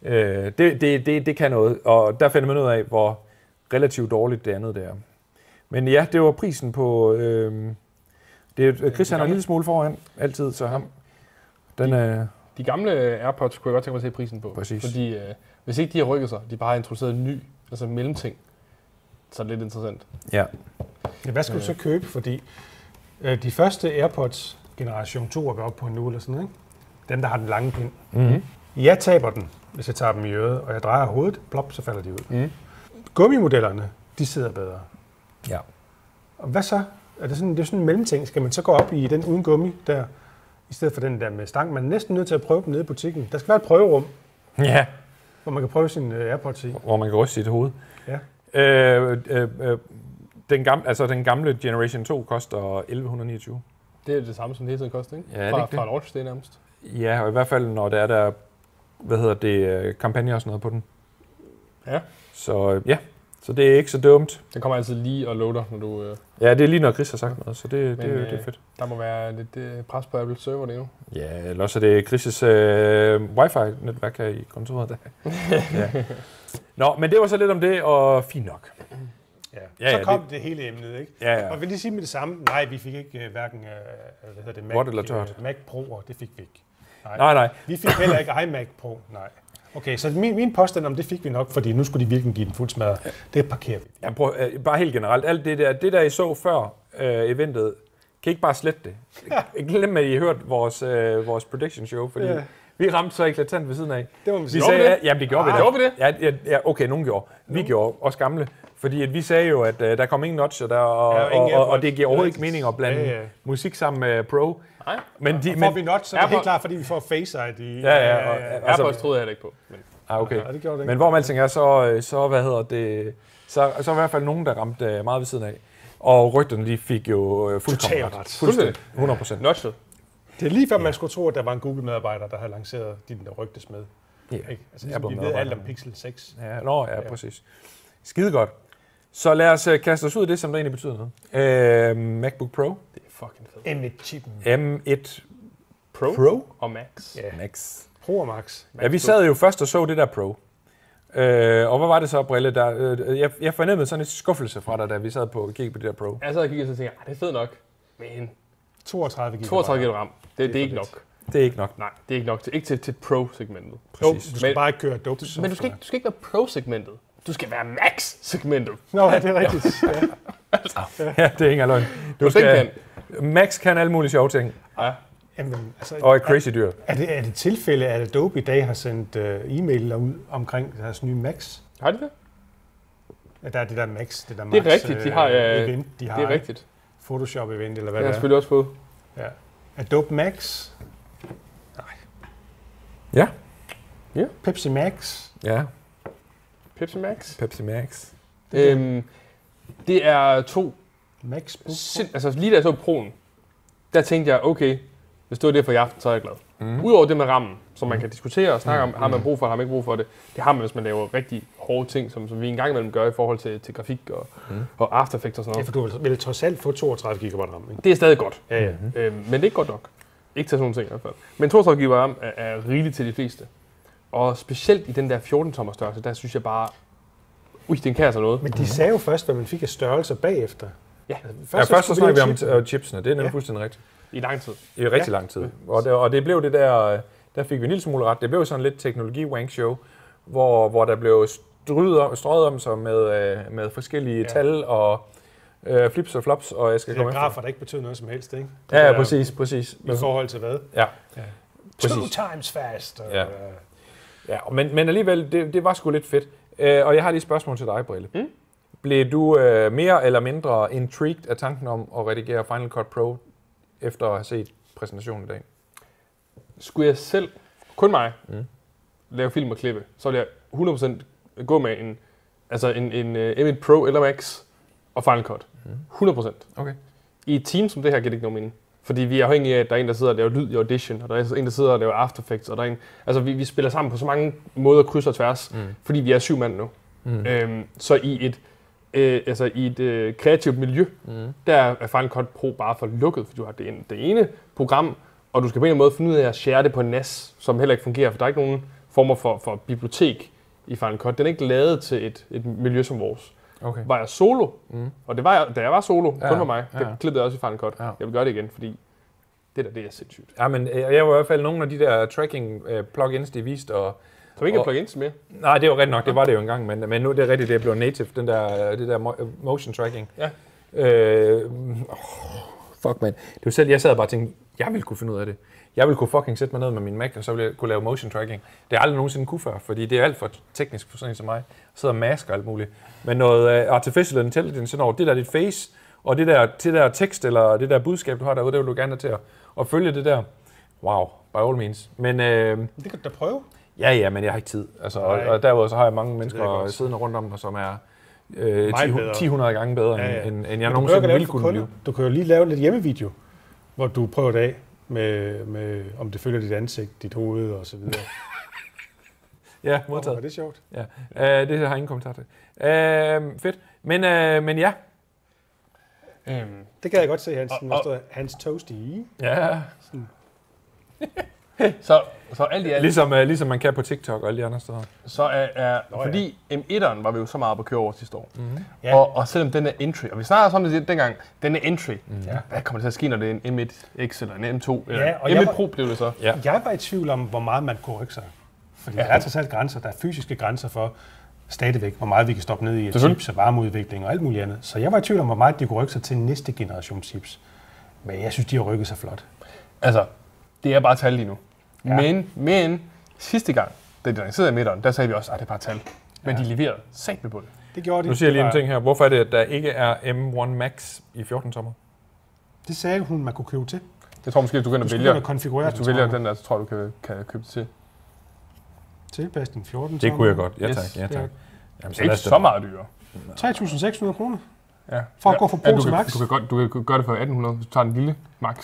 Speaker 3: Øh, det, det, det, det kan noget, og der finder man ud af, hvor relativt dårligt det andet det er. Men ja, det var prisen på... Øh, det er, Chris han er en lille smule foran, altid, så ham. Den, øh,
Speaker 2: De gamle AirPods kunne jeg godt tænke mig at se prisen på.
Speaker 3: Præcis.
Speaker 2: Fordi øh, hvis ikke de har rykket sig, de bare har introduceret en ny, altså en mellemting, så er det lidt interessant.
Speaker 3: ja.
Speaker 1: Ja, hvad skulle du så købe? Fordi øh, de første AirPods generation 2 er vi oppe på nu, eller sådan noget, ikke? Den, der har den lange pind.
Speaker 3: Mm-hmm.
Speaker 1: Jeg taber den, hvis jeg tager dem i øret, og jeg drejer hovedet, plop, så falder de ud.
Speaker 2: Mm.
Speaker 1: Gummimodellerne, de sidder bedre.
Speaker 3: ja.
Speaker 1: Og hvad så? Er det, sådan, det er sådan en mellemting. Skal man så gå op i den uden gummi der, i stedet for den der med stang? Man er næsten nødt til at prøve dem nede i butikken. Der skal være et prøverum,
Speaker 3: Ja,
Speaker 1: hvor man kan prøve sin øh, AirPods i.
Speaker 3: hvor man kan ryste sit hoved.
Speaker 1: Ja.
Speaker 3: Øh, øh, øh, den, gamle, altså, den gamle Generation 2 koster 1129.
Speaker 2: Det er jo det samme, som det hele tiden koster, ikke?
Speaker 3: Ja, er det
Speaker 2: fra,
Speaker 3: ikke det?
Speaker 2: fra et launch, det er nærmest.
Speaker 3: Ja, og i hvert fald når der er der, hvad hedder det, øh, kampagner og sådan noget på den.
Speaker 2: Ja.
Speaker 3: Så øh, ja, så det er ikke så dumt.
Speaker 2: Den kommer altid lige og loader, når du... Øh,
Speaker 3: Ja, det er lige når Chris har sagt noget, så det,
Speaker 2: Men,
Speaker 3: det,
Speaker 2: øh,
Speaker 3: det er fedt.
Speaker 2: der må være lidt øh, pres på Apple server endnu.
Speaker 3: Ja, eller også er det Chris' øh, wifi-netværk her i kontoret. Der. ja. Nå, men det var så lidt om det, og fint nok.
Speaker 1: Ja.
Speaker 3: Ja,
Speaker 1: Så
Speaker 3: ja,
Speaker 1: kom det, det hele emnet, ikke?
Speaker 3: Ja,
Speaker 1: Ja. Og
Speaker 3: ja.
Speaker 1: jeg vil lige sige med det samme, nej, vi fik ikke øh, hverken øh, hvad hedder det, Mac,
Speaker 3: Vådt eller tørt.
Speaker 1: øh, Mac Pro, og det fik vi ikke.
Speaker 3: Nej, nej.
Speaker 1: Vi fik heller ikke iMac Pro, nej. Okay, så min, min påstand om det fik vi nok, fordi nu skulle de virkelig give den fuld smadre. Det parkerer vi.
Speaker 3: Ja, prøv, øh, bare helt generelt, alt det der, det der I så før øh, eventet, kan I ikke bare slette det? Glem, at I hørte vores, øh, vores prediction show, fordi
Speaker 1: Ja.
Speaker 3: vi ramte så eklatant ved siden af.
Speaker 1: Det må man
Speaker 3: Vi
Speaker 1: sige.
Speaker 3: sagde,
Speaker 2: vi
Speaker 3: ja,
Speaker 2: det?
Speaker 3: jamen det gjorde vi da.
Speaker 2: Gjorde vi det?
Speaker 3: Ja, ja, ja, okay, nogen gjorde. Vi gjorde, også gamle. Fordi at vi sagde jo, at øh, der kom ingen notcher der, og,
Speaker 1: Ja,
Speaker 3: ja,
Speaker 1: og ingen
Speaker 3: og, og, og
Speaker 1: AirPods.
Speaker 3: det giver overhovedet
Speaker 1: Det
Speaker 3: ikke
Speaker 1: er
Speaker 3: mening
Speaker 1: rigtigt.
Speaker 3: at blande
Speaker 1: Ja, ja.
Speaker 3: musik sammen med pro.
Speaker 2: Nej.
Speaker 3: Men de,
Speaker 1: Får
Speaker 3: men,
Speaker 1: vi not, så er det helt
Speaker 2: Apple-
Speaker 1: klart, fordi vi får Face ID. Ja,
Speaker 3: ja, og-
Speaker 2: Altså,
Speaker 3: Altså-
Speaker 2: AirPods troede jeg heller ikke på. Men
Speaker 3: ah, okay.
Speaker 1: Ja, det gjorde det ikke.
Speaker 3: Men hvorom alting er, så, øh, så hvad hedder det, så, så er i hvert fald nogen, der ramte øh, meget ved siden af. Og rygterne, de fik jo øh, fuldkommen
Speaker 1: Totalt
Speaker 3: ret.
Speaker 1: ret.
Speaker 3: Fuldstændig. 100 procent.
Speaker 2: notchet.
Speaker 1: Det er lige før, man skulle tro, at der var en Google-medarbejder, der havde lanceret de der rygtes med.
Speaker 3: Ja.
Speaker 1: Ikke? Altså, ligesom, vi ved
Speaker 3: Apple-medarbejdere.
Speaker 1: alt om Pixel 6.
Speaker 3: Ja, nå, ja, ja. præcis. Skide godt. Så lad os øh, kaste os ud i det, som der egentlig betyder noget. Øh, MacBook Pro
Speaker 2: Det er fucking fedt.
Speaker 1: M1-chippen.
Speaker 3: M1
Speaker 2: Pro,
Speaker 3: Pro
Speaker 2: og Max.
Speaker 1: Ja.
Speaker 3: Max.
Speaker 1: Pro og Max.
Speaker 3: Ja, vi sad jo først og så det der Pro. Øh, og hvad var det så, Brille? Der, øh, jeg, jeg fornemmede sådan en skuffelse fra dig, da vi sad på og kiggede på det der Pro.
Speaker 2: Jeg sad og kiggede og tænkte, ah, det er fedt nok, men
Speaker 1: 32 GB.
Speaker 2: 32 GB RAM, det, det, det er ikke nok.
Speaker 3: Det er ikke nok.
Speaker 2: Nej, det er ikke nok til, ikke til, til Pro-segmentet.
Speaker 1: Jo,
Speaker 3: Præcis.
Speaker 1: du skal
Speaker 2: Men-
Speaker 1: bare ikke køre dopes.
Speaker 2: Men du skal, ikke, du skal ikke være Pro-segmentet. Du skal være Max-segmentet.
Speaker 1: Nå, ja, det er rigtigt.
Speaker 2: <laughs>
Speaker 1: Ja.
Speaker 3: <laughs> Ja, det er ikke engang løgn. Du
Speaker 2: Du skal...
Speaker 3: Max kan alle mulige sjove ting,
Speaker 2: Ja,
Speaker 1: Jamen, altså,
Speaker 3: og er crazy dyr.
Speaker 1: er, det, er det tilfælde, at Adobe i dag har sendt øh, e-mailer ud omkring deres nye Max?
Speaker 2: har de det?
Speaker 1: At der er det der Max, det der Max
Speaker 2: Det er rigtigt, de har,
Speaker 1: øh,
Speaker 2: øh,
Speaker 1: event, de har
Speaker 2: Det er rigtigt.
Speaker 1: Photoshop-event, eller hvad
Speaker 2: Det har jeg
Speaker 1: det er.
Speaker 2: selvfølgelig også fået.
Speaker 1: Ja. Adobe Max.
Speaker 3: Ja,
Speaker 1: Pepsi Max.
Speaker 3: ja.
Speaker 2: Pepsi Max.
Speaker 3: Pepsi Max.
Speaker 2: Øhm, det er to
Speaker 1: Max
Speaker 2: sind... Altså lige da jeg så proen, der tænkte jeg, okay, hvis det var det for i aften, så er jeg glad. Mm. Udover det med rammen, som man kan diskutere og snakke om, har man brug for det, har man ikke brug for det. Det har man, hvis man laver rigtig hårde ting, som, som vi engang imellem gør i forhold til, til grafik og, mm. og After Effects og sådan
Speaker 1: Ja,
Speaker 2: noget.
Speaker 1: for du vil, vil trods alt få 32 GB RAM, ikke?
Speaker 2: Det er stadig godt, ja, ja.
Speaker 3: Mhm.
Speaker 2: Mm-hmm. Øhm, men det er ikke godt nok. Ikke til sådan nogle ting i hvert fald. Men 32 GB RAM er, er rigeligt til de fleste. Og specielt i den der 14-tommer størrelse, der synes jeg bare, ui, den kan altså noget.
Speaker 1: Men de sagde jo først, hvad man fik af størrelser bagefter.
Speaker 2: Ja.
Speaker 1: Altså,
Speaker 3: Mhm. Ja, først så
Speaker 1: skulle
Speaker 3: snakker vi
Speaker 1: have
Speaker 3: om
Speaker 1: chip.
Speaker 3: t- øh, chipsene. Det er nemlig
Speaker 1: Ja.
Speaker 3: fuldstændig rigtigt.
Speaker 2: I lang tid.
Speaker 3: I rigtig lang tid. Og det, og det blev det der, øh, der fik vi en lille smule ret, det blev sådan lidt teknologi-wank-show, hvor, hvor der blev stryget om, strøget om sig med, øh, med forskellige ja. tal og øh, flips og flops, og jeg skal
Speaker 1: Det er
Speaker 3: komme efter.
Speaker 1: grafer, der ikke betyder noget som helst, ikke?
Speaker 3: Ja,
Speaker 1: der-
Speaker 3: ja, præcis, præcis.
Speaker 1: I forhold til hvad?
Speaker 3: Ja.
Speaker 1: Two
Speaker 3: Præcis.
Speaker 1: times fast. Og,
Speaker 3: Ja.
Speaker 1: øh,
Speaker 3: ja men, men alligevel, det, det var sgu lidt fedt. Øh, og jeg har lige et spørgsmål til dig, Brille. Mm? Blev du øh, mere eller mindre intrigued af tanken om at redigere Final Cut Pro, efter at have set præsentationen i dag?
Speaker 2: Skulle jeg selv, kun mig, mm. lave film og klippe, så ville jeg 100% gå med en, altså en, en uh, M1 Pro eller Max og Final Cut. Mm. 100%.
Speaker 3: Okay.
Speaker 2: I et team som det her giver det ikke nogen mening. Fordi vi er afhængige af, at der er en, der sidder og laver lyd i Audition, og der er en, der sidder og laver After Effects, og der er en... Altså, vi, vi spiller sammen på så mange måder, kryds og tværs, mm. fordi vi er syv mand nu.
Speaker 3: Mhm.
Speaker 2: Mm. Øhm, så i et, øh, altså, i et øh, kreativt miljø, mm. der er Final Cut Pro bare for lukket, fordi du har det ene, det ene program, og du skal på en eller anden måde finde ud af at share det på en NAS, som heller ikke fungerer, for der er ikke nogen former for, for bibliotek i Final Cut. Den er ikke lavet til et, et miljø som vores
Speaker 3: Okay.
Speaker 2: var jeg solo, mm. og det var jeg, da jeg var solo, ja, kun for mig, ja.
Speaker 3: ja.
Speaker 2: det klippede jeg også i Final Cut.
Speaker 3: Ja.
Speaker 2: Ja. Jeg vil gøre det igen, fordi det der, det er sindssygt.
Speaker 3: Ja, men øh, jeg var i hvert fald nogle af de der tracking øh, plugins, de viste, og
Speaker 2: Så vi ikke kan
Speaker 3: Og-
Speaker 2: plukke ind til mere.
Speaker 3: Nej, det var rigtigt nok, det var det jo engang, men, men nu er det rigtigt, det er blevet native, den der, øh, det der mo- øh, motion tracking.
Speaker 2: Ja.
Speaker 3: Øh, mm, åh, fuck, man. Det var selv, jeg sad bare og tænkte, jeg ville kunne finde ud af det. Jeg ville kunne fucking sætte mig ned med min Mac, og så ville jeg kunne lave motion tracking. Det har jeg aldrig nogensinde kunne før, fordi det er alt for teknisk for sådan en som mig. Jeg sidder og masker alt muligt. Men noget uh, artificial intelligence, når det der er dit face, og det der, det der tekst, eller det der budskab, du har derude, det vil du gerne have til at, at følge det der. Wow, by all means. Men øh,
Speaker 1: det kan du da prøve.
Speaker 3: Ja, ja, men jeg har ikke tid. Altså, og,
Speaker 1: Nej.
Speaker 3: og derudover så har jeg mange
Speaker 1: ved jeg
Speaker 3: mennesker
Speaker 1: godt.
Speaker 3: siddende rundt om mig, som er øh,
Speaker 1: Meget
Speaker 3: 10,
Speaker 1: bedre.
Speaker 3: 1000 gange bedre, ja,
Speaker 1: Ja,
Speaker 3: ja.
Speaker 1: ja.
Speaker 3: End, end jeg
Speaker 1: Men du behøver ikke
Speaker 3: nogensinde
Speaker 1: lave
Speaker 3: ville
Speaker 1: det for
Speaker 3: kunne blive.
Speaker 1: kunder. Du kan jo lige lave lidt hjemmevideo, hvor du prøver det af med, med om det følger dit ansigt, dit hoved og så videre.
Speaker 3: Ja,
Speaker 1: Hvor er
Speaker 3: modtaget.
Speaker 1: det sjovt?
Speaker 3: Ja. Øh, det har jeg ingen kommentar til. Øh, fedt. Men, øh, men ja.
Speaker 2: Øhm.
Speaker 1: Det kan jeg godt se, Hansen.
Speaker 2: Og-
Speaker 1: Og, og, Hans Toast i.
Speaker 3: ja.
Speaker 2: Så, så alt i alt,
Speaker 3: Ligesom, øh, ligesom man kan på TikTok og alle de andre steder.
Speaker 2: så er, er
Speaker 1: ja.
Speaker 2: fordi M1'eren var vi jo så meget på køre over sidste år. Mm-hmm.
Speaker 3: Mhm.
Speaker 1: Ja.
Speaker 2: Ja. Og, og selvom den er entry, og vi snakkede også om det dengang, den er entry.
Speaker 3: Mhm.
Speaker 2: Mm.
Speaker 1: Ja.
Speaker 2: Hvad kommer det til at ske, når det er en M1X eller en M2? Eller
Speaker 1: Ja, og
Speaker 2: M1
Speaker 1: jeg var-
Speaker 2: Pro blev det så.
Speaker 3: Ja.
Speaker 1: Jeg var i tvivl om, hvor meget man kunne rykke sig. Fordi ja. der er trods alt grænser, der er fysiske grænser for stadigvæk, hvor meget vi kan stoppe ned i af
Speaker 2: Selvfølgelig.
Speaker 1: chips og varmeudvikling og alt muligt andet. Så jeg var i tvivl om, hvor meget de kunne rykke sig til næste generation chips. Men jeg synes, de har rykket sig flot.
Speaker 2: Altså, det er bare tal lige nu.
Speaker 1: Ja.
Speaker 2: Ja. Men, men sidste gang, da de lancerede midteren, der sagde vi også, at det er bare tal. Men ja. de leverede satme på det.
Speaker 1: Det gjorde de.
Speaker 3: Nu siger
Speaker 1: Det
Speaker 3: jeg lige en
Speaker 1: var-
Speaker 3: ting her. Hvorfor er det, at der ikke er M1 Max i 14 tommer?
Speaker 1: Det sagde hun, man kunne købe til.
Speaker 2: Jeg tror måske, hvis du går ind
Speaker 1: Du
Speaker 2: og
Speaker 1: skulle
Speaker 2: vælger,
Speaker 1: begynde at konfigurere
Speaker 2: hvis du
Speaker 1: den,
Speaker 2: vælger
Speaker 1: tror jeg.
Speaker 2: den der, så tror jeg, du kan, kan købe det til.
Speaker 1: Tilpasning 14
Speaker 3: Det
Speaker 1: tommer.
Speaker 3: kunne jeg godt. Ja
Speaker 2: Yes.
Speaker 3: tak. Ja, tak. Jamen,
Speaker 2: Det er ikke så meget dyrere.
Speaker 1: 3.600 kroner.
Speaker 2: Ja.
Speaker 1: For at gå fra Pro
Speaker 2: du
Speaker 1: til
Speaker 2: kan,
Speaker 1: Max?
Speaker 2: Du kan, godt, du kan gøre det for 1800, hvis du tager den lille Max.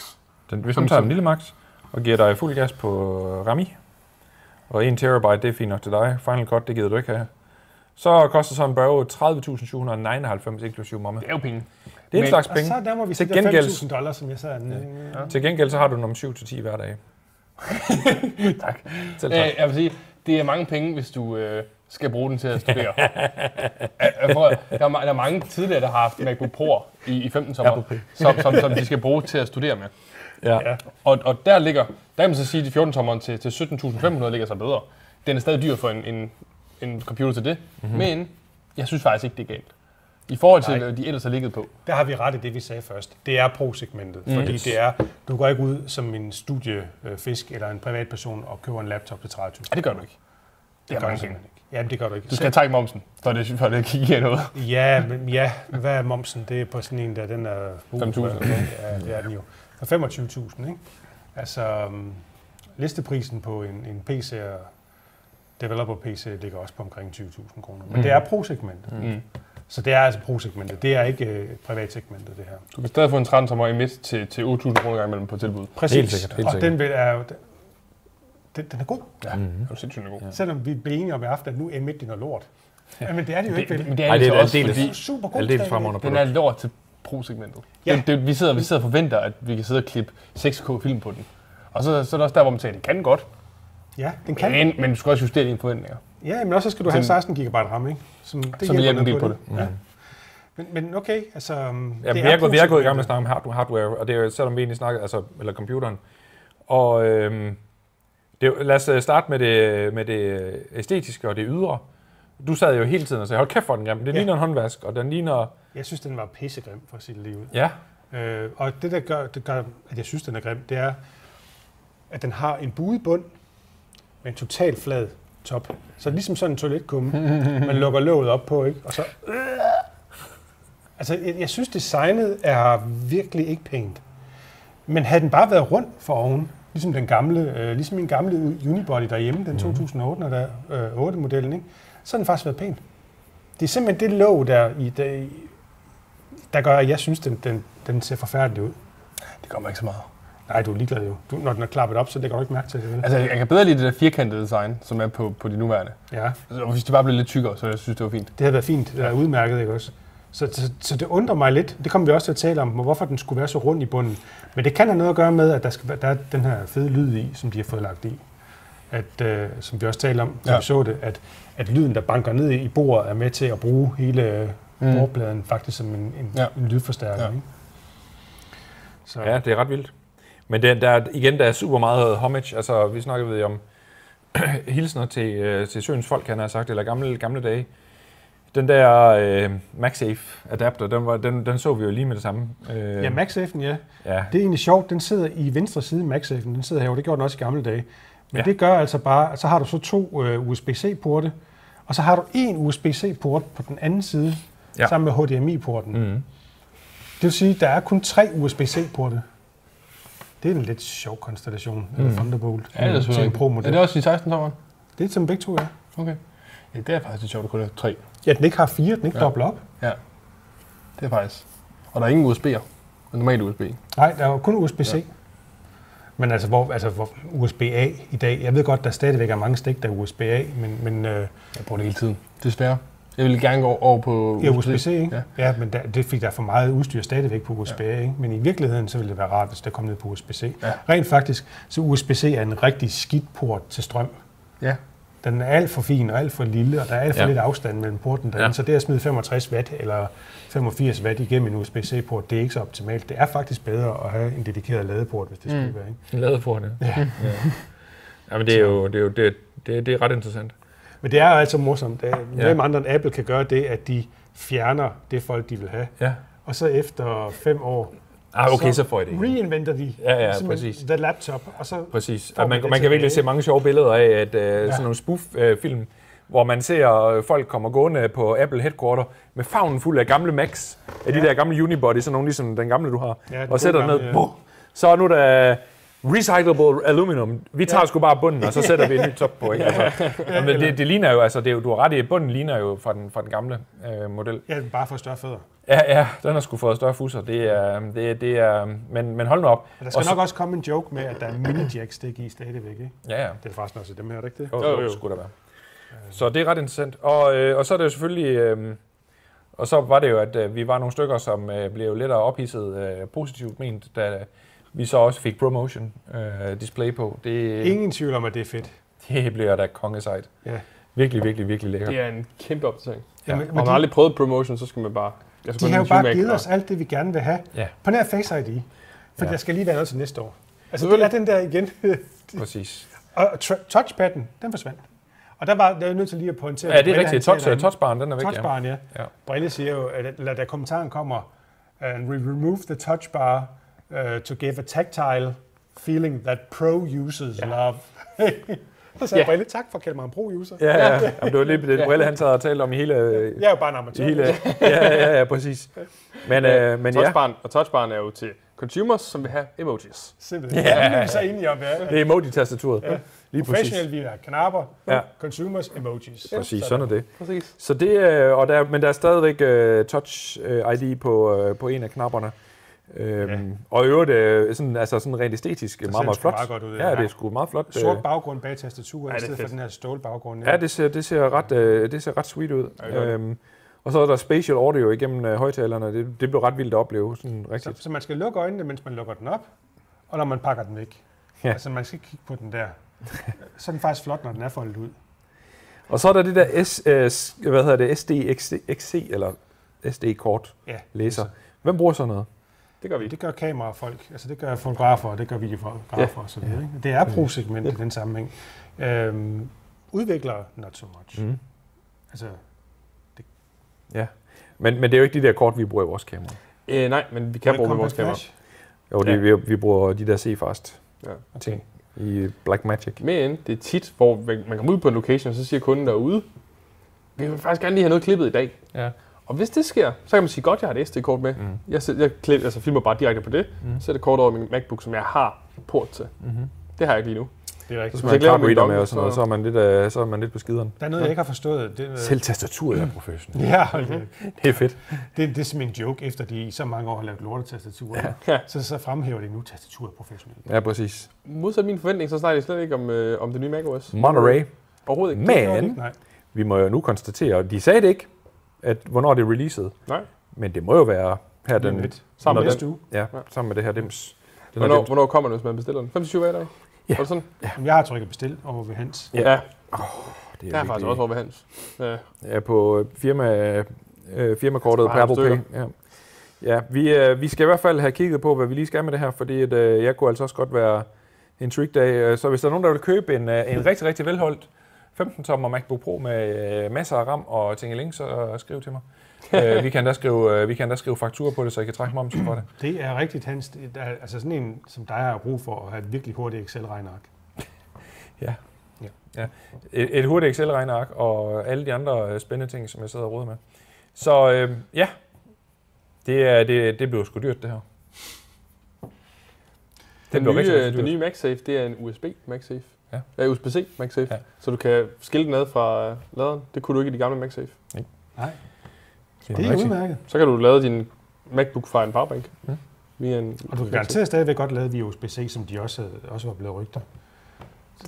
Speaker 3: Den, hvis
Speaker 2: Som-
Speaker 3: du tager
Speaker 2: som-
Speaker 3: den lille max og giver dig fuld øh, gas på Rami, og 1 terabyte, det er fint nok til dig. Final Cut, det gider du ikke have. Så koster sådan en børge 30.799 inklusiv momma.
Speaker 2: Det er jo penge.
Speaker 3: Det er en
Speaker 2: Men-
Speaker 3: slags
Speaker 1: Og
Speaker 3: penge.
Speaker 1: så der må vi
Speaker 3: Til
Speaker 1: sige, der
Speaker 3: gengæld-
Speaker 1: er 5.000 dollars, som jeg sad. Ja.
Speaker 3: Til gengæld så har du nummer 7 til 10 hver dag.
Speaker 2: Tak.
Speaker 3: Selv tak.
Speaker 2: Øh, jeg vil sige, det er mange penge, hvis du øh, skal bruge den til at studere. <laughs> Øh, for, der, er, ma- der er mange tidligere, der har haft MacBook Pro'er i, i 15 sommer, som, som, som de skal bruge til at studere med.
Speaker 3: Ja.
Speaker 2: Og, og der ligger, der kan man så sige, at de 14 tommeren til, til 17.500 ligger sig bedre. Den er stadig dyr for en, en, en computer til det, mm-hmm. men jeg synes faktisk ikke, det er galt. I forhold til,
Speaker 1: Nej.
Speaker 2: hvad de ellers har ligget på.
Speaker 1: Der har vi ret i det, vi sagde først. Det er pro-segmentet, mm. fordi det er, du går ikke ud som en studiefisk eller en privatperson og køber en laptop til 30.000.
Speaker 2: Ja, det gør du ikke. altså. Det, det
Speaker 1: gør du
Speaker 2: gør du ikke.
Speaker 1: simpelthen ikke. Jamen, det gør du ikke.
Speaker 2: Du skal trække momsen, for det, for det kan give noget.
Speaker 1: Ja, men ja, hvad er momsen? Det er på sådan en der, den er...
Speaker 2: 5.000.
Speaker 1: Ja, det er den jo. For 25.000, ikke? Altså, um, listeprisen på en, en PC og developer PC ligger også på omkring 20.000 kroner. Men mm. det er pro-segmentet.
Speaker 2: Mm.
Speaker 1: Så det er altså pro-segmentet. Det er ikke øh, privatsegmentet, det her.
Speaker 2: Du kan stadig få en 13 tommer i midt til, til 8.000 kroner gang imellem på tilbud.
Speaker 1: Præcis.
Speaker 3: Helt sikkert, helt
Speaker 1: og
Speaker 3: sikkert.
Speaker 1: den vil, er jo... Den, den er god.
Speaker 2: Ja,
Speaker 3: Mhm.
Speaker 2: mm-hmm. det er sindssygt god. Ja.
Speaker 1: Selvom vi blev enige om i aften, at nu er midt i noget lort. Ja. Men det er det jo ikke,
Speaker 2: Det,
Speaker 1: vel?
Speaker 2: men det er,
Speaker 3: Ej,
Speaker 2: det
Speaker 3: det
Speaker 2: så
Speaker 3: er da
Speaker 2: også,
Speaker 3: en del af-
Speaker 2: fordi
Speaker 1: Super god
Speaker 3: Aldeles
Speaker 1: stadig.
Speaker 3: fremragende
Speaker 2: den er
Speaker 3: produkt.
Speaker 2: lort til pro-segmentet.
Speaker 1: Ja.
Speaker 2: Ja. Det, det, vi, sidder, vi sidder og forventer, at vi kan sidde og klippe 6K-film på den. Og så, så er der også der, hvor man tænker, det kan godt,
Speaker 1: Ja, den kan.
Speaker 2: kan. Men, men du skal også justere dine forventninger.
Speaker 1: Ja, men også så skal du have
Speaker 2: Som-
Speaker 1: 16 GB RAM, ikke? Som, det
Speaker 2: Som hjælper en del
Speaker 1: noget
Speaker 2: på
Speaker 3: Mhm.
Speaker 1: Ja. Men, men okay, altså... um,
Speaker 3: Ja,
Speaker 1: det
Speaker 3: vi, er, gået- vi er gået i gang med at
Speaker 1: positivt.
Speaker 3: snakke om hard- hardware, og det er jo selvom vi egentlig snakker, altså, eller computeren. Og øhm, det, er jo- lad os øh, starte med det, med det øh, æstetiske og det ydre. Du sad jo hele tiden og sagde, hold kæft for den grim, det
Speaker 1: Ja.
Speaker 3: ligner en håndvask, og den ligner...
Speaker 1: Jeg synes, den var pissegrim for sit liv.
Speaker 3: Ja,
Speaker 1: Øh, og det, der gør, det gør, at jeg synes, den er grim, det er, at den har en buet bund, men totalt flad top. Så ligesom sådan en toiletkumme, man lukker låget op på, ikke? Og så... Altså, jeg, jeg synes, designet er virkelig ikke pænt. Men havde den bare været rund for oven, ligesom den gamle, øh, ligesom min gamle Unibody derhjemme,
Speaker 2: Mhm.
Speaker 1: den 2008 der, øh, 8 modellen, ikke? så havde den faktisk været pæn. Det er simpelthen det låg, der, i, der, der gør, at jeg synes, den, den, den ser forfærdelig ud.
Speaker 2: Det kommer ikke så meget.
Speaker 1: Nej, du er ligeglad jo. Du, når den er klappet op, så lægger du ikke mærke til det. Vel?
Speaker 2: Altså, jeg kan bedre lide det der firkantede design, som er på, på de nuværende.
Speaker 1: Ja,
Speaker 2: Altså, hvis det bare blev lidt tykkere, så jeg synes det var fint.
Speaker 1: det havde været fint. Det er udmærket, ikke også? Så, så, så det undrer mig lidt. Det kommer vi også til at tale om, hvorfor den skulle være så rund i bunden. Men det kan have noget at gøre med, at der, skal, være- der er den her fede lyd i, som de har fået lagt i. At, øh, som vi også talte om, da
Speaker 2: Ja.
Speaker 1: vi så det, at, at lyden, der banker ned i bordet, er med til at bruge hele øh,
Speaker 2: Mm.
Speaker 1: bordpladen faktisk som en, en,
Speaker 2: Ja.
Speaker 1: ja. en lydforstærker.
Speaker 2: Ja.
Speaker 1: Ja. Ikke? Så,
Speaker 3: ja det er ret vildt. Men det, der, er- igen, der er super meget homage. Altså, vi snakkede ved om <clears throat> hilsner til, øh, til søens folk, han har sagt, eller gamle, gamle dage. Den der øh, MagSafe adapter, den, var, den, den så vi jo lige med det samme. Øh,
Speaker 1: ja MagSafe'en, ja.
Speaker 3: ja.
Speaker 1: Det er egentlig sjovt, den sidder i venstre side af MagSafe'en, den sidder herovre, det gjorde den også i gamle dage. Men
Speaker 3: Ja.
Speaker 1: ja. det gør altså bare, at så har du så to øh, USB-C-porte, og så har du en USB-C-port på den anden side,
Speaker 3: Ja.
Speaker 1: ja. sammen med HDMI-porten. Mm.
Speaker 3: Mm.
Speaker 1: Det vil sige, at der er kun tre USB-C-porte. Det er en lidt sjov konstellation, mm. eller Thunderbolt, til en
Speaker 2: Er
Speaker 1: Pro-model.
Speaker 2: det
Speaker 1: Det,
Speaker 2: også i 16 tommeren?
Speaker 1: det er som begge to, ja.
Speaker 2: Okay. Ja, det er faktisk lidt sjovt, at kun er tre.
Speaker 1: Ja, den ikke har fire, den ikke
Speaker 2: Ja.
Speaker 1: ja. dobbler op.
Speaker 2: Ja. Det er faktisk. Og der er ingen USB'er. Normalt USB.
Speaker 1: Nej, der er jo kun USB-C. Ja. Men altså, hvor, altså hvor USB-A i dag, jeg ved godt, der stadigvæk er mange stik, der er USB-A, men, men øh,
Speaker 2: Jeg bruger det hele tiden. Desværre. Jeg ville gerne gå over på
Speaker 1: Ja, USB-C, ikke?
Speaker 2: Ja.
Speaker 1: Ja, ja men der, det fik der for meget udstyr stadigvæk på USB, ja. ikke? Men i virkeligheden, så ville det være rart, hvis det kom ned på USB-C.
Speaker 2: Ja.
Speaker 1: Ja. Rent faktisk, så USB-C er en rigtig skidt port til strøm.
Speaker 2: ja.
Speaker 1: Den er alt for fin og alt for lille, og der er alt for
Speaker 3: Ja.
Speaker 1: ja. lidt afstand mellem porten derinde.
Speaker 3: Ja.
Speaker 1: Ja. Så det at smide 65 watt eller 85 watt igennem en USB-C-port, det er ikke så optimalt. Det er faktisk bedre at have en dedikeret ladeport, hvis det skulle være, ikke?
Speaker 3: En ladeport, ja. ja. ja. men det er jo, det er jo det, det, det er ret interessant.
Speaker 1: Men det er jo altså morsomt. Ja.
Speaker 3: Ja.
Speaker 1: Hvem andre end Apple kan gøre det, at de fjerner det folk, de vil have.
Speaker 3: Ja.
Speaker 1: Og så efter fem år,
Speaker 3: Ah, okay, så,
Speaker 1: Så
Speaker 3: får jeg det ikke.
Speaker 1: reinventer de
Speaker 3: Ja, ja,
Speaker 1: simpelthen
Speaker 3: præcis.
Speaker 1: the laptop, og så
Speaker 3: Præcis.
Speaker 1: får
Speaker 3: Og man,
Speaker 1: man det
Speaker 3: man kan
Speaker 1: tilbage,
Speaker 3: virkelig se
Speaker 1: ikke?
Speaker 3: mange sjove billeder af at, øh, ja. sådan
Speaker 1: Ja.
Speaker 3: nogle spoof-film, hvor man ser øh, folk kommer gående på Apple Headquarter med favnen fuld af gamle Macs, af de
Speaker 1: Ja.
Speaker 3: der gamle Unibody, sådan nogle ligesom den gamle, du har,
Speaker 1: Ja, den
Speaker 3: og sætter dem
Speaker 1: gode
Speaker 3: ned.
Speaker 1: gamle,
Speaker 3: Ja. Så nu er der øh, recyclable aluminum. Vi tager ja. sgu bare bunden, og så sætter vi en ny top
Speaker 1: <laughs>
Speaker 3: på. Ikke? Altså, ja, men det, det ligner jo, altså, det er jo, du har ret i, bunden ligner jo fra den, fra den gamle øh, model.
Speaker 1: ja, bare for større fødder.
Speaker 3: Ja, ja, den har sgu fået større fusser. Det er, mm, det, er- det er, men, men hold nu op.
Speaker 1: Og der skal
Speaker 3: Og
Speaker 1: og nok også komme en joke med, at der er mini jack stik i stadigvæk, ikke?
Speaker 3: Ja, ja.
Speaker 1: Det er faktisk også dem her, er det ikke det?
Speaker 3: Jo, jo, jo. skulle der være. Så det er ret interessant. Og, øh, og så er det jo selvfølgelig... Øh, og så var det jo, at øh, vi var nogle stykker, som øh, blev lidt ophidset øh, positivt ment, da vi så også fik promotion øh, display på. Det,
Speaker 1: Ingen tvivl om, at det er fedt.
Speaker 3: det bliver da kongesejt.
Speaker 1: Ja.
Speaker 3: Virkelig, virkelig, virkelig lækkert.
Speaker 2: Det er en kæmpe opdatering.
Speaker 1: Ja, men,
Speaker 2: Og man har aldrig prøvet promotion, så skal man bare... Jeg skal
Speaker 1: De
Speaker 2: kun
Speaker 1: har jo
Speaker 2: lige zoome
Speaker 1: bare
Speaker 2: af
Speaker 1: givet
Speaker 2: og-
Speaker 1: os alt det, vi gerne vil have.
Speaker 3: Ja.
Speaker 1: På nær Face ID. For
Speaker 3: Ja.
Speaker 1: der skal lige være noget til næste år. Altså, det er
Speaker 2: Selvfølgelig.
Speaker 1: den der igen. <laughs>
Speaker 3: Præcis.
Speaker 1: og tra- touchpadden, den forsvandt. Og der var der er jeg nødt til lige at pointere...
Speaker 3: Ja, det
Speaker 1: Brille, han
Speaker 3: er rigtigt.
Speaker 1: taler
Speaker 3: Touch,
Speaker 1: inden.
Speaker 3: touchbaren, den er væk. Ja.
Speaker 1: Touchbaren, ja.
Speaker 3: Ja.
Speaker 1: ja. Brille siger jo, at eller da kommentaren kommer, and we remove the touchbar uh, to give a tactile feeling that pro users ja. love. <laughs> Så sagde ja.
Speaker 2: Ja.
Speaker 1: Brille, tak for at kalde mig en pro-user. Ja.
Speaker 3: Ja, ja. Jamen, det var lige det brille, han sad og talte om i hele... øh,
Speaker 1: Jeg er jo bare en
Speaker 3: I
Speaker 1: amatør.
Speaker 3: hele ja, ja, ja, præcis. Men, ja, øh, men ja,
Speaker 2: touchbaren, Og touchbaren er jo til consumers, som vil have emojis.
Speaker 1: Simpelthen. Ja. Det er vi så enige om, ja.
Speaker 3: det er emoji-tastaturet. Ja. Lige præcis.
Speaker 1: Professionelle, vi er knapper.
Speaker 3: Ja.
Speaker 1: Ja. Consumers, emojis.
Speaker 3: Præcis, sådan er det.
Speaker 2: Præcis.
Speaker 3: Så det, øh, og der, men der er stadigvæk øh, Touch øh, ID på, øh, på en af knapperne. Øhm, ja. Og i øvrigt, øh, sådan, altså sådan rent æstetisk, meget, meget
Speaker 1: sgu
Speaker 3: flot.
Speaker 1: meget godt ud,
Speaker 3: ja.
Speaker 1: ja.
Speaker 3: det er sgu meget flot. øh.
Speaker 1: Sort baggrund bag tastaturet,
Speaker 2: Ja,
Speaker 1: ja, i
Speaker 2: det er
Speaker 1: stedet for
Speaker 2: fedt.
Speaker 1: den her stålbaggrund.
Speaker 3: Ja, det ser, det ser, ret, øh, det ser ret sweet ud.
Speaker 2: det gør det.
Speaker 3: Øhm, og så er der spatial audio igennem øh, højtalerne. Det, det blev ret vildt at opleve, sådan
Speaker 1: så,
Speaker 3: rigtigt.
Speaker 1: så man skal lukke øjnene, mens man lukker den op, og når man pakker den væk.
Speaker 3: Ja.
Speaker 1: Ja. Altså, man skal ikke kigge på den der. Så er den faktisk flot, når den er foldet ud.
Speaker 3: Og så er der det der S, øh, s- hvad hedder det, SDXC, eller SD-kort
Speaker 1: Ja,
Speaker 3: læser. Hvem bruger sådan noget?
Speaker 2: Det gør vi.
Speaker 1: Det gør kamerafolk, altså det gør fotografer, og det gør videografer ja. osv. Ja. Det er pro-segmentet ja. i den sammenhæng. Øhm, udviklere, not so much.
Speaker 3: Mhm.
Speaker 1: Mm. Altså,
Speaker 3: Ja. Men, men det er jo ikke de der kort, vi bruger i vores kamera.
Speaker 2: Øh, nej, men vi kan bruge med vores
Speaker 1: Compact
Speaker 2: kamera.
Speaker 1: Flash.
Speaker 3: Jo, det,
Speaker 2: Ja.
Speaker 3: ja. vi, vi bruger de der C-fast
Speaker 2: Ja.
Speaker 3: ting i Blackmagic.
Speaker 2: Men det er tit, hvor man man kommer ud på en location, og så siger kunden derude, vi vil faktisk gerne lige have noget klippet i dag.
Speaker 3: Ja.
Speaker 2: Og hvis det sker, så kan man sige, godt, jeg har et SD-kort med.
Speaker 3: Mm.
Speaker 2: Jeg, sæt- jeg klip, altså, filmer bare direkte på det, mm. sætter kort over min MacBook, som jeg har port til.
Speaker 3: Mm-hmm.
Speaker 2: Det har jeg ikke lige nu.
Speaker 1: Det er
Speaker 3: Så
Speaker 1: rigtigt.
Speaker 3: skal man
Speaker 2: laver
Speaker 3: klare
Speaker 2: min
Speaker 3: reader med
Speaker 2: dongle,
Speaker 3: og sådan noget,
Speaker 2: så- Øh.
Speaker 3: så er man lidt, øh, så er man lidt på skideren.
Speaker 1: Der er noget, jeg ikke har forstået. Det, øh,
Speaker 3: Selv tastaturet er professionelt.
Speaker 1: Ja, hold da.
Speaker 3: Det er fedt.
Speaker 1: Det, det er simpelthen en joke, efter de i så mange år har lavet lortetastaturer.
Speaker 2: Ja.
Speaker 1: Ja. Så, så fremhæver de nu tastaturet professionelt.
Speaker 3: Ja, præcis.
Speaker 2: Modsat min forventning, så snakker de slet ikke om, øh, om det nye macOS.
Speaker 3: Monterey.
Speaker 2: Overhovedet ikke.
Speaker 3: Men
Speaker 1: Nej.
Speaker 3: vi må jo nu konstatere, og de sagde det ikke, at hvornår det er releaset.
Speaker 2: Nej.
Speaker 3: Men det må jo være her
Speaker 1: Den,
Speaker 3: den,
Speaker 1: lidt.
Speaker 2: Sammen
Speaker 3: Nå,
Speaker 2: med
Speaker 1: Næste
Speaker 2: den.
Speaker 1: uge.
Speaker 3: ja, sammen med det her dims. Den er
Speaker 2: Hvornår,
Speaker 3: dims.
Speaker 2: hvornår kommer den, hvis man bestiller den? 5-7 dage?
Speaker 3: Ja.
Speaker 2: Er det sådan?
Speaker 1: Jamen, Jeg har trykket bestil over ved Hans.
Speaker 3: Ja.
Speaker 2: ja.
Speaker 3: Ah, Det
Speaker 2: Jeg har faktisk
Speaker 3: virkelig-
Speaker 2: også over ved Hans. Ja.
Speaker 3: Ja, på øh, firma, øh, firmakortet på
Speaker 2: Sparer nogle
Speaker 3: Apple Pay. Ja. Ja, vi, øh, vi skal i hvert fald have kigget på, hvad vi lige skal med det her, fordi at, øh, jeg kunne altså også godt være en trick day. Øh, Så hvis der er nogen, der vil købe en, øh, en rigtig, rigtig velholdt 15-tommer MacBook Pro med øh, masser af RAM og ting så øh, skriv til mig. øh, vi kan da skrive, øh, vi kan da skrive fakturer på det, så jeg kan trække momsen for det.
Speaker 1: Det er rigtigt, Hans. Det er, altså sådan en, som dig har brug for at have et virkelig hurtigt Excel-regneark.
Speaker 3: Et, et hurtigt Excel-regneark og alle de andre øh, spændende ting, som jeg sidder og roder med. Så øh, ja, det, er, det, det blev sgu dyrt, det her.
Speaker 2: Den,
Speaker 3: blev
Speaker 2: nye, øh,
Speaker 3: rigtig, rigtig
Speaker 2: den
Speaker 3: dyrt.
Speaker 2: nye MagSafe, det er en USB MagSafe.
Speaker 3: Ja.
Speaker 2: ja USB-C MagSafe.
Speaker 3: Ja.
Speaker 2: Ja. Så du kan skille den ad fra øh, laderen. Det kunne du ikke i de gamle MagSafe.
Speaker 1: Nej,
Speaker 3: Det
Speaker 1: det er udmærket.
Speaker 2: Så kan du lade din MacBook fra en powerbank.
Speaker 3: Ja.
Speaker 2: Ja. Via en
Speaker 1: Og du kan
Speaker 2: MagSafe.
Speaker 1: garanteret stadigvæk godt lave via USB-C, som de også, havde, også var blevet rygter.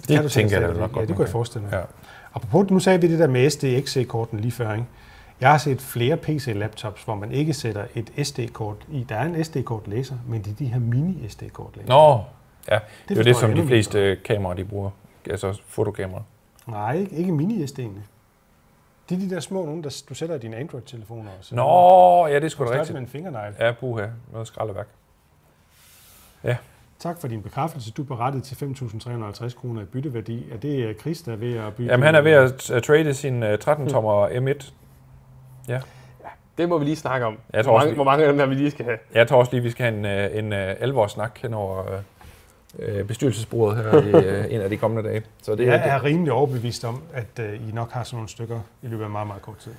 Speaker 1: Det,
Speaker 3: tænker jeg da
Speaker 1: det
Speaker 3: nok
Speaker 1: nok
Speaker 3: godt,
Speaker 1: Ja, det kunne
Speaker 3: man kan.
Speaker 1: jeg forestille mig.
Speaker 3: Ja.
Speaker 1: Ja. Apropos, nu sagde vi det der med SDXC-korten lige før, ikke? Jeg har set flere PC-laptops, hvor man ikke sætter et SD-kort i. Der er en SD-kort læser, men det er de her mini-SD-kort læser.
Speaker 3: Nå, ja. Det, er jo
Speaker 1: forstår
Speaker 3: det, som
Speaker 1: jeg
Speaker 3: de
Speaker 1: endnu
Speaker 3: fleste øh, kameraer, de bruger. Altså fotokameraer.
Speaker 1: Nej, ikke, ikke mini-SD'erne. Det er de der små nogen, der du sætter i dine Android-telefoner. og så-
Speaker 3: Nå, ja, det er sgu da
Speaker 1: Størrelse med
Speaker 3: rigtigt.
Speaker 1: en fingernegl.
Speaker 3: Ja, buha. Noget skraldeværk.
Speaker 1: Tak for din bekræftelse. Du er berettet til 5.350 kroner i bytteværdi. Er det øh, Chris, der er ved at bytte?
Speaker 3: Jamen, han er ved at øh, trade sin øh, 13-tommer M1.
Speaker 2: Det må vi lige snakke om.
Speaker 3: Jeg tror
Speaker 2: hvor,
Speaker 3: også,
Speaker 2: mange,
Speaker 3: vi-
Speaker 2: hvor mange af dem der vi lige skal have.
Speaker 3: Jeg tror også lige, vi skal have en, øh, en øh, alvorsnak hen over øh, øh, bestyrelsesbordet her i øh, en af de kommende dage. Så det,
Speaker 1: Jeg
Speaker 3: ja, det,
Speaker 1: er rimelig overbevist om, at øh, I nok har sådan nogle stykker i løbet af meget, meget kort tid.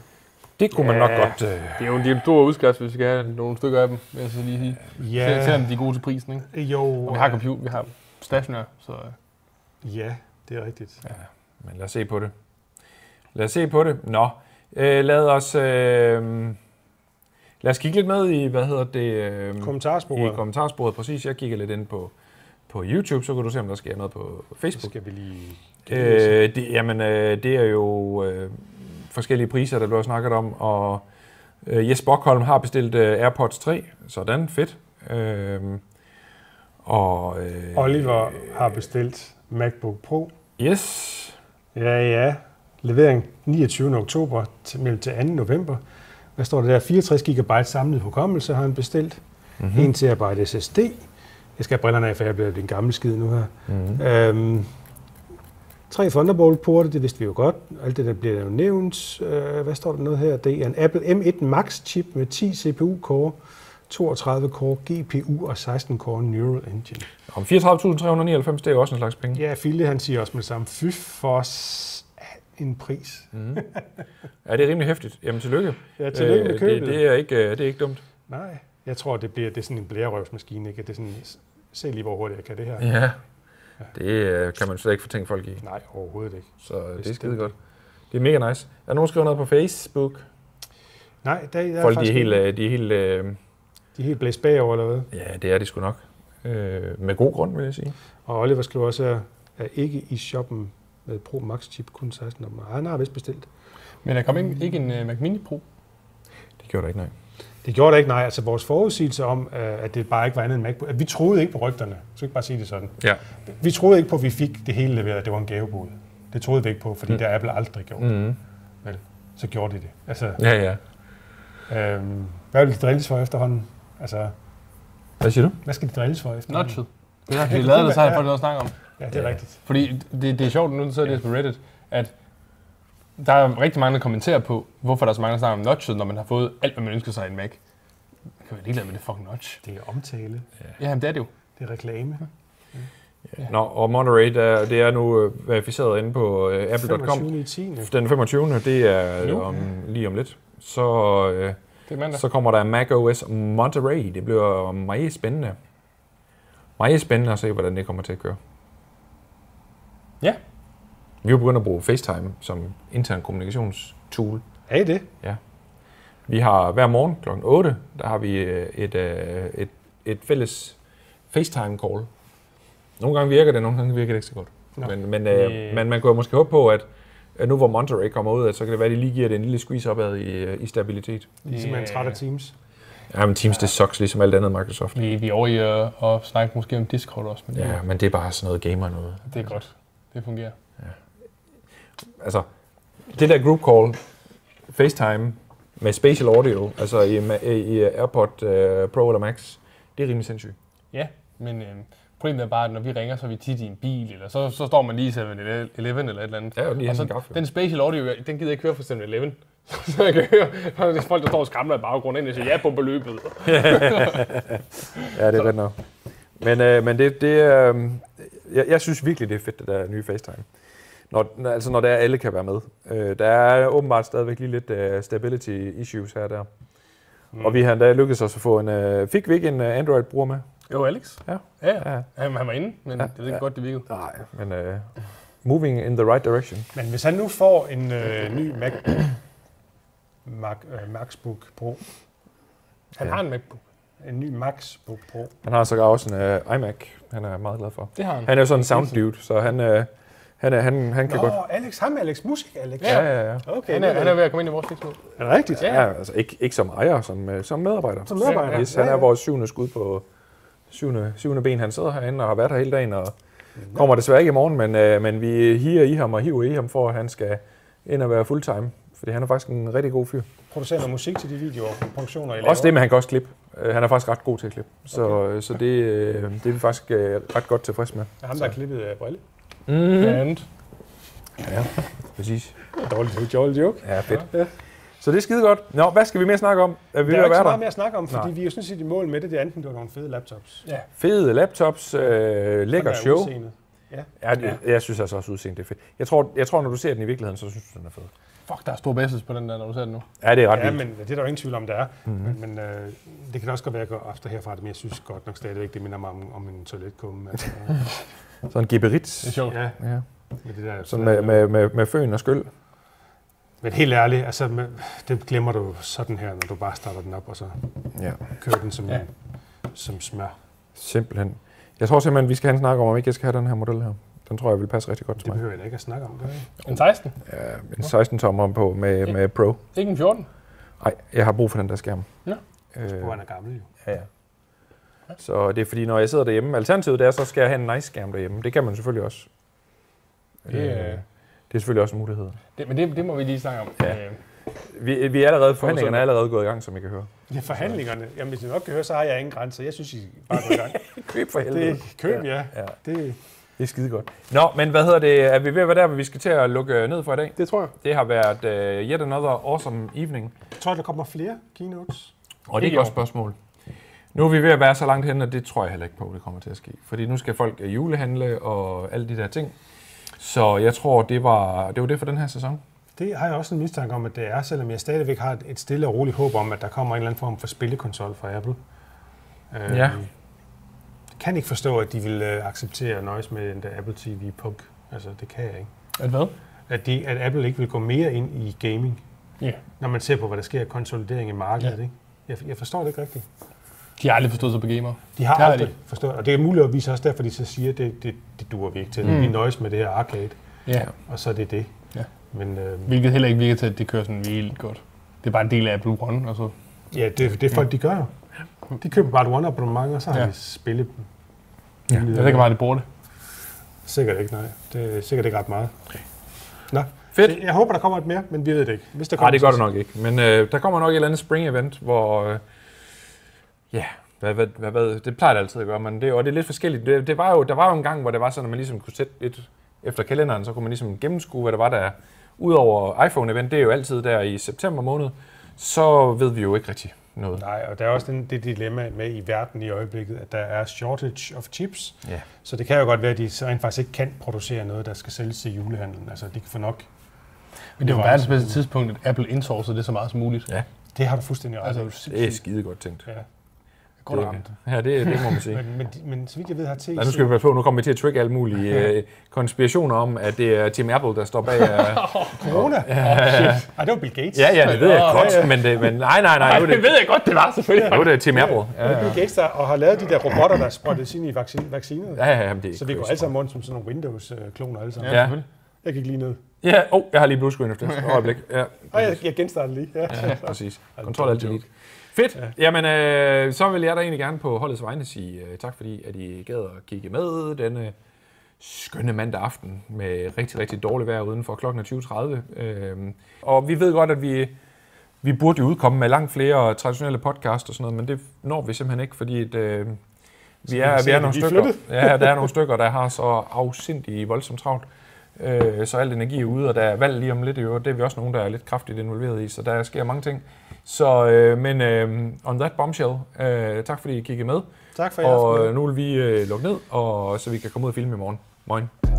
Speaker 3: det kunne man nok
Speaker 2: Ja.
Speaker 3: godt... Øh,
Speaker 2: Det er jo en, det er en stor udskrift, hvis vi skal have nogle stykker af dem. Vil jeg så lige sige. Ja.
Speaker 1: Ja,
Speaker 2: Selvom de er gode til prisen. Ikke?
Speaker 1: jo,
Speaker 2: Og vi har computer, vi har stationær. Så øh,
Speaker 1: ja, det er rigtigt.
Speaker 3: men lad os se på det. Lad os se på det. Nå, øh, lad os... Øh, lad os kigge lidt med i, hvad hedder det... Øh,
Speaker 1: Kommentarsporet.
Speaker 3: Mm. I kommentarsporet, præcis. Jeg kigger lidt ind på, på YouTube, så kan du se, om der sker noget på
Speaker 4: Så
Speaker 3: Facebook.
Speaker 4: skal vi lige...
Speaker 3: Øh, det, jamen, øh, det er jo øh, forskellige priser, der bliver snakket om, og øh, Jes Bokholm har bestilt øh, AirPods 3, sådan, fedt. Øh, og øh,
Speaker 1: Oliver har bestilt MacBook Pro.
Speaker 3: Yes,
Speaker 1: Ja, ja. Levering 29. oktober til, mellem til 2. november. Hvad står der der? 64 GB samlet hukommelse har han bestilt.
Speaker 3: Mhm.
Speaker 1: Mm-hmm. 1 TB SSD. Jeg skal have brillerne af, for jeg bliver en gammel skid nu her.
Speaker 3: Mhm.
Speaker 1: Mm-hmm. Øhm, tre Thunderbolt-porte, det vidste vi jo godt. Alt det der bliver jo nævnt. Øh, hvad står der noget her? Det er en Apple M1 Max-chip med 10 CPU-core, 32 core GPU og 16 core Neural Engine.
Speaker 3: om 34.399, det er jo også en slags penge.
Speaker 1: Ja, Fille han siger også med det samme, fy for s- en pris.
Speaker 3: Ja, det Mm. er rimelig hæftigt. Jamen, tillykke.
Speaker 1: Ja, tillykke med købet.
Speaker 3: Øh, Det, det, er ikke, øh, det er ikke dumt.
Speaker 1: Nej, jeg tror, det bliver det er sådan en blærerøvsmaskine, ikke? Det er sådan, s- se lige, hvor hurtigt jeg kan det her.
Speaker 3: Ja. Det øh, kan man slet ikke fortænke folk i.
Speaker 1: Nej, overhovedet ikke.
Speaker 3: Så øh, det er
Speaker 1: Bestemt.
Speaker 3: skide godt. Det er mega nice. Er der nogen, der skriver noget på Facebook?
Speaker 1: Nej, der, der er
Speaker 3: Folk, de er
Speaker 1: faktisk
Speaker 3: helt...
Speaker 1: ikke-
Speaker 3: øh, De er helt øh,
Speaker 1: de er helt blæst bagover, eller hvad?
Speaker 3: ja, det er de sgu nok. Øh, med god grund, vil jeg sige.
Speaker 1: Og Oliver skriver også, her, er ikke i shoppen med Pro Max chip kun 16 om. Ah, Han har vist bestilt.
Speaker 2: Men der kom ikke, ikke en uh, Mac Mini Pro.
Speaker 3: Det gjorde der ikke, nej.
Speaker 1: Det gjorde det ikke, nej. Altså vores forudsigelse om, øh, at det bare ikke var andet end MacBook. at Vi troede ikke på rygterne. Så ikke bare sige det sådan.
Speaker 3: Ja.
Speaker 1: Vi troede ikke på, at vi fik det hele leveret, at det var en gavebod. Det troede vi ikke på, fordi mm. det har Apple aldrig gjort.
Speaker 3: Mm.
Speaker 1: Vel, så gjorde de det. Altså,
Speaker 3: Ja, ja.
Speaker 1: øhm, hvad vil de drilles for efterhånden? Altså,
Speaker 3: Hvad siger du?
Speaker 1: hvad skal de drilles for efterhånden?
Speaker 2: Notchet. Det har vi lavet det, så har jeg fået noget at snakke om.
Speaker 1: Ja, det er
Speaker 3: Ja.
Speaker 1: rigtigt.
Speaker 2: Fordi det, det er sjovt, nu så jeg det på Reddit, at der er rigtig mange, der kommenterer på, hvorfor der er så mange, der snakker om notchet, når man har fået alt, hvad man ønsker sig i en Mac. Jeg kan være ligeglad med det fucking notch.
Speaker 1: Det er omtale.
Speaker 2: Ja, men det er det jo.
Speaker 1: Det er reklame.
Speaker 3: Ja. Nå, og Monterey, der, det er nu øh, verificeret inde på øh, apple.com.
Speaker 1: 25. i 10.
Speaker 3: Den 25. det er
Speaker 2: Nu?
Speaker 3: øh, om, lige om lidt. Så, øh,
Speaker 2: Det er mandag.
Speaker 3: så kommer der Mac OS Monterey. Det bliver meget spændende. Meget spændende at se, hvordan det kommer til at køre.
Speaker 2: Ja.
Speaker 3: Vi er jo begyndt at bruge FaceTime som intern kommunikationstool.
Speaker 1: Er I det?
Speaker 3: Vi har hver morgen kl. 8, der har vi øh, et, øh, et, et fælles FaceTime-call. Nogle gange virker det, nogle gange virker det ikke så godt.
Speaker 1: Nå.
Speaker 3: Men, men, øh,
Speaker 2: Øh.
Speaker 3: men man kunne jo måske håbe på, at at nu hvor Monterey kommer ud, at så kan det være, at de lige giver det en lille squeeze opad i, øh, i stabilitet.
Speaker 1: Ligesom yeah. en træt af Teams.
Speaker 3: Ja, men Teams, det sucks ligesom alt andet Microsoft.
Speaker 2: Vi, vi er over i øh, at snakke måske om Discord også, men
Speaker 3: Ja, men det er bare sådan noget gamer noget.
Speaker 2: det er godt. Det fungerer.
Speaker 3: Altså, det der group call, FaceTime, med spatial audio, altså i, ma- i AirPod øh, Pro eller Max, det er rimelig sindssygt.
Speaker 2: Ja, men øh, problemet er bare, at når vi ringer, så er vi tit i en bil, eller så, så står man lige i 7-Eleven eller et eller andet.
Speaker 3: Ja, og lige
Speaker 2: og
Speaker 3: hente
Speaker 2: så,
Speaker 3: en kaffe, jo.
Speaker 2: den spatial audio, jeg- den gider jeg ikke høre fra 7-Eleven. <laughs> så jeg kan høre <laughs> der er folk, der står og skramler i baggrunden, ind og siger, ja, på beløbet.
Speaker 3: Ja, det er ret nok. Men, øh, men det, det øh, jeg, jeg synes virkelig, det er fedt, det der nye FaceTime. Når, når- altså når der alle kan være med. Øh, der er åbenbart stadigvæk lige lidt øh, stability issues her og der. Mm. Og vi har endda lykkedes os at få en... Øh, fik vi ikke en øh, Android-bruger med?
Speaker 2: Jo, Alex.
Speaker 3: Ja.
Speaker 2: Ja, ja.
Speaker 3: Ja.
Speaker 2: Jamen, han var inde, men ja. det er ikke ja. godt, det virkede.
Speaker 3: Nej. Men øh, moving in the right direction.
Speaker 1: Men hvis han nu får en øh, ny Mac, Mac øh, MacBook Pro,
Speaker 2: Han
Speaker 3: Ja.
Speaker 2: ja. har en MacBook.
Speaker 1: en ny MacBook Pro,
Speaker 3: Han har sågar også en øh, iMac, han er meget glad for.
Speaker 2: Det har han.
Speaker 3: Han er jo sådan en sound dude, så han, øh, han, er- han, han kan
Speaker 1: Nå,
Speaker 3: godt...
Speaker 1: Alex, ham Alex, musik Alex.
Speaker 3: Ja, ja, ja.
Speaker 1: Okay,
Speaker 2: Han er, han er ved at komme ind i vores virksomhed.
Speaker 1: er det rigtigt?
Speaker 3: Ja, altså ikke, ikke som ejer, som, øh, som medarbejder.
Speaker 1: Som medarbejder.
Speaker 3: Yes,
Speaker 1: Ja,
Speaker 3: han er
Speaker 1: ja.
Speaker 3: vores syvende skud på syvende, syvende ben. Han sidder herinde og har været her hele dagen, og kommer desværre ikke i morgen, men, øh, men vi higer i ham og hiver i ham for, at han skal ind og være fulltime. Fordi han er faktisk en rigtig god fyr.
Speaker 1: Producerer noget musik til de videoer, produktioner, I laver.
Speaker 3: Også det med, at han kan også klippe. Øh, Han er faktisk ret god til at klippe. Så, okay. så det, øh, det er vi faktisk øh, ret godt tilfredse med.
Speaker 1: Er ham, der har klippet af brille.
Speaker 3: Mm.
Speaker 2: Blandt andet.
Speaker 3: Præcis.
Speaker 1: Dårligt, dårligt joke.
Speaker 3: Ja, fedt. Ja. Så det er skide godt. Nå, hvad skal vi mere snakke om? Er vi
Speaker 1: Der
Speaker 3: ved
Speaker 1: er
Speaker 3: at
Speaker 1: ikke så
Speaker 3: være
Speaker 1: meget
Speaker 3: der?
Speaker 1: mere at snakke om, fordi
Speaker 3: Nej.
Speaker 1: vi er jo sådan set i mål med det. Det er enten, det var nogle fede laptops.
Speaker 2: Ja.
Speaker 3: Fede laptops, øh, lækker
Speaker 1: Sådan er
Speaker 3: show.
Speaker 1: udseendet.
Speaker 3: Ja, det, jeg synes altså også, udseendet er fedt. Jeg tror, jeg tror, når du ser den i virkeligheden, så synes du, den er fed.
Speaker 2: Fuck, der er stor basis på den der, når du ser den nu.
Speaker 3: Ja, det er ret
Speaker 1: Ja,
Speaker 3: ja, vildt. Mm. Mhm.
Speaker 1: men det er der jo ingen tvivl om, det er. Mm-hmm. Men, men øh, det kan også godt være, at jeg går efter herfra, men jeg synes godt nok stadigvæk, det minder mig om, om en toiletkumme.
Speaker 3: <laughs>
Speaker 1: Altså,
Speaker 3: Sådan en
Speaker 2: Det er
Speaker 3: geberit.
Speaker 2: sjovt.
Speaker 1: ja,
Speaker 3: Ja.
Speaker 1: med det der,
Speaker 3: Sådan med, med, med, med føn og skyld.
Speaker 1: Men helt ærligt, altså, med, det glemmer du sådan her, når du bare starter den op, og så
Speaker 3: Ja.
Speaker 1: kører den som,
Speaker 2: Ja.
Speaker 1: ja. som smør.
Speaker 3: Simpelthen. Jeg tror simpelthen, vi skal have en snak om, om ikke jeg skal have den her model her. Den tror jeg vil passe rigtig godt til
Speaker 1: Det
Speaker 3: mig.
Speaker 1: behøver jeg da ikke at snakke om. Gør jeg?
Speaker 2: En 16?
Speaker 3: Ja, en 16-tommer på med, med Pro.
Speaker 2: Ikke en 14?
Speaker 3: Nej, jeg har brug for den der skærm.
Speaker 2: Nå.
Speaker 3: Øh,
Speaker 1: Hvor han er gammel jo.
Speaker 3: ja, ja. Så det er fordi, når jeg sidder derhjemme, alternativet det er, så skal jeg have en nice skærm derhjemme. Det kan man selvfølgelig også.
Speaker 2: Det, øh,
Speaker 3: Det er selvfølgelig også en mulighed.
Speaker 2: det, men det, det må vi lige snakke om.
Speaker 3: Ja.
Speaker 2: Øh,
Speaker 3: Vi, vi er allerede, forhandlingerne er allerede gået i gang, som I kan høre.
Speaker 1: Ja, forhandlingerne. Jamen, hvis I nok kan høre, så har jeg ingen grænser. Jeg synes, I bare går i
Speaker 3: <laughs>
Speaker 1: gang.
Speaker 3: Køb for helvede. Det,
Speaker 1: Det køb, ja.
Speaker 3: Ja.
Speaker 1: ja. Det,
Speaker 3: det er skide godt. Nå, men hvad hedder det? Er vi ved at være der, hvor vi skal til at lukke ned for i dag?
Speaker 2: det tror jeg.
Speaker 3: Det har været uh, yet another awesome evening.
Speaker 1: jeg tror, der kommer flere keynotes.
Speaker 3: Og det er
Speaker 2: Ikke
Speaker 3: et godt
Speaker 2: over.
Speaker 3: spørgsmål. Nu er vi ved at være så langt hen, og det tror jeg heller ikke på, det kommer til at ske. Fordi nu skal folk øh, julehandle og alle de der ting. Så jeg tror, det var det, var det for den her sæson.
Speaker 1: Det har jeg også en mistanke om, at det er, selvom jeg stadigvæk har et- et stille og roligt håb om, at der kommer en eller anden form for spillekonsol fra Apple. Øh,
Speaker 3: Ja.
Speaker 1: Jeg kan ikke forstå, at de vil øh, acceptere at nøjes med den der Apple TV Pug. Altså, det kan jeg ikke.
Speaker 2: At hvad?
Speaker 1: At, de, at Apple ikke vil gå mere ind i gaming,
Speaker 2: Ja.
Speaker 1: når man ser på, hvad der sker af konsolidering i markedet. Ja. Ikke? Jeg, jeg forstår det ikke rigtigt.
Speaker 2: De har aldrig forstået sig på gamer.
Speaker 1: De har
Speaker 2: Det har
Speaker 1: aldrig
Speaker 2: de.
Speaker 1: forstået, og det er muligvis også derfor, de så siger, at det, det, det duer vi ikke til. Mm. Vi nøjes med det her arcade,
Speaker 2: Ja.
Speaker 1: og så er det det.
Speaker 2: Ja.
Speaker 1: Men øh,
Speaker 2: Hvilket heller ikke virker til, at det kører sådan vildt godt. Det er bare en del af Apple One, altså. og så
Speaker 1: ja, det, det er folk, de gør jo. De køber bare et one abonnement og så har
Speaker 2: Ja.
Speaker 1: ja. de spillet dem.
Speaker 3: Ja.
Speaker 2: jeg ved ikke, hvor meget det bruger det.
Speaker 1: Sikkert ikke, nej. Det er sikkert ikke ret meget. Nå.
Speaker 3: Fedt.
Speaker 1: Så Jeg håber, der kommer et mere, men vi ved det ikke. Hvis der kommer,
Speaker 3: Nej, det gør
Speaker 1: så-
Speaker 3: det nok ikke. Men øh, der kommer nok et eller andet spring-event, hvor... Øh, ja, hvad, hvad, hvad, hvad, det plejer det altid at gøre, men det, og det er lidt forskelligt. Det, det var jo, der var jo en gang, hvor det var sådan, at man ligesom kunne sætte et... Efter kalenderen, så kunne man ligesom gennemskue, hvad der var der. Udover iPhone-event, det er jo altid der i september måned, så ved vi jo ikke rigtig noget.
Speaker 1: Nej, og der er også den, det dilemma med i verden i øjeblikket, at der er shortage of chips.
Speaker 3: Ja.
Speaker 1: Så det kan jo godt være, at de så rent faktisk ikke kan producere noget, der skal sælges til julehandlen. Altså, de kan få nok.
Speaker 2: Men det var verdens bedste tidspunkt, at Apple indsourcede det så meget som muligt.
Speaker 3: Ja.
Speaker 1: Det har du fuldstændig ret. i.
Speaker 2: Altså,
Speaker 3: Det er
Speaker 2: sindssygt
Speaker 3: skide godt tænkt.
Speaker 1: ja.
Speaker 2: godt ramt.
Speaker 3: Ja, det, det må man <laughs> sige.
Speaker 1: Men, men, de- men så vidt jeg ved, har
Speaker 3: Nej, nu
Speaker 1: TEC...
Speaker 3: skal vi passe på, nu kommer vi til at trigge alle mulige øh, konspirationer om, at det er Tim Apple, der står bag... <laughs> Øh,
Speaker 1: Corona? Ja. Ej, det var Bill Gates.
Speaker 3: Ja, ja, det ved jeg
Speaker 2: Nå,
Speaker 3: godt, men, det, men nej, nej, nej,
Speaker 2: Nej,
Speaker 3: nu er
Speaker 2: det
Speaker 3: det,
Speaker 2: ved jeg godt, det var selvfølgelig.
Speaker 3: nu er det Tim Apple. Ja,
Speaker 1: Det var
Speaker 3: ja,
Speaker 1: Bill Gates, der og har lavet de der robotter, der sprøjtes ind i vaccin- vaccinerne.
Speaker 3: ja, ja, jamen, det er
Speaker 1: Så vi går
Speaker 3: crazy.
Speaker 1: alle sammen rundt som sådan nogle Windows-kloner alle sammen.
Speaker 3: Ja.
Speaker 2: selvfølgelig.
Speaker 1: Jeg gik lige ned.
Speaker 3: Ja, åh, oh, jeg har lige bluescreen efter et øjeblik. Ja,
Speaker 1: Og jeg, jeg genstartede lige. Ja.
Speaker 3: ja, præcis. Kontrol altid lidt. Fedt. Jamen, øh, så vil jeg da egentlig gerne på holdets vegne sige øh, tak, fordi at I gad at kigge med denne skønne mandag aften med rigtig, rigtig dårligt vejr udenfor klokken er 20.30. Øh, og vi ved godt, at vi, vi burde jo udkomme med langt flere traditionelle podcasts og sådan noget, men det når vi simpelthen ikke, fordi et, øh, vi, er, vi
Speaker 1: se,
Speaker 3: er
Speaker 1: at
Speaker 3: nogle
Speaker 1: vi er
Speaker 3: stykker.
Speaker 1: flyttet.
Speaker 3: Ja, der er nogle stykker, der har så afsindig voldsomt travlt. Øh, så al energi er ude, og der er valg lige om lidt i øvrigt. Det er vi også nogen, der er lidt kraftigt involveret i, så der sker mange ting. Så, øh, men øh, on that bombshell, øh, tak fordi I kiggede med.
Speaker 1: Tak for i
Speaker 3: Og
Speaker 1: aften.
Speaker 3: øh, nu vil vi øh, lukke ned, og, så vi kan komme ud og filme i morgen. Moin.